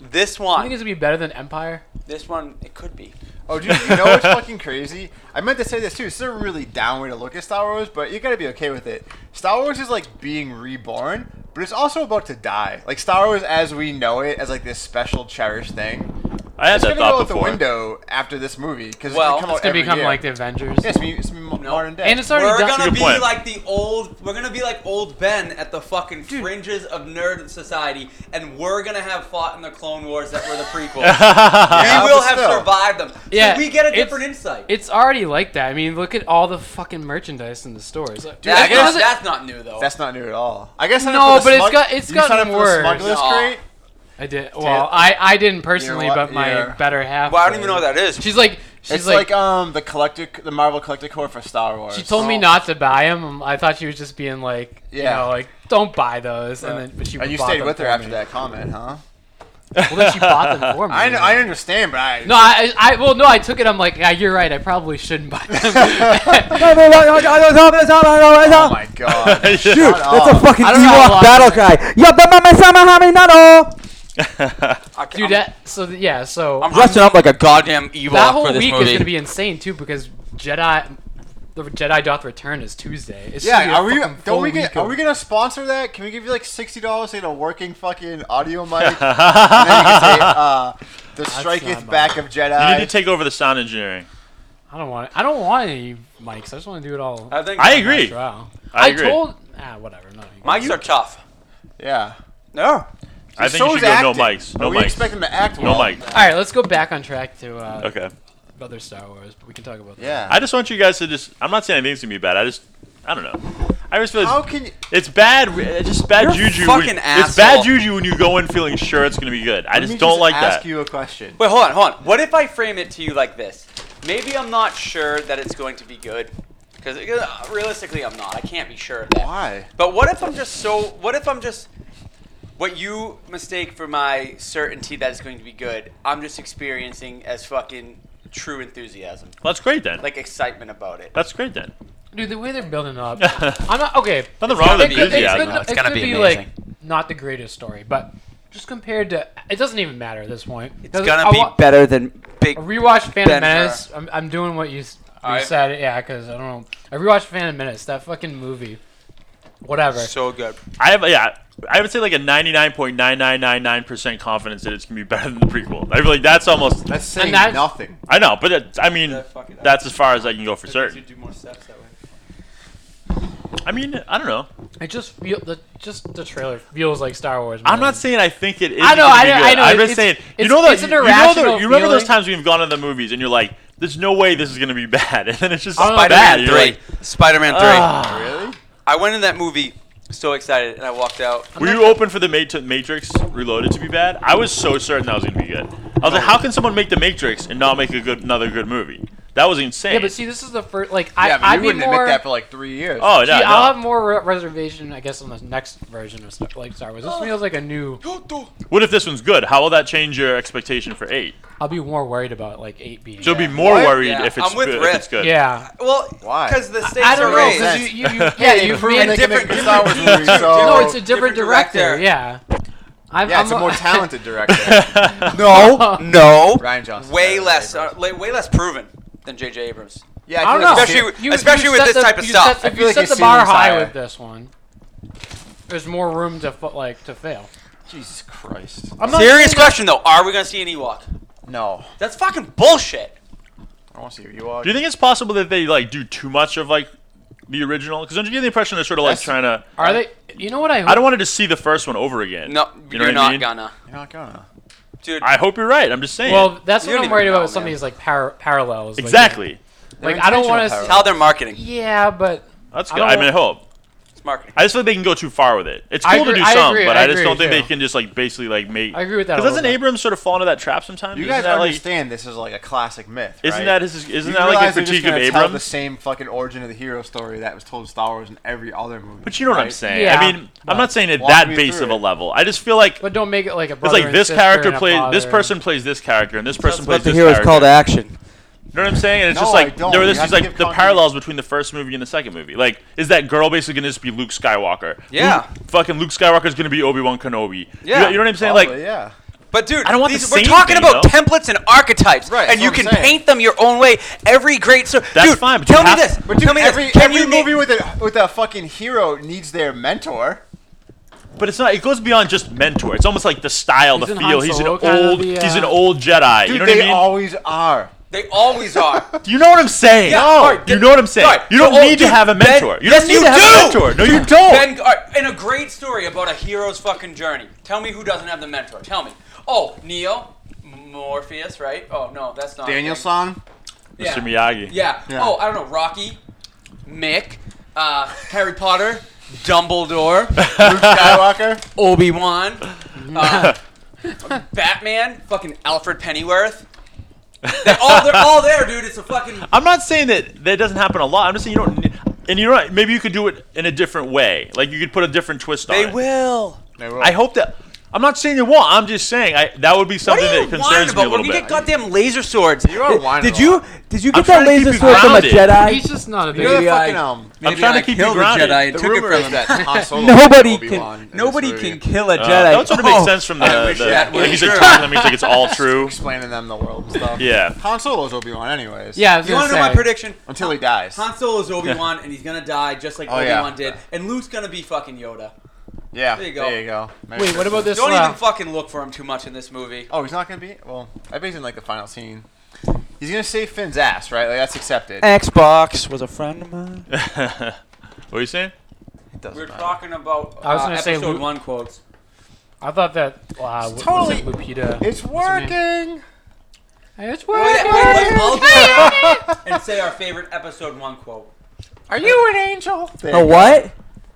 S3: This
S2: You
S3: one.
S2: think it's gonna be better than Empire?
S3: This one. It could be.
S4: Oh, dude, you know what's fucking crazy? I meant to say this too. This is a really down way to look at Star Wars, but you gotta be okay with it. Star Wars is like being reborn, but it's also about to die. Like Star Wars as we know it, as like this special, cherished thing.
S5: I had
S4: it's
S5: that
S4: gonna
S5: thought
S4: go out
S5: before.
S4: the window after this movie because
S2: Well,
S4: it's gonna come
S2: it's
S4: out
S2: gonna
S4: every
S2: become
S4: year.
S2: like the Avengers.
S4: Yeah, it's gonna be, it's gonna be modern day.
S2: And it's already
S3: we're
S2: done- That's a
S3: gonna
S2: good
S3: be
S2: point.
S3: like the old. We're gonna be like old Ben at the fucking fringes of nerd society, and we're gonna have fought in the Clone Wars that were the prequels.
S2: Yeah,
S3: we will
S2: but
S3: have
S2: still.
S3: survived them. So
S2: Yeah,
S3: we get a
S2: it's-
S3: different insight.
S2: It's already like that. I mean, look at all the fucking merchandise in the stores. Like,
S3: that's,
S2: it
S3: not,
S2: doesn't-
S3: that's not new though.
S4: That's not new at all. I guess I
S2: no,
S4: put the
S2: but it's
S4: smug-
S2: got it's
S4: you
S2: gotten
S4: signed up for the
S2: worse.
S4: Smuggler's crate?
S2: I did.
S4: Dude.
S2: Well, I I didn't personally,
S4: You know what?
S2: but my
S4: Yeah.
S2: better half.
S4: Well, I don't
S2: did.
S4: even know what that is.
S2: She's like she's
S4: it's
S2: like,
S4: like, um the collector, the Marvel collector core for Star Wars.
S2: she told me not to buy them. I thought she was just being like
S4: Yeah.
S2: you know like don't buy those. And
S4: Yeah.
S2: then but she
S4: And you
S2: bought
S4: stayed
S2: them
S4: with her
S2: for
S4: after
S2: me.
S4: that comment, huh?
S2: Well, then she bought them for me.
S4: I, I understand, but I
S2: No, I, I well no, I took it. I'm like, yeah, you're right. I probably shouldn't buy them.
S13: Oh
S4: my god.
S13: Shoot,
S4: Shut
S13: that's a
S4: up.
S13: fucking
S4: I don't know how
S13: Ewok
S4: long-
S13: battle cry. Yabamamasamahami
S2: Dude, that, so th- yeah, so
S3: I'm dressing up like a goddamn Ewok
S2: That whole
S3: for this
S2: week is
S3: movie.
S2: gonna be insane too because Jedi, the Jedi Doth Return is Tuesday. It's just
S4: yeah, are
S2: gonna be a
S4: we?
S2: fucking full
S4: Don't we
S2: week
S4: get?
S2: of-
S4: Are we gonna sponsor that? Can we give you like sixty dollars to get a working fucking audio mic? and then you can say, uh, the striketh back of Jedi.
S5: You need to take over the sound engineering.
S2: I don't want. I don't want any mics. I just want to do it all.
S3: I think-
S5: I agree.
S2: Trial.
S5: I
S2: I,
S5: agree.
S2: told. Ah, whatever. No.
S3: Mics are tough.
S4: yeah.
S3: No.
S5: I think you should go no mics. No
S4: we
S5: mics.
S4: expect them to act
S5: No
S4: well.
S5: mic.
S2: All right, let's go back on track to uh,
S5: Okay.
S2: other Star Wars, but we can talk about that.
S4: Yeah.
S5: I just want you guys to just. I'm not saying anything's gonna be bad. I just. I don't know. I just feel
S4: How
S5: it's,
S4: can you?
S5: it's bad. It's just bad
S3: You're a
S5: juju.
S3: fucking
S5: when, it's
S3: asshole.
S5: bad juju when you go in feeling sure it's gonna be good. I
S4: Let
S5: just
S4: me
S5: don't like
S4: ask
S5: that.
S4: you a question.
S3: Wait, hold on, hold on. What if I frame it to you like this? Maybe I'm not sure that it's going to be good. Because realistically, I'm not. I can't be sure of that.
S4: Why?
S3: But what if I'm just so. What if I'm just. What you mistake for my certainty that it's going to be good, I'm just experiencing as fucking true enthusiasm.
S5: Well, that's great then.
S3: Like excitement about it.
S5: That's great then.
S2: Dude, the way they're building up, I'm not okay.
S5: Nothing wrong
S2: it
S5: with
S2: could-
S5: enthusiasm.
S2: It's, good-
S5: It's
S2: it
S5: gotta
S2: could
S5: be
S2: be, like
S3: amazing.
S2: not the greatest story, but just compared to, it doesn't even matter at this point.
S3: It's
S2: Doesn't-
S3: gonna
S2: I
S3: be
S2: wa-
S18: Better than
S3: big.
S2: I rewatched Phantom
S3: Ben
S2: Menace. I'm, I'm doing what you, s- you
S3: Alright.
S2: said. Yeah, because I don't know. I rewatched Phantom Menace. That fucking movie. Whatever.
S3: So good.
S5: I have yeah. I would say like a 99.9999% confidence that it's gonna be better than the prequel. I feel like that's almost.
S4: That's saying
S2: that's-
S4: nothing.
S5: I know, but it, I mean,
S3: Yeah, fuck it.
S5: that's as far as I can go for certain.
S3: do more steps that way.
S5: I mean, I don't know.
S2: I just feel the just the trailer feels like Star Wars.
S5: I'm
S2: man.
S5: not saying I think it is.
S2: I know,
S5: gonna
S2: I
S5: be
S2: know-
S5: good.
S2: I know,
S5: I'm just
S2: it's-
S5: saying. You
S2: it's-
S5: know the,
S2: it's
S5: you
S2: an
S5: know the,
S2: irrational
S5: you remember those
S2: feeling.
S5: times we've gone to the movies and you're like, "There's no way this is gonna be bad," and then it's just
S2: Oh, I don't know.
S3: Spider-Man
S5: bad. You're Oh, like,
S3: 3. Spider-Man 3.
S5: "Ah."
S4: Really?
S3: I went in that movie so excited, and I walked out.
S5: Were you open for the Mat- Matrix Reloaded to be bad? I was so certain that was gonna be good. I was
S2: Oh.
S5: like, "How can someone make the Matrix and not make a good another good movie?" That was insane.
S2: Yeah, but see, this is the first. Like,
S4: yeah,
S2: I,
S4: but
S2: I'd
S4: you
S2: be
S4: wouldn't
S2: more.
S4: admit that for like three years.
S5: oh no,
S2: see, um, I'll have
S5: no.
S2: more re- reservation, I guess, on the next version of stuff like Star Wars.
S4: Oh.
S2: This feels like a new.
S5: What if this one's good? How will that change your expectation for eight?
S2: I'll be more worried about like eight being.
S5: So you'll
S2: bad.
S5: be more
S3: What?
S5: worried
S3: Yeah,
S5: if it's
S3: I'm with
S5: good.
S3: Rick.
S5: If it's good.
S2: Yeah.
S3: Well,
S4: Why?
S3: because the stakes
S2: I don't
S3: are
S2: know.
S3: raised.
S2: 'cause
S4: raised.
S2: you, you, yeah,
S4: Yeah,
S2: you
S4: you've proven
S2: made-
S4: they can make
S3: different-
S4: a Star Wars movie, so
S2: No, it's a different,
S3: Different
S2: director.
S3: director.
S2: Yeah. I've,
S4: yeah, it's a
S2: I'm
S4: more talented director.
S18: No, no.
S4: Ryan Johnson.
S3: way
S4: Ryan
S3: less, uh,
S4: Abrams.
S3: like, way less proven than J.J. Abrams.
S5: uh,
S4: Yeah,
S2: I don't
S4: think
S2: know.
S4: it's-
S3: Especially with-
S2: You-
S3: especially
S2: you
S3: with
S2: set
S3: this
S2: the-
S3: type of
S2: you
S3: stuff.
S2: Set,
S4: I
S2: if
S4: feel
S2: you
S4: like
S2: set
S4: it's
S2: the bar
S4: ceiling
S2: high
S4: higher.
S2: with this one, there's more room to fa- like to fail.
S4: Jesus Christ.
S2: I'm
S3: Serious
S2: saying
S3: question though: Are we gonna see an Ewok?
S4: No,
S3: That's fucking bullshit.
S4: I want to see you are.
S5: Do you think it's possible that they like do too much of like the original? Because don't you get the impression they're sort of like
S4: That's-
S5: trying to.
S2: that- Are they? You know what I? Hope?
S5: I don't want to just see the first one over again.
S3: No,
S5: you
S3: you
S5: know
S3: are
S5: what
S3: not
S5: I mean?
S3: gonna,
S4: You're not gonna.
S3: dude.
S5: I hope you're right. I'm just saying.
S2: Well, that's
S3: You
S2: what
S3: don't
S2: I'm
S3: even
S2: worried
S3: know,
S2: about. with Some of
S3: man.
S2: these like par- parallels. like,
S5: exactly.
S2: Like, I don't want to.
S4: Intentional
S3: it's how they're marketing.
S2: Yeah, but
S5: That's
S2: I
S5: good.
S2: don't
S5: I, mean, I
S2: want-
S5: hope.
S3: It's marketing.
S5: I just feel like they can go too far with it. It's
S2: I
S5: cool
S2: agree-
S5: to do
S2: I
S5: some,
S2: agree-
S5: but
S2: I
S5: I, just
S2: agree,
S5: don't think
S2: too.
S5: they can just like basically like make.
S2: I agree with that a
S5: Because doesn't
S2: little bit.
S5: Abrams sort of fall into that trap sometimes?
S4: You
S5: isn't
S4: guys
S5: that, like,
S4: understand this is like a classic myth,
S5: Isn't
S4: right?
S5: that his- isn't
S4: You
S5: that like a
S4: realize they're just
S5: critique of
S4: gonna tell
S5: Abrams?
S4: The same fucking origin of the hero story that was told in Star Wars in every other movie.
S5: But you know what I'm
S4: right?
S5: saying.
S2: Yeah,
S5: I mean, I'm not saying at
S4: walk
S5: that
S4: me
S5: base
S4: through
S5: of a
S4: it.
S5: level. I just feel like
S2: but don't make it like a
S5: it's
S2: brother.
S5: like
S2: and
S5: this
S2: sister
S5: character
S2: and a
S5: plays this
S2: father.
S5: person plays this character and this person plays
S18: But the
S5: this
S18: hero's
S5: character.
S18: called action.
S5: You know what I'm saying? And it's
S4: No,
S5: just
S4: I
S5: like
S4: don't.
S5: there were
S4: You
S5: this
S4: have
S5: is
S4: to
S5: like
S4: give
S5: the
S4: continuity.
S5: parallels between the first movie and the second movie. Like, is that girl basically gonna just be Luke Skywalker?
S3: Yeah.
S5: Luke- fucking Luke Skywalker is gonna be Obi Wan Kenobi. You
S3: Yeah.
S5: know- You, know what I'm saying?
S4: Probably,
S5: like,
S4: yeah.
S3: But dude,
S5: I don't want the
S3: these, we're
S5: same
S3: talking
S5: thing,
S3: about
S5: though.
S3: templates and archetypes,
S5: Right,
S3: and
S5: that's
S3: you
S5: what I'm
S3: can
S5: saying.
S3: paint them your own way. Every great so
S5: That's
S3: dude,
S5: fine, but you
S3: tell me
S5: have-
S3: this.
S5: But dude,
S3: tell me
S5: every-
S3: this. Can
S4: every
S3: you name-
S4: movie with a with a fucking hero needs their mentor.
S5: But it's not. It goes beyond just mentor. It's almost like the style,
S4: He's
S5: the
S4: an
S5: feel.
S4: Han
S5: he's an
S4: Solo kind of
S5: old.
S4: the, uh,
S5: He's an old Jedi.
S4: Dude,
S5: you know
S4: they
S5: what I mean?
S4: always are.
S3: They always are.
S5: Do you know what I'm saying?
S3: Yeah,
S5: no.
S3: all right,
S5: you know what I'm saying.
S3: Alright,
S5: you don't
S3: so, oh,
S5: need
S3: dude,
S5: to have a
S3: Ben-
S5: mentor. you
S3: yes,
S5: don't need to have
S3: do!
S5: a mentor. No, you don't.
S3: Ben, alright, in a great story about a hero's fucking journey, tell me who doesn't have the mentor. Tell me. Oh, Neo, Morpheus, right? Oh no, that's not
S4: Daniel San.
S3: Yeah.
S5: Mr. Miyagi.
S3: Yeah.
S4: Yeah.
S3: Oh, I don't know. Rocky, Mick, uh, Harry Potter, Dumbledore,
S4: Luke Skywalker.
S3: Obi Wan, uh, Batman, fucking Alfred Pennyworth. They're all, they're all there, dude. It's a fucking.
S5: I'm not saying that that doesn't happen a lot. I'm just saying you don't. ne- And you're right. Maybe you could do it in a different way. Like you could put a different twist on
S3: They
S5: it.
S3: will.
S4: They
S5: will. I hope that. I'm not saying they won't. I'm just saying I, that would be something
S3: Whine
S5: that concerns me a
S3: about when
S5: little
S3: you
S5: bit.
S3: get goddamn laser swords. You
S4: are whining
S3: Did
S4: a
S3: you
S4: lot.
S3: did you
S5: I'm
S3: get that
S5: trying to keep
S3: laser
S5: you
S3: sword from a
S5: grounded.
S3: Jedi?
S2: He's just not a big
S4: You're the
S3: Maybe I-
S4: fucking um.
S5: I'm trying to keep you grounded.
S4: The rumor is that Han Solo
S3: Nobody
S4: killed Obi-Wan
S3: can
S4: in this
S3: nobody
S4: movie.
S3: can kill a
S5: Uh,
S3: Jedi.
S5: that would sort of make
S3: Oh,
S5: sense from the.
S4: I wish
S5: the
S4: that
S5: like
S4: was
S5: he's like
S4: true.
S5: telling them he's like it's all true.
S4: Explaining them the world and stuff.
S5: Yeah.
S4: Han Solo's Obi Wan, anyways.
S2: Yeah, I was
S3: You
S2: gonna
S3: want to know my
S2: say.
S3: prediction?
S4: Until he dies.
S3: Han Solo's Obi Wan, and he's gonna die just like
S4: Oh,
S3: Obi
S4: yeah.
S3: Wan did, and Luke's gonna be fucking Yoda.
S4: Yeah.
S3: There you go.
S4: Merry
S2: Wait, what about this?
S3: Don't
S2: uh,
S3: even fucking look for him too much in this movie.
S4: Oh, he's not gonna be. Well, I bet he's in like the final scene. He's gonna save Finn's ass, right? Like that's
S3: Eh.
S4: accepted.
S3: Xbox was a friend of mine.
S5: what are you saying?
S4: It doesn't
S3: We're
S4: matter.
S3: talking about
S2: I was
S3: uh,
S2: gonna say
S3: episode
S2: Luke-
S3: one quotes.
S2: I thought that. Wow,
S4: It's
S2: what was it,
S4: totally-
S2: Lupita.
S4: It's
S2: what's her name?
S4: working.
S2: It's
S3: Wait, wait,
S2: working.
S3: let's all do it and say our favorite episode one quote.
S2: Are you an angel?
S4: There
S19: A
S4: you go.
S19: what?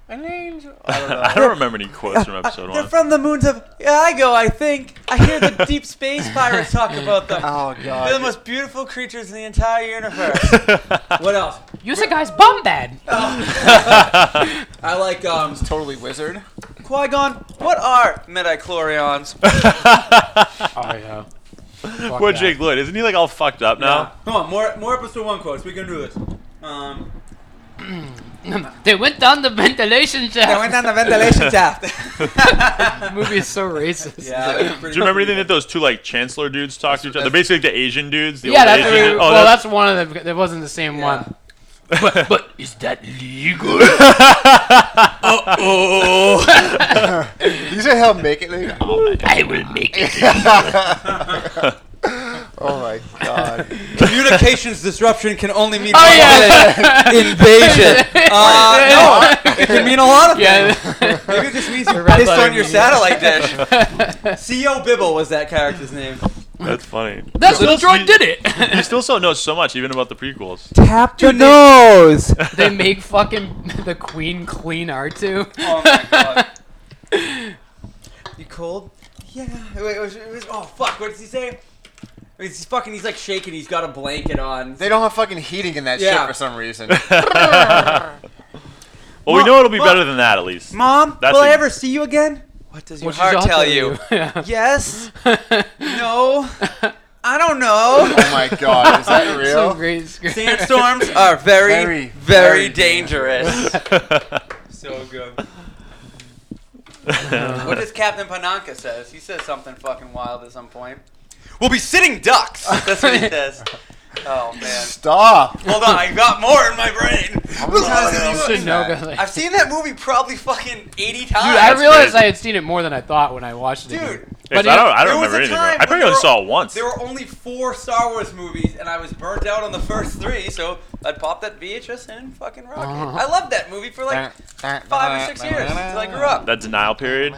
S4: An angel.
S5: I don't remember any quotes from episode one.
S3: from the moons of Iago, I think. I hear the deep space pirates talk about them.
S4: Oh god.
S3: beautiful creatures in the entire universe. what else?
S2: Use a guy's bum bed.
S3: I like um,
S4: totally wizard.
S3: Qui Gon. What are midichlorians?
S2: Oh yeah. Fuck
S5: Poor
S2: that.
S5: Jake Lloyd, isn't he like all fucked up now?
S3: Come on, more more episode one quotes. We can do this. Um,
S2: They went down the ventilation shaft.
S3: down the ventilation shaft.
S2: The movie is so racist.
S3: yeah.
S5: Do you remember anything that those two like chancellor dudes talked to each other? They're basically like the Asian dudes. Oh, The
S2: Yeah,
S5: old
S2: that's,
S5: Asian
S2: what we-
S5: dude-
S2: well, that's, one of them. That wasn't the same
S3: Yeah.
S2: one. But, but is that legal?
S4: You said he'll make it. Like, oh,
S2: I will make it.
S4: oh my god.
S3: Communications disruption can only mean
S2: Oh
S3: one
S2: yeah.
S3: thing. invasion. Uh, no, it can mean a lot of things.
S2: yeah.
S3: Maybe it just means you
S2: red
S3: pissed
S2: letter
S3: on your
S2: media.
S3: satellite dish. C.O. Bibble was that character's name.
S5: That's funny.
S2: That's
S5: You
S2: the
S5: still-
S2: drug did
S5: You
S2: it.
S5: still so know so much even about the prequels.
S19: Tap the nose.
S2: they make fucking the queen clean R2.
S3: Oh my god. You cold? Yeah. Wait, it was, it was, oh fuck, what does he say? He's fucking, he's like shaking, he's got a blanket on.
S4: They don't have fucking heating in that
S3: Yeah.
S4: shit for some reason.
S5: Well, we
S3: Mom-
S5: know it'll be
S3: Mom-
S5: better than that at least.
S3: Mom,
S5: That's
S3: will
S5: a-
S3: I ever see you again? What does your
S2: What does
S3: heart
S2: your
S3: tell you?
S2: Yeah.
S3: Yes? no? I don't know.
S4: oh my god, is that
S2: So
S4: real?
S2: great. it's great.
S3: Sandstorms are very,
S4: Very,
S3: very,
S4: very
S3: dangerous. so good. What does Captain Pananka says? He says something fucking wild at some point. We'll be sitting ducks. That's what he says. Oh man.
S4: Stop.
S3: Hold on, I got more in my brain.
S4: How many times have you
S2: You
S4: seen
S2: know,
S4: that?
S2: like-
S3: I've seen that movie probably fucking 80 times. Dude,
S2: Dude, I realized
S5: crazy.
S2: I had seen it more than I thought when I watched it. again.
S3: Dude,
S5: Yes,
S2: But
S5: I
S2: it-
S5: don't, I
S3: there
S5: don't
S3: was
S5: remember
S3: a
S5: anything.
S3: time
S5: I
S3: when
S5: probably
S3: there
S5: only
S3: were-
S5: saw it once.
S3: There were only four Star Wars movies, and I was burnt out on the first three, so I'd pop that VHS in and fucking rock it. I loved that movie for like five or six years until I grew up.
S5: That denial period,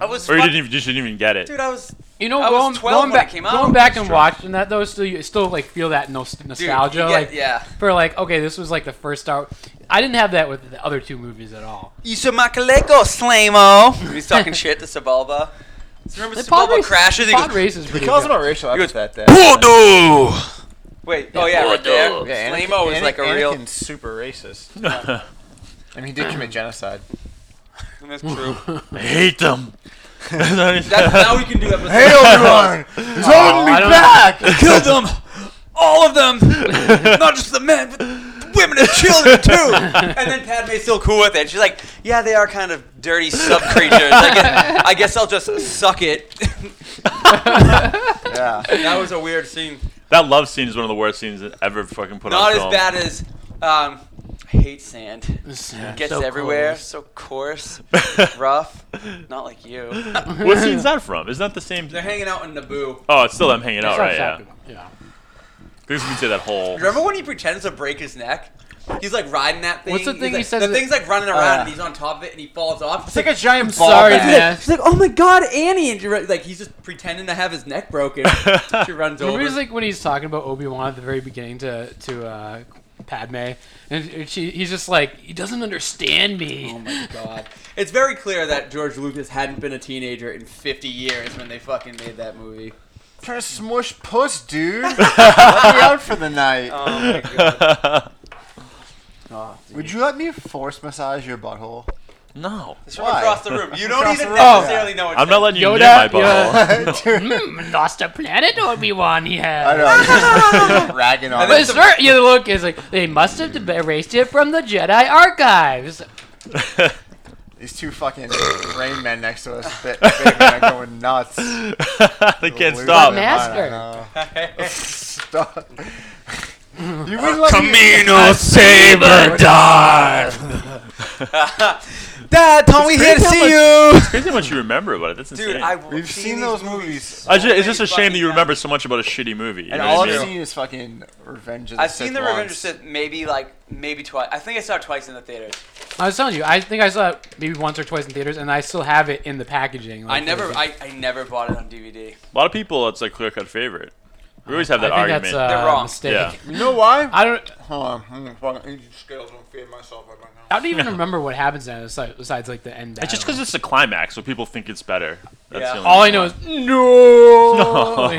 S3: I was
S5: or you
S3: fuck-
S5: didn't even, just didn't even get it.
S3: dude. I was
S2: You know,
S3: I was
S2: going,
S3: 12
S2: going
S3: when it
S2: back,
S3: came out.
S2: going back and
S5: That's true.
S2: watching that though, still you still like feel that nos-
S3: dude,
S2: nostalgia,
S3: you get-
S2: like
S3: yeah.
S2: for like okay, this was like the first Star. I didn't have that with the other two movies at all.
S3: Issa Makaleko, Slamo. He's talking shit to Sabalba. Remember
S2: The pod
S3: Sabalba
S2: race-
S3: crashes? He
S2: pod
S3: goes,
S2: race is pretty
S4: He calls him
S2: good.
S4: a racial
S3: He goes,
S4: epithet. There.
S5: Oh!
S3: Wait, oh yeah, right there. Slamo is like a real.
S4: Anakin's super racist. I mean, he did commit genocide.
S3: That's true.
S5: I hate them.
S3: That's, now we can do episode.
S4: Hey everyone, he's holding
S2: I
S4: me
S2: don't-
S4: back.
S3: Kill them! All of them! Not just the men, but the women and children too. and then Padme's still cool with it. She's like, yeah, they are kind of dirty sub creatures. I, guess- I guess I'll just suck it.
S4: yeah.
S3: That was a weird scene.
S5: That love scene is one of the worst scenes ever fucking put
S3: Not
S5: on
S3: as
S5: film.
S3: bad as um, I hate sand.
S5: sand.
S3: Gets
S5: So
S3: everywhere,
S5: coarse.
S3: so coarse, rough. Not like you.
S5: what scene's that from? Isn't that the same?
S3: They're hanging out in Naboo.
S5: Oh, it's still them hanging out,
S3: That's
S5: right?
S3: exactly-
S5: Yeah. Because we can say that whole.
S3: Remember when he pretends to break his neck? He's like riding that thing.
S2: What's the thing
S3: He's
S2: he
S3: like-
S2: says
S3: The
S2: that-
S3: thing's like running around
S2: Uh.
S3: and he's on top of it and he falls off.
S2: It's like a giant
S3: I'm
S2: ball
S3: sorry,
S2: bag.
S3: man. She's like, oh my god, Annie! And you're like, he's just pretending to have his neck broken. she runs
S2: Remember
S3: over.
S2: he's like when he's talking about Obi Wan at the very beginning to to uh, Padme, and she, he's just like he doesn't understand me. Oh
S3: my god! It's very clear that George Lucas hadn't been a teenager in 50 years when they fucking made that movie.
S4: Trying to smush puss, dude. Let me out for the night.
S3: Oh my God.
S4: Oh, Would you let me force massage your butthole?
S5: No.
S3: It's from across the room. You don't
S4: Across
S3: even
S4: the room.
S3: necessarily know it's
S5: I'm not letting you near
S2: Yoda,
S5: my butthole.
S2: Mm, lost a planet Obi Wan. He has.
S4: I know. ragging on.
S2: But sir, you look is like they must have deb- erased it from the Jedi archives.
S4: These two fucking rain men next to us, they, they're going nuts.
S5: they
S4: can't
S5: stop.
S4: stop. You wouldn't let me-
S20: Camino Saber
S3: Dad, Tom, we
S5: It's
S3: here to
S5: crazy
S3: see
S5: how
S3: you.
S5: much- It's crazy how much you remember about it. That's insane.
S3: Dude, I
S4: We've seen those movies.
S5: I ju- it's just a shame that you remember so much about a shitty movie. you
S4: And
S5: know what
S4: all
S5: I
S4: I've
S5: mean?
S4: seen is fucking Revenge of the
S3: I've
S4: Sith
S3: seen the
S4: once.
S3: Revenge of Sith maybe like maybe twice. I think I saw it twice in the theaters.
S2: I was telling you, I think I saw it maybe once or twice in theaters, and I still have it in the packaging.
S3: I
S2: like,
S3: never,
S2: for the-
S3: I, I never bought it on DVD.
S5: A lot of people, it's a clear cut favorite. We always have that
S2: I think
S5: argument.
S2: that's, uh, They're wrong. mistake.
S5: Yeah.
S4: You know why?
S2: I don't.
S4: Hold on, I'm gonna fucking eat these scales and feed myself right now.
S2: I don't even remember what happens now, besides, besides like the end. Battle.
S5: It's just because it's the climax, so people think it's better. That's
S2: Yeah.
S5: the only
S2: All I
S5: reason
S2: know
S5: why.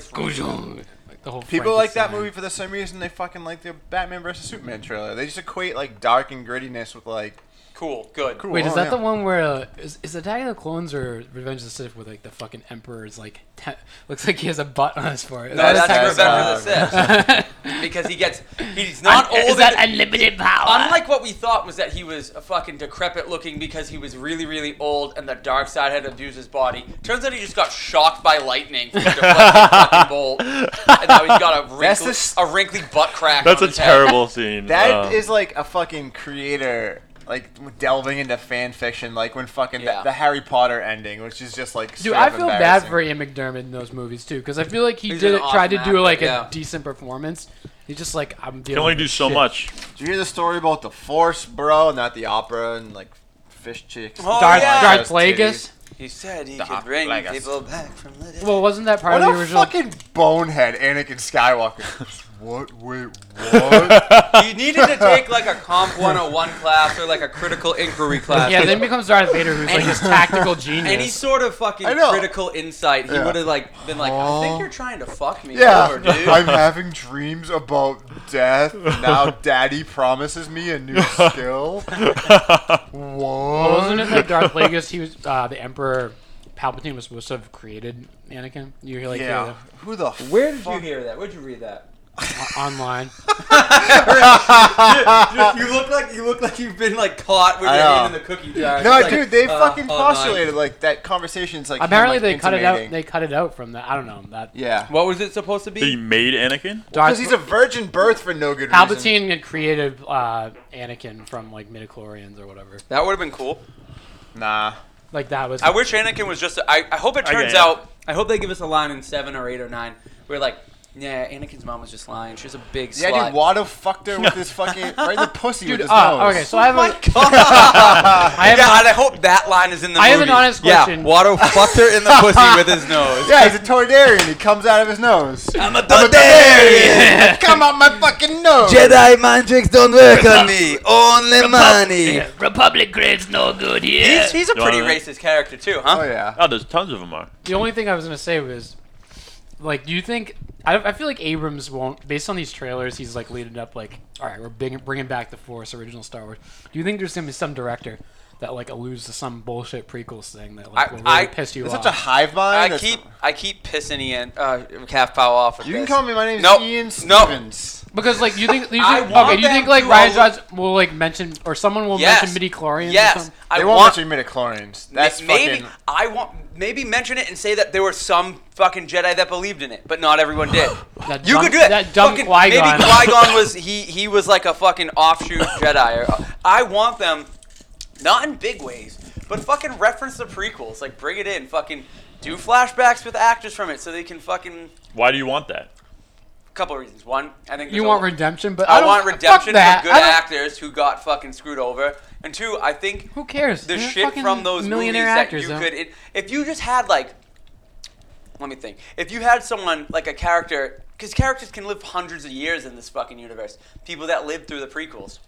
S2: is no.
S5: No.
S2: Gojong. Like the whole
S4: People like that movie for the same reason they fucking like the Batman vs Superman trailer. They just equate like dark and grittiness with like
S3: cool, good.
S4: Cool.
S2: Wait, is
S4: oh,
S2: that
S4: yeah.
S2: the one where uh, is, is Attack of the Clones or Revenge of the Sith where like the fucking Emperor is like te- looks like he has a butt on his forehead? Is
S3: No,
S2: that
S3: that's
S2: Attack of the
S3: Revenge of the Sith. because he gets, he's not
S2: Un-
S3: old.
S2: is that
S3: and-
S2: unlimited power?
S3: Unlike what we thought was that he was a fucking decrepit looking because he was really, really old and the dark side had abused his body. Turns out he just got shocked by lightning from a deflecting fucking bolt. And now he's got a
S4: That's
S3: wrinkly,
S4: the s-
S3: a wrinkly butt crack.
S5: That's
S3: on
S5: a
S3: his head.
S5: terrible scene.
S4: That
S5: uh,
S4: is like a fucking creator like delving into fan fiction, like when fucking
S3: Yeah.
S4: the, the Harry Potter ending, which is just like.
S2: Dude,
S4: straight
S2: I
S4: up
S2: feel bad
S4: embarrassing.
S2: for Ian McDermott in those movies too, because I feel like he
S3: He's
S2: did
S3: an
S2: it, tried to
S3: awesome
S2: do like
S3: actor, yeah.
S2: a decent performance. He's just like I'm dealing.
S5: can only
S2: with
S5: do
S2: this
S5: so
S2: shit.
S5: much.
S4: Did you hear the story about the Force, bro, not the opera and like fish chicks?
S3: Oh,
S2: Darth-
S3: yeah.
S2: Darth
S4: Those titties.
S2: Plagueis?
S3: He said he
S4: Dark
S3: could bring
S4: Plagueis.
S3: people back from the dead.
S2: Well, wasn't that part
S4: What
S2: of
S4: a
S2: the original?
S4: fucking bonehead, Anakin Skywalker. what? Wait, what?
S3: you needed to take like a Comp 101 class or like a critical inquiry class.
S2: yeah, then becomes Darth Vader, who's like this tactical genius.
S3: Any sort of fucking
S4: I know.
S3: critical insight, he
S4: Yeah.
S3: would have like been like, "I
S4: Oh.
S3: think you're trying to fuck me
S4: Yeah,
S3: over, dude."
S4: I'm having dreams about death. Now, Daddy promises me a new skill.
S2: Well, wasn't
S4: what?
S2: it like Darth Plagueis? He was uh, the Emperor. Palpatine was supposed to have created Anakin. You hear like
S4: Yeah. Who the? F-
S3: Where did you hear that? Where'd you read that?
S2: the- o- online.
S3: you look like you look like you've been like caught with
S4: I
S3: your hand in
S4: know.
S3: the cookie jar.
S4: no,
S3: It's like,
S4: dude, they
S3: uh,
S4: fucking
S3: oh,
S4: postulated like that conversation's like. him,
S2: Apparently,
S4: like,
S2: they cut it out.
S4: intimating.
S2: They cut it out from the. I don't know that.
S4: yeah,
S3: nice. What was it supposed to
S5: Did he
S3: be?
S5: made Anakin?
S2: Darth
S4: because he's a virgin birth for no good reason.
S2: Palpatine had created uh, Anakin from like midichlorians or whatever.
S3: That would have been cool.
S4: Nah.
S2: Like that was.
S3: I wish Anakin was just. I, I hope it
S5: I get
S3: turns
S5: it.
S3: out. I hope they give us a line in seven or eight or nine. We're like, yeah, Anakin's mom was just lying. She was a big
S4: Yeah,
S3: slut.
S4: dude, Watto fucked her with his fucking right in the pussy
S2: Dude,
S4: with his
S2: uh,
S4: nose.
S2: okay, so I have a,
S3: I
S2: have
S3: yeah,
S2: a-
S3: and I hope that line is in the
S2: I
S3: movie.
S2: have an honest question.
S3: Yeah, Watto fucked her in the pussy with his nose.
S4: yeah, he's a Toydarian. He comes out of his nose.
S3: I'm a
S4: Toydarian. Come out my fucking nose.
S13: Jedi mind tricks don't work on me. Only money.
S2: Republic grade's no good here.
S3: He's, he's a
S5: You wanna
S3: pretty
S5: know?
S3: racist character too, huh?
S4: Oh yeah.
S5: Oh, there's tons of them are.
S2: The only thing I was gonna say was, like, do you think? I, I feel like Abrams won't. Based on these trailers, he's like leading up, like, all right, we're bring, bringing back the Force, original Star Wars. Do you think there's gonna be some director that like alludes to some bullshit prequels thing that like
S3: I-
S2: will really
S3: I-
S2: piss you
S4: It's
S2: off?
S4: such a hive mind.
S3: I
S4: that's-
S3: keep I keep pissing Ian uh, half pow off. With
S4: You can
S3: this.
S4: call me. My name's
S3: Nope.
S4: Ian
S3: Nope.
S4: Stevens.
S2: Because like you think, you
S3: I
S2: think
S3: want
S2: okay, do you
S3: them
S2: think like
S3: to
S2: Ryan
S3: all-
S2: Johnson will like mention or someone will
S3: Yes.
S2: mention midi chlorians?
S3: Yes.
S2: or something?
S3: I
S4: they won't
S3: want-
S4: mention midichlorians.
S3: Ma-
S4: That's
S3: maybe
S4: fucking.
S3: I want maybe mention it and say that there were some fucking Jedi that believed in it, but not everyone did.
S2: That
S3: you
S2: dumb-
S3: could do it.
S2: that dumb
S3: fucking,
S2: Qui-Gon.
S3: Maybe Qui Gon was he he was like a fucking offshoot Jedi. Or, I want them, not in big ways, but fucking reference the prequels. Like bring it in. Fucking do flashbacks with actors from it so they can fucking.
S5: Why do you want that?
S3: Couple reasons. One, I think
S2: You
S3: there's a-
S2: want redemption, but I,
S3: I,
S2: don't-
S3: want
S2: fuck
S3: redemption
S2: that.
S3: for good
S2: I don't-
S3: actors who got fucking screwed over. And two, I think
S2: who cares?
S3: the
S2: They're
S3: shit
S2: fucking
S3: from those movies
S2: millionaire
S3: that
S2: actors,
S3: you
S2: though.
S3: could. It, if you just had like, let me think. If you had someone like a character, because characters can live hundreds of years in this fucking universe. People that lived through the prequels.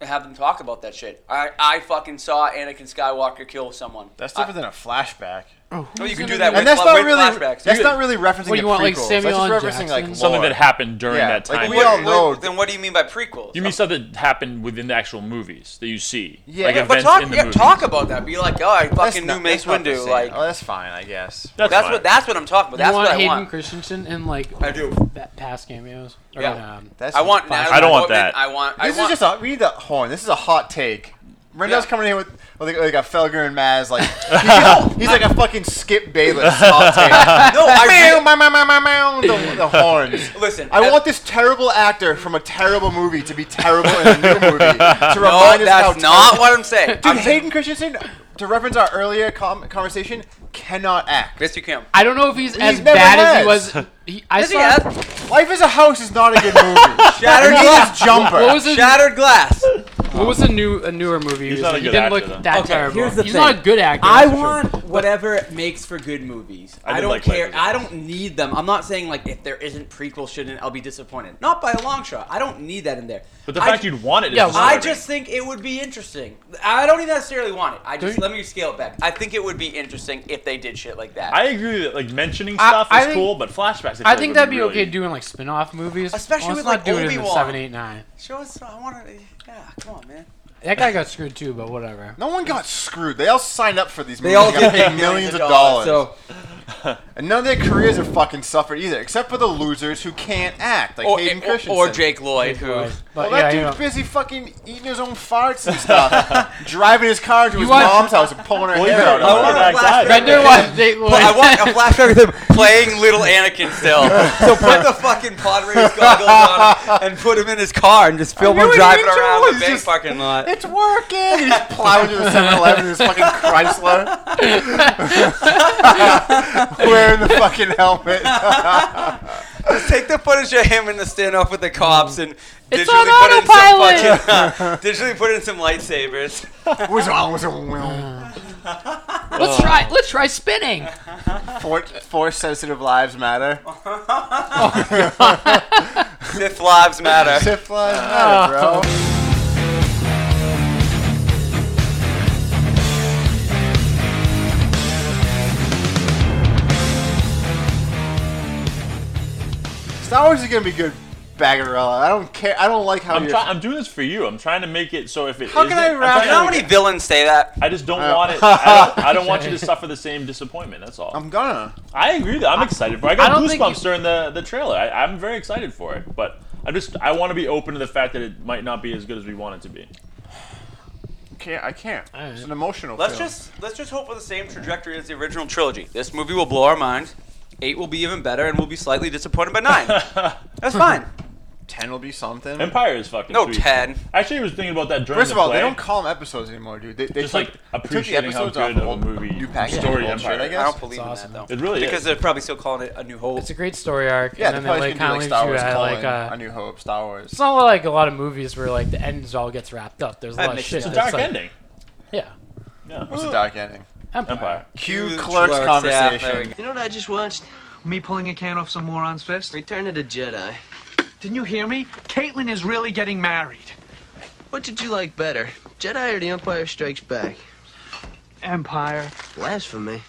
S3: And have them talk about that shit. I, I fucking saw Anakin Skywalker kill someone.
S4: That's different than a flashback.
S2: Oh,
S3: No, you
S4: who's
S3: can
S4: gonna
S3: do that with,
S4: do that? And that's
S3: fla-
S4: not
S3: with
S4: really-
S3: flashbacks.
S4: that's not really referencing
S2: What do you
S4: the
S2: want, like
S4: prequels. That's
S2: Samuel
S4: just
S2: L.
S4: referencing, like,
S2: Jackson?
S5: Something
S4: Lore.
S5: that happened during
S4: Yeah,
S5: that
S4: like,
S5: time.
S4: we all know-
S3: Then what do you mean by prequels?
S5: You mean stuff that happened within the actual movies that you see?
S3: Yeah,
S5: like
S3: yeah, but
S5: events
S3: talk,
S5: in the
S3: yeah,
S5: movies.
S3: talk about that. Be like, oh, I
S4: That's
S3: fucking
S4: not-
S3: knew Mace
S4: that's not the
S3: Windu.
S4: same.
S3: Like,
S4: oh, that's fine, I guess.
S3: that's,
S5: fine.
S3: what that's what I'm talking
S2: You
S3: about. That's
S2: want
S3: what I
S2: Hayden
S3: want.
S2: Christensen in like
S3: I do.
S2: that past cameos. Or,
S3: Yeah.
S2: um,
S4: That's
S3: I want.
S4: fine.
S3: Natalie
S5: I don't want
S3: Portman.
S5: that.
S3: I want. I
S4: This
S3: want,
S4: is just a we need the horn. This is a hot take. Rendell's
S3: Yeah.
S4: coming in with, with like, like a Felger and Maz like he's, he's like a fucking Skip Bayless hot take.
S3: no. I
S4: Meow,
S3: really,
S4: meow, meow, meow, meow, the, the horns.
S3: listen.
S4: I
S3: as-
S4: want this terrible actor from a terrible movie to be terrible in a new movie to
S3: No,
S4: remind us how
S3: that's not what I'm saying.
S4: terrible.
S3: I'm
S4: Dude,
S3: saying,
S4: Hayden Christensen, to reference our earlier com- conversation, cannot act.
S3: yes, you can.
S2: I don't know if he's, as
S4: never
S2: bad
S4: has.
S2: as he was. He, I
S3: Yes, he
S2: saw.
S3: has.
S4: Life is a House is not a good movie.
S3: Shattered
S4: He's
S3: glass.
S4: a jumper.
S2: What was it?
S3: Shattered glass.
S2: What was a new a newer movie?
S5: He's
S2: he was
S5: not
S2: in?
S5: a
S2: He
S5: good
S2: didn't
S5: actor,
S2: look
S5: though.
S2: that
S21: Okay,
S2: terrible.
S21: here's the
S2: he's
S21: thing.
S2: not a good actor.
S21: I
S2: that's for sure.
S21: want whatever makes for good movies.
S5: I
S21: I,
S5: did
S21: don't
S5: like
S21: care.
S5: Life is a
S21: I don't need them. I'm not saying like if there isn't prequel shit in, it, I'll be disappointed. Not by a long shot. I don't need that in there.
S5: But the
S21: I
S5: fact
S21: ju-
S5: you'd want it is
S2: Yeah,
S21: I
S5: disturbing.
S21: just think it would be interesting. I don't even necessarily want it.
S3: I
S21: I
S3: just
S2: Don't-
S3: let me scale it back. I think it would be interesting if they did shit like that.
S5: I agree that like mentioning
S2: I-
S5: stuff
S2: I
S5: is
S2: think-
S5: cool, but flashbacks. I, feel
S2: I
S5: like,
S2: think
S5: would
S2: that'd be
S5: really-
S2: okay doing like spin-off movies,
S3: Especially
S2: Let's
S3: with,
S2: not
S3: like,
S2: do it in the
S3: Obi-Wan.
S2: seven, eight, nine.
S3: Show us. I want to. Yeah, come on, man.
S2: That guy got screwed too, but whatever.
S4: No one got screwed. They all signed up for these movies.
S21: They all
S4: got
S21: did get
S4: paid millions of dollars.
S21: dollars, so-
S4: and none of their careers have fucking suffered either, except for the losers who can't act, like
S3: Or,
S4: Hayden
S3: or,
S4: Christensen.
S3: or Jake Lloyd, who.
S2: But
S4: Well,
S2: yeah,
S4: that
S2: you
S4: dude's
S2: know.
S4: busy fucking eating his own farts and stuff, driving his car into his
S2: want-
S4: mom's house and pulling her hair out.
S5: I want
S4: of it.
S5: a flashback.
S2: Bender was Jake Lloyd.
S3: I want a flashback of him playing little Anakin still. So put the fucking Padres goggles on and put him in his car and just film
S4: I
S3: him
S4: really
S3: driving
S4: enjoy
S3: around the
S4: it.
S3: big
S4: Just-
S3: parking lot.
S4: It's working. He's plowing to the 7-Eleven in his fucking Chrysler, wearing the fucking helmet.
S3: Just take the footage of him in the standoff with the cops and
S2: It's
S3: digitally
S2: on
S3: put in some
S2: autopilot.
S3: fucking uh, digitally put in some lightsabers.
S4: was on was a will.
S2: Let's try. Let's try spinning.
S4: Force, force sensitive lives matter.
S3: Sith lives matter.
S4: Sith lives matter, bro. Star Wars is gonna be good, Bagarella. I don't care. I don't like how
S5: I'm,
S4: you're.
S5: try- I'm doing this for you. I'm trying to make it so if it
S4: How can
S5: isn't-
S4: I
S5: I'm
S4: wrap
S5: trying
S3: You
S5: to-
S3: know how many villains say that?
S5: I just don't want it. I don't, I don't want you to suffer the same disappointment. That's all.
S4: I'm gonna.
S5: I agree. That I'm excited for. It. I
S2: I
S5: got
S2: don't think
S5: goosebumps
S2: you-
S5: during the, the trailer. I, I'm very excited for it, but I just I want to be open to the fact that it might not be as good as we want it to be.
S4: Can't. I can't.
S2: Alright.
S4: It's an emotional.
S3: Let's
S4: film.
S3: just let's just hope for the same trajectory as the original trilogy. This movie will blow our minds. Eight will be even better, and we'll be slightly disappointed by nine. That's fine.
S4: ten will be something.
S5: Empire is fucking.
S3: No
S5: sweet.
S3: ten.
S5: Actually, I was thinking about that during
S4: First
S5: the
S4: of all,
S5: play.
S4: they don't call them episodes anymore, dude. They, they
S5: Just,
S4: took-
S5: like,
S4: they took the
S5: appreciating how
S4: episodes off
S5: good of a
S4: old
S5: movie
S4: new packaging
S5: story
S4: bullshit,
S5: Empire
S4: I
S5: is.
S4: guess.
S3: I don't believe
S2: That's
S3: in that though.
S5: It really
S3: because
S5: is.
S3: they're probably still calling it a new hope.
S2: It's a great story arc. and
S4: Yeah,
S2: then
S4: they're
S2: they
S4: probably
S2: like,
S4: gonna do
S2: kind
S4: like
S2: of
S4: Star
S2: leaves
S4: Wars
S2: you at
S4: colon,
S2: like uh,
S4: A New Hope, Star Wars.
S2: It's not like a lot of movies where like the ends all gets wrapped up. There's a
S3: That
S2: lot of
S3: makes
S2: shit.
S3: sense.
S5: It's a
S2: that's,
S5: dark
S2: like-
S5: ending.
S2: Yeah.
S5: Yeah.
S4: What's the dark ending?
S2: Empire.
S5: Empire.
S4: Cue
S3: Cue
S4: Clerks
S3: Clerks, yeah, there we
S4: conversation.
S3: go.
S10: You know what I just watched? Me pulling a can off some moron's fist? Return of the Jedi. Didn't you hear me? Caitlin is really getting married. What did you like better? Jedi or The Empire Strikes Back? Empire. Blasphemy.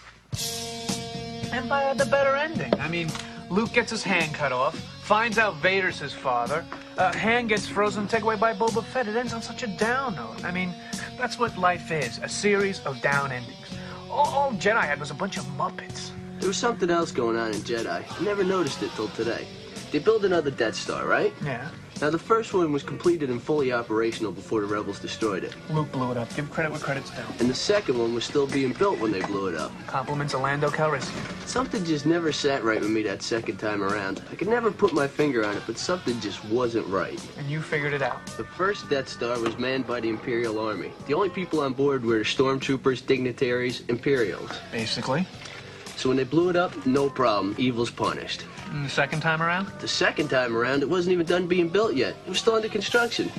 S10: Empire had the better ending. I mean, Luke gets his hand cut off, finds out Vader's his father, uh, hand gets frozen, take away by Boba Fett. It ends on such a down note. I mean, that's what life is a series of down endings. All, all Jedi had was a bunch of Muppets. There was something else going on in Jedi. I never noticed it till today. They built another Death Star, right?
S22: Yeah.
S10: Now, the first one was completed and fully operational before the rebels destroyed it.
S22: Luke blew it up. Give credit where credit's due.
S10: And the second one was still being built when they blew it up.
S22: Compliments of Lando Calrissian.
S10: Something just never sat right with me that second time around. I could never put my finger on it, but something just wasn't right.
S22: And you figured it out.
S10: The first Death Star was manned by the Imperial Army. The only people on board were the stormtroopers, dignitaries, Imperials.
S22: Basically.
S10: So when they blew it up, no problem. Evil's punished.
S22: And the second time around?
S10: The second time around, it wasn't even done being built yet. It was still under construction.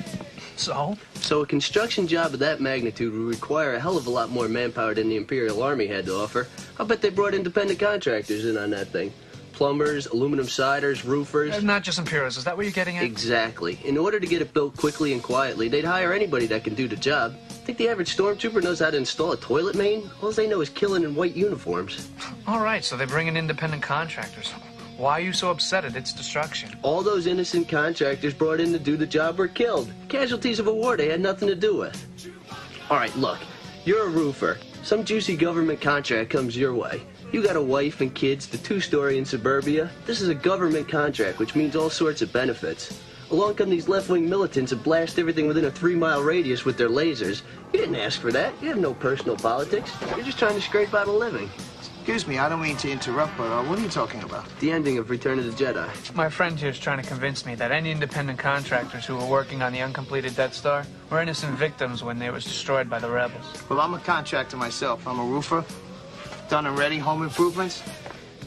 S22: So?
S10: So a construction job of that magnitude would require a hell of a lot more manpower than the Imperial Army had to offer. I'll bet they brought independent contractors in on that thing. Plumbers, aluminum siders, roofers.
S22: Uh, not just Imperials. Is that what you're getting at?
S10: Exactly. In order to get it built quickly and quietly, they'd hire anybody that can do the job. Think the average stormtrooper knows how to install a toilet main? All they know is killing in white uniforms.
S22: All right, so they bring in independent contractors. Why are you so upset at its destruction?
S10: All those innocent contractors brought in to do the job were killed. Casualties of a war they had nothing to do with. All right, look, you're a roofer. Some juicy government contract comes your way. You got a wife and kids, the two story in suburbia. This is a government contract, which means all sorts of benefits. Along come these left wing militants and blast everything within a three mile radius with their lasers. You didn't ask for that. You have no personal politics. You're just trying to scrape out a living.
S13: Excuse me, I don't mean to interrupt, but uh, what are you talking about?
S10: The ending of Return of the Jedi.
S22: My friend here is trying to convince me that any independent contractors who were working on the uncompleted Death Star were innocent victims when they was destroyed by the rebels.
S13: Well, I'm a contractor myself. I'm a roofer. Done and ready home improvements.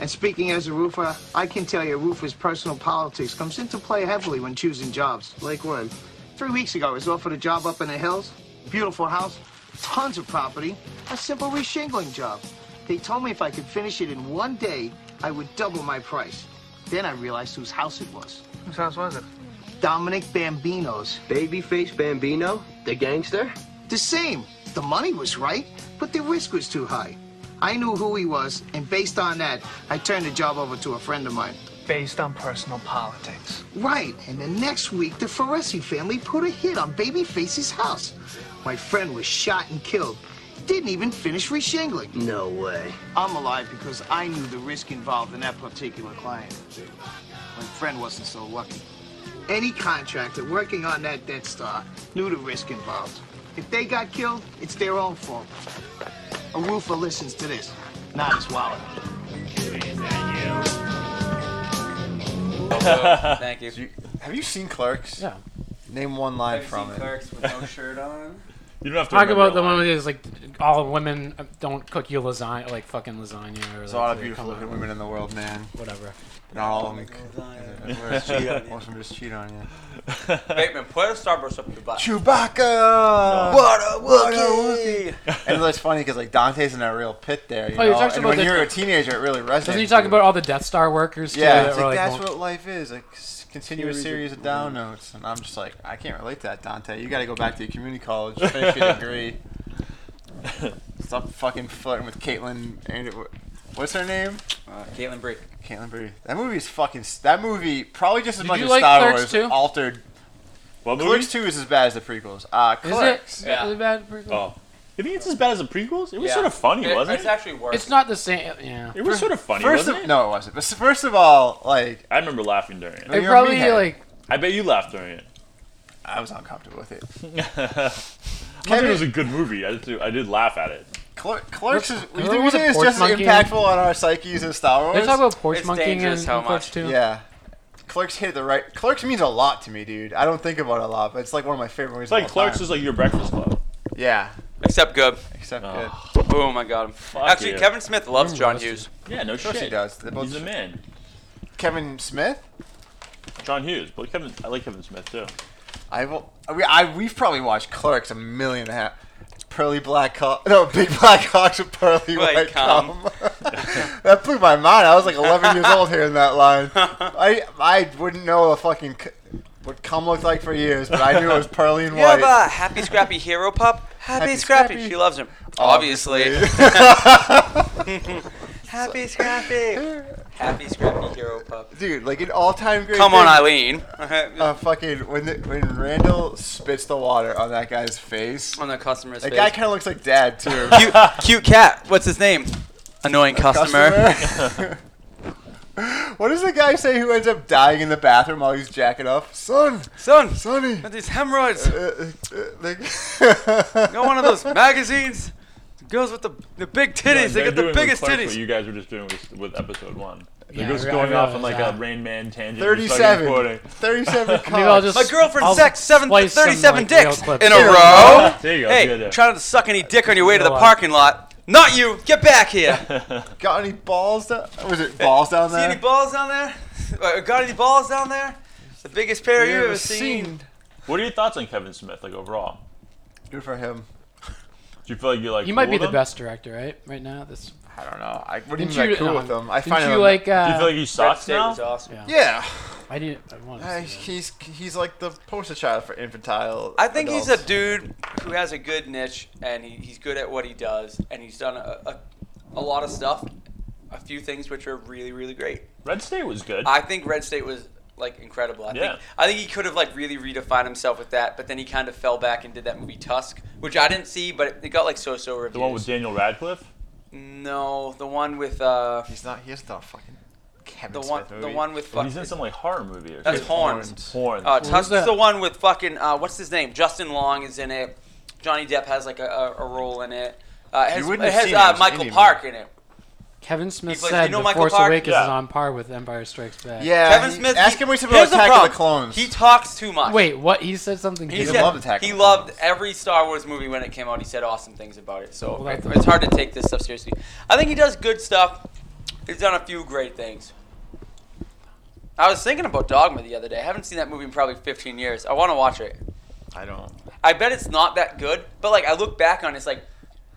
S13: And speaking as a roofer, I can tell you a roofer's personal politics comes into play heavily when choosing jobs.
S10: Like when?
S13: Three weeks ago, I was offered a job up in the hills. Beautiful house, tons of property, a simple reshingling job. They told me if I could finish it in one day, I would double my price. Then I realized whose house it was.
S22: Whose house was it?
S13: Dominic Bambino's.
S10: Babyface Bambino? The gangster?
S13: The same. The money was right, but the risk was too high. I knew who he was, and based on that, I turned the job over to a friend of mine.
S22: Based on personal politics.
S13: Right, and the next week, the Ferresi family put a hit on Babyface's house. My friend was shot and killed, didn't even finish reshingling.
S10: No way.
S13: I'm alive because I knew the risk involved in that particular client. My friend wasn't so lucky. Any contractor working on that Death Star knew the risk involved. If they got killed, it's their own fault. A roofer listens to this, not his wallet.
S23: Thank you.
S4: Have you seen Clerks?
S2: Yeah.
S4: Name one line from it.
S3: Clerks with no shirt on.
S5: You don't have to
S2: Talk
S5: remember
S2: about the
S5: a lot.
S2: one where there's like all women don't cook you lasagna, like fucking lasagna. Or
S4: There's a lot of beautiful looking women in the world, man.
S2: Whatever.
S4: Not all of them. Most of them just cheat on you.
S3: Bateman, put a Starburst up your butt.
S4: Chewbacca!
S3: What a Wookiee!
S4: and that's funny because like Dante's in that real pit there. You
S2: Oh,
S4: know?
S2: you're talking
S4: and
S2: about
S4: when
S2: the-
S4: you're a teenager, it really resonates.
S2: Doesn't he talk
S4: with
S2: about all the Death Star workers?
S4: you.
S2: Too,
S4: yeah,
S2: that
S4: it's
S2: were,
S4: like,
S2: like,
S4: that's
S2: won't-
S4: what life is. A s- continuous
S3: Series
S4: series of down notes, and I'm just like, I can't relate to that, Dante. You got to go back to your community college, finish your degree. Stop fucking flirting with Caitlin. And what's her name?
S3: Uh, Caitlin Bree.
S4: Caitlin Bree. That movie is fucking. s- That movie probably just as
S2: Did
S4: much
S2: you
S4: as
S2: like
S4: Star
S2: Clerks
S4: Wars
S2: too?
S4: altered.
S5: What movie?
S4: Clerks Two is as bad as the prequels. Uh,
S2: Is it?
S4: Clerks.
S2: Is it bad prequel?
S5: Oh. You think it's as bad as the prequels? It was
S3: Yeah.
S5: sort of funny,
S3: It-
S5: wasn't
S3: It's
S5: it?
S3: actually worse.
S2: It's not the same. Yeah.
S5: It was sort of funny,
S4: First
S5: wasn't
S4: of
S5: it?
S4: no, it wasn't. But s- first of all, like
S5: I remember laughing during it.
S2: It
S4: you're a
S2: probably
S4: meathead.
S2: like
S5: I bet you laughed during it.
S4: I was uncomfortable with it.
S5: I thought
S4: Kevin-
S5: it was a good movie. I did, I did laugh at it.
S4: Cler- Clerks is.
S2: What's-
S4: You
S2: Clerks
S4: think
S2: was a
S4: it's
S2: porch
S4: just as
S2: monkey?
S4: impactful on our psyches as Star Wars?
S2: they talk about porch
S3: It's
S2: monkeying and
S3: dangerous how
S2: Clerks
S3: much.
S2: too.
S4: yeah. Clerks hit the right. Clerks means a lot to me, dude. I don't think about it a lot, but it's like one of my favorite movies.
S5: It's like Clerks is like your breakfast club.
S4: Yeah.
S3: Except good.
S4: Except
S5: Oh.
S4: good.
S3: Boom, I got him.
S5: Fuck
S3: Actually,
S5: you.
S3: Kevin Smith loves
S2: Mm,
S3: John
S2: roasted.
S3: Hughes.
S5: Yeah, no
S4: Of course
S5: shit.
S4: he does. They're both
S5: He's a man.
S4: Kevin Smith.
S5: John Hughes, but Kevin, I like Kevin Smith too.
S4: I will. We, I, we've probably watched Clerks a million and a half. Pearly black cock. No, big black cocks with pearly
S3: Like,
S4: white
S3: um.
S4: cum. that blew my mind. I was like 11 years old hearing that line. I I wouldn't know a fucking c- what cum looked like for years, but I knew it was pearly and
S3: You have
S4: white.
S3: a happy scrappy hero pup? Happy,
S4: Happy
S3: scrappy.
S4: Scrappy.
S3: She loves him. Obviously. happy scrappy. Happy scrappy hero pup.
S4: Dude, like an all-time great.
S3: Come on,
S4: thing.
S3: Eileen.
S4: Uh, fucking when the, when Randall spits the water on that guy's face,
S3: On the customer's
S4: that
S3: face.
S4: guy kind of looks like Dad too.
S3: cute, cute cat. What's his name? Annoying
S4: A
S3: customer.
S4: customer. what does the guy say who ends up dying in the bathroom while he's jacking off? Son,
S3: son,
S4: sonny. Uh,
S3: Got these hemorrhoids.
S4: got
S3: one of those magazines. Girls with the, the big titties. they
S5: they're
S3: got the
S5: doing
S3: biggest
S5: with Clerks
S3: titties.
S5: What you guys were just doing with, with episode one. They're
S4: Yeah,
S5: just
S4: I
S5: going off on
S4: realize
S5: like
S4: that.
S5: a Rain Man tangent.
S4: 37.
S5: 37
S4: Maybe I'll just-
S3: My girlfriend
S4: I'll
S3: sucked seven,
S4: splice some,
S3: 37
S4: like, real
S3: dicks
S4: clips
S3: in a
S4: in.
S3: row.
S4: There you go,
S3: Hey,
S4: do that.
S3: trying to suck any dick on your way to
S4: You know
S3: the
S4: what?
S3: parking lot. Not you. Get back here.
S4: any balls? Down? Was it balls down
S3: See
S4: there?
S3: any balls down there? Uh, Got any balls down there? The biggest pair
S4: You
S3: you've
S4: ever
S3: ever seen.
S5: What are your thoughts on Kevin Smith, like overall?
S4: Good for him.
S5: Do you feel like you like?
S2: He might
S5: cool
S2: be
S5: with
S2: the
S5: him?
S2: best director, right? Right now, this.
S4: I don't know. I, what do
S2: Didn't
S4: you mean by
S2: you-
S4: cool
S2: no.
S4: with him? I
S2: Didn't
S4: find
S2: you
S4: him.
S2: like, Do you uh,
S5: feel like he sucks
S4: State
S5: now?
S4: was awesome.
S2: Yeah.
S4: Yeah.
S2: I didn't. I wanted to
S4: Uh, he's he's like the poster child for infantile.
S3: I think
S4: adults.
S3: he's a dude who has a good niche and he, he's good at what he does and he's done a, a, a lot of stuff, a few things which are really really great.
S5: Red State was good.
S3: I think Red State was like incredible. I
S5: Yeah.
S3: think I think he could have like really redefined himself with that, but then he kind of fell back and did that movie Tusk, which I didn't see, but it, it got like so-so reviews.
S5: The one with Daniel Radcliffe.
S3: No, the one with uh. He's
S4: not. He's not fucking. Kevin
S3: the one,
S4: Smith
S3: the
S4: movie.
S3: one with
S5: But
S3: fucking.
S5: he's in some like horror movie or
S3: That's
S5: something.
S3: Horns.
S5: Horns.
S4: Oh,
S3: Uh,
S5: Horns.
S3: Tusk's the one with fucking uh, what's his name? Justin Long is in it. Johnny Depp has like a, a, a role in it. Uh, it
S4: You
S3: has,
S4: wouldn't
S3: it
S4: have
S3: has
S4: seen it, it
S3: uh,
S4: was an indie
S3: Michael
S4: movie.
S3: Park in it.
S2: Kevin Smith
S3: He plays-
S2: said
S3: you know
S2: "The
S3: Michael
S2: Force
S3: Park?
S2: Awakens
S3: Yeah.
S2: is on par with Empire Strikes Back.
S4: Yeah,
S3: Kevin
S4: he-
S3: Smith.
S4: attack
S3: he,
S4: him what he said
S3: here's
S4: about Attack of
S3: problem.
S4: the Clones.
S3: He talks too much.
S2: Wait, what? He said something.
S3: He
S2: different.
S3: said he loved every Star Wars movie when it came out. He said awesome things about it. So
S2: Well, that's-
S3: it's hard to take this stuff seriously. I think he does good stuff. He's done a few great things. I was thinking about Dogma the other day. I haven't seen that movie in probably 15 years. I want to watch it.
S4: I don't.
S3: I bet it's not that good, but like I look back on it, it's like,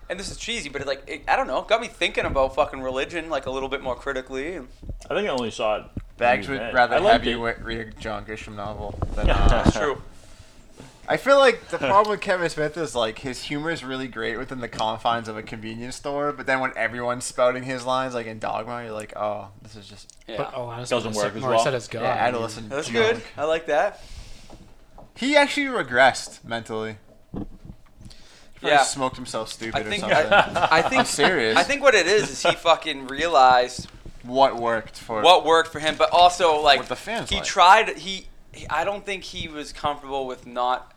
S3: and this is cheesy, but it, like it, I don't know, got me thinking about fucking religion like a little bit more critically.
S5: I think I only saw it.
S4: Bags
S5: when he was
S4: would
S5: in.
S4: rather
S5: I liked
S4: have
S5: it.
S4: you wa- read a John Grisham novel than.
S5: Yeah,
S4: uh,
S5: that's true.
S4: I feel like the problem with Kevin Smith is like his humor is really great within the confines of a convenience store, but then when everyone's spouting his lines like in Dogma, you're like, oh, this is just
S3: Yeah. But, oh, honestly,
S5: Doesn't work as well.
S4: Yeah, adolescent.
S3: That's
S4: junk.
S3: good. I like that.
S4: He actually regressed mentally. He
S3: Yeah.
S4: yeah. smoked himself stupid
S3: I think
S4: or something.
S3: I, I think
S4: I'm serious.
S3: I think what it is is he fucking realized
S4: what worked for
S3: what worked for him, but also like
S4: What the fans
S3: he
S4: like.
S3: tried. He, he I don't think he was comfortable with not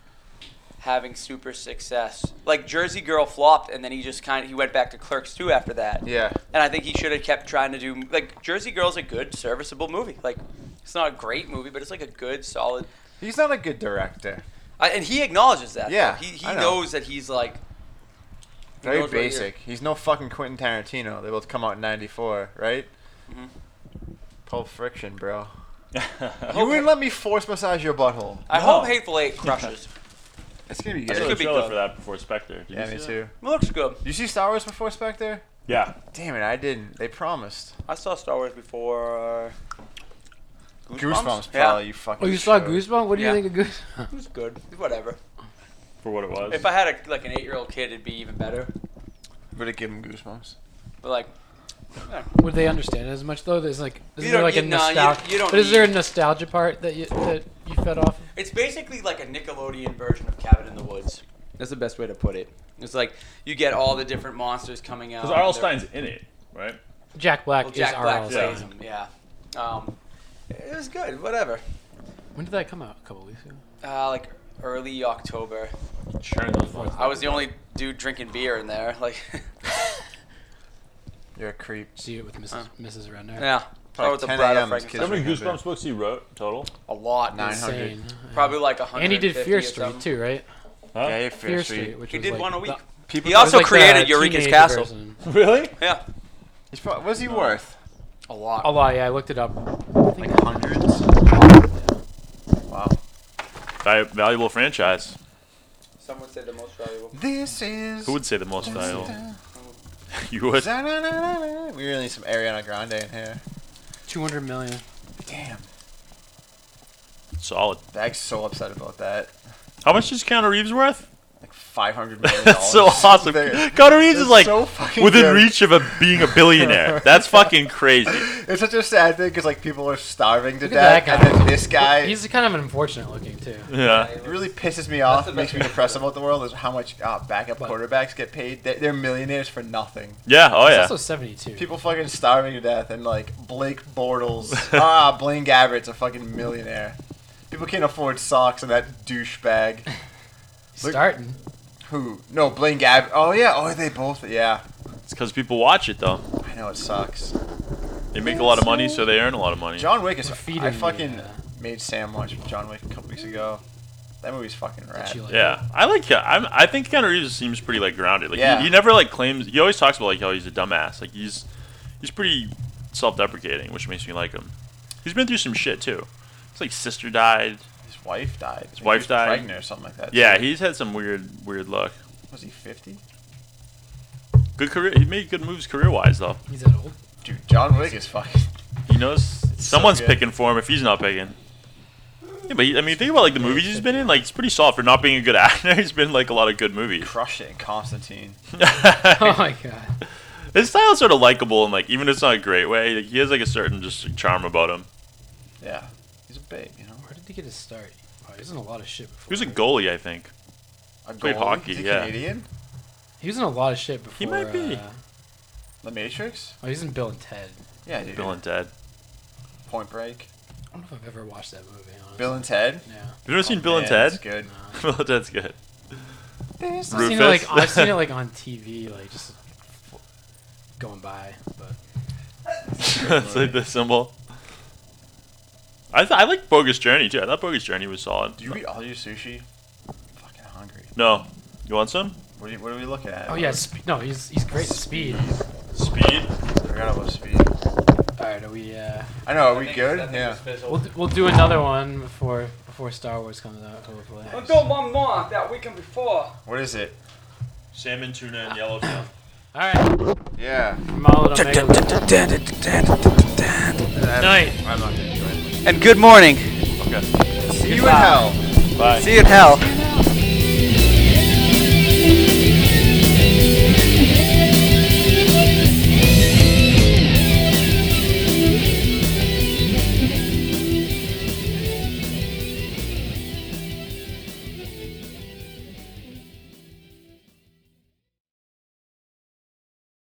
S3: having super success. Like Jersey Girl flopped, and then he just kind of he went back to Clerks too after that.
S4: Yeah.
S3: And I think he should have kept trying to do like Jersey Girl's a good serviceable movie. Like it's not a great movie, but it's like a good solid.
S4: He's not a good director.
S3: I, and he acknowledges that. though.
S4: Yeah,
S3: He he
S4: I know.
S3: knows that he's like he
S4: Very
S3: knows what he is.
S4: basic. He's no fucking Quentin Tarantino. They both come out in '94, right?
S3: Mhm.
S4: Pulp Friction, bro. you wouldn't let me force massage your butthole.
S3: I
S4: No.
S3: hope Hateful Eight crushes.
S4: It's gonna be
S5: I
S4: good.
S5: saw
S3: Could
S5: the
S3: be
S5: trailer
S3: good.
S5: for that before Spectre. Did
S4: Yeah,
S5: you
S4: me
S5: see
S4: too.
S3: It looks good.
S4: Did you see Star Wars before Spectre?
S5: Yeah.
S4: Damn it, I didn't. They promised.
S3: I saw Star Wars before. uh, Goosebumps,
S4: Goosebumps,
S3: Yeah.
S4: probably. You fucking.
S2: Oh, you saw
S4: show.
S2: Goosebumps? What do
S3: Yeah.
S2: you think of Goosebumps?
S3: It was good. Whatever.
S5: that? For what it was.
S3: If I had a, like an eight-year-old kid, it'd be even better.
S4: Would it give him goosebumps?
S3: But like,
S2: Would they understand it as much though? There's like,
S3: You
S2: is there
S3: don't
S2: like a
S3: need- nah, you-
S2: nostalgia?
S3: you don't
S2: but is there a
S3: need-
S2: nostalgia part that you that you fed off? of?
S3: it's basically like a Nickelodeon version of Cabin in the Woods. That's the best way to put it. It's like you get all the different monsters coming out.
S5: Because
S3: and
S5: R.L.
S3: they're-
S5: Stein's in it, right?
S2: Jack Black
S3: Well,
S2: is
S3: Jack Black
S2: RL
S3: plays
S2: Stein.
S3: him. Yeah. Um, it was good. Whatever.
S2: When did that come out? A couple weeks ago.
S3: Uh, like early October.
S5: Churn those motherfuckers.
S3: I was the only dude drinking beer in there. Like.
S4: You're a creep.
S2: See it with Mrs. Mrs. Renner.
S3: Yeah.
S4: Probably
S3: Oh, with the
S4: 10
S3: Bride of
S4: a.m. these
S3: Frankenstein.
S4: kids
S5: How many
S4: are gonna be-
S5: Goosebumps books he wrote total?
S3: A lot.
S4: 900.
S2: Insane.
S3: Probably like a hundred.
S2: And he did Fear Street too, right?
S5: Huh?
S4: Yeah,
S2: Fear, Street. which
S3: He
S2: was
S3: did
S2: like
S3: one a
S2: the-
S3: week.
S4: People
S3: he
S4: thought it was
S3: also
S2: like the
S3: created Eureka's
S2: teenager
S3: Castle.
S2: version.
S5: Really?
S3: Yeah.
S4: He's pro- what's he worth?
S3: A lot.
S2: Oh wow, yeah, I looked it up.
S4: Like hundreds. Wow.
S5: Val- valuable franchise.
S3: Some would say the most valuable.
S4: This is.
S5: Who would say the most valuable? you would.
S4: Da-na-na-na-na. We really need some Ariana Grande in here.
S2: Two hundred million.
S4: Damn.
S5: Solid.
S4: Bag's so upset about that.
S5: How much is Keanu Reeves worth?
S4: like five hundred million dollars.
S5: That's so awesome.
S4: There.
S5: Connor Reeves
S4: It's
S5: is like
S4: so fucking
S5: within
S4: good.
S5: reach of a, being a billionaire. That's fucking crazy.
S4: It's such a sad thing because like people are starving to
S2: Look at
S4: death,
S2: that
S4: and
S2: guy.
S4: then this guy.
S2: He's kind of unfortunate looking too.
S5: Yeah.
S4: It really pisses me off. It makes me depressed about the world is how much uh, backup quarterbacks get paid. They- They're millionaires for nothing.
S5: Yeah, oh
S2: He's
S5: yeah.
S2: also 72.
S4: People fucking starving to death, and like Blake Bortles, ah, Blaine Gabbert's a fucking millionaire. People can't afford socks, and that douchebag.
S2: Starting.
S4: Who? No, Blaine Gabbert. Oh yeah. Oh, they both. Yeah.
S5: It's because people watch it though.
S4: I know it sucks.
S5: They make a lot of money, so they earn a lot of money.
S4: John Wick is.
S2: Defeated
S4: I
S2: me,
S4: fucking made Sam watch John Wick a couple weeks ago. That movie's fucking rad.
S5: yeah, I like. uh, I'm, I think Keanu Reeves seems pretty like grounded. Like
S4: Yeah.
S5: he, he never like claims. He always talks about like how he's a dumbass. Like he's he's pretty self-deprecating, which makes me like him. He's been through some shit too. His like sister died.
S4: His wife died.
S5: His wife
S4: was
S5: died.
S4: pregnant or something like that,
S5: Yeah,
S4: too.
S5: he's had some weird weird luck.
S4: Was he fifty?
S5: Good career. He made good moves career-wise though.
S2: He's that old.
S4: Dude, John Wick is fucking.
S5: He knows someone's
S4: good.
S5: picking for him if he's not picking. Yeah, but he, I mean, think about like the movies he's been in. Like, it's pretty solid for not being a good actor. He's been like a lot of good movies.
S4: Crush it, Constantine.
S2: oh my god.
S5: His style is sort of likable, and like even if it's not a great way, like, he has like a certain just like, charm about him.
S4: Yeah, he's a babe, you know.
S2: Where did he get his start? Wow, he's in a lot of shit. Before.
S5: He was a goalie, I think.
S4: A
S5: Played
S4: goalie?
S5: hockey,
S4: Is he
S5: yeah.
S4: Canadian?
S2: He was in a lot of shit before.
S5: He might be.
S2: uh,
S4: The Matrix.
S2: oh, he's in Bill and Ted.
S4: Yeah, dude.
S5: Bill and Ted.
S4: Point Break.
S2: I don't know if I've ever watched that movie. Honestly.
S4: Bill and Ted.
S2: Yeah.
S5: Have you ever seen
S4: Oh,
S5: Bill
S4: man,
S5: and Ted?
S4: That's good.
S5: Bill and Ted's good.
S2: I've
S5: Rufus.
S2: seen it like I've seen it like on TV, like just going by. But
S5: it's like the symbol. I th- I like Bogus Journey too. I thought Bogus Journey was solid.
S4: Do you eat all your sushi? Fucking hungry.
S5: No, you want some?
S4: What are, you, what are we looking at?
S2: oh yeah, spe- no, he's he's great at speed.
S5: Speed.
S4: I forgot about speed.
S2: All right, are we? Uh,
S4: I know. Are we good? Yeah.
S2: we'll d- we'll do another one before before Star Wars comes out. Hopefully.
S11: I built one more that weekend before.
S4: What is it?
S5: Salmon, tuna, and yellowtail.
S2: All right.
S4: Yeah.
S2: Mullet Omega Night.
S4: I'm not gonna do it.
S11: And good morning.
S5: Okay.
S4: See you in hell.
S5: Bye.
S11: See you in hell.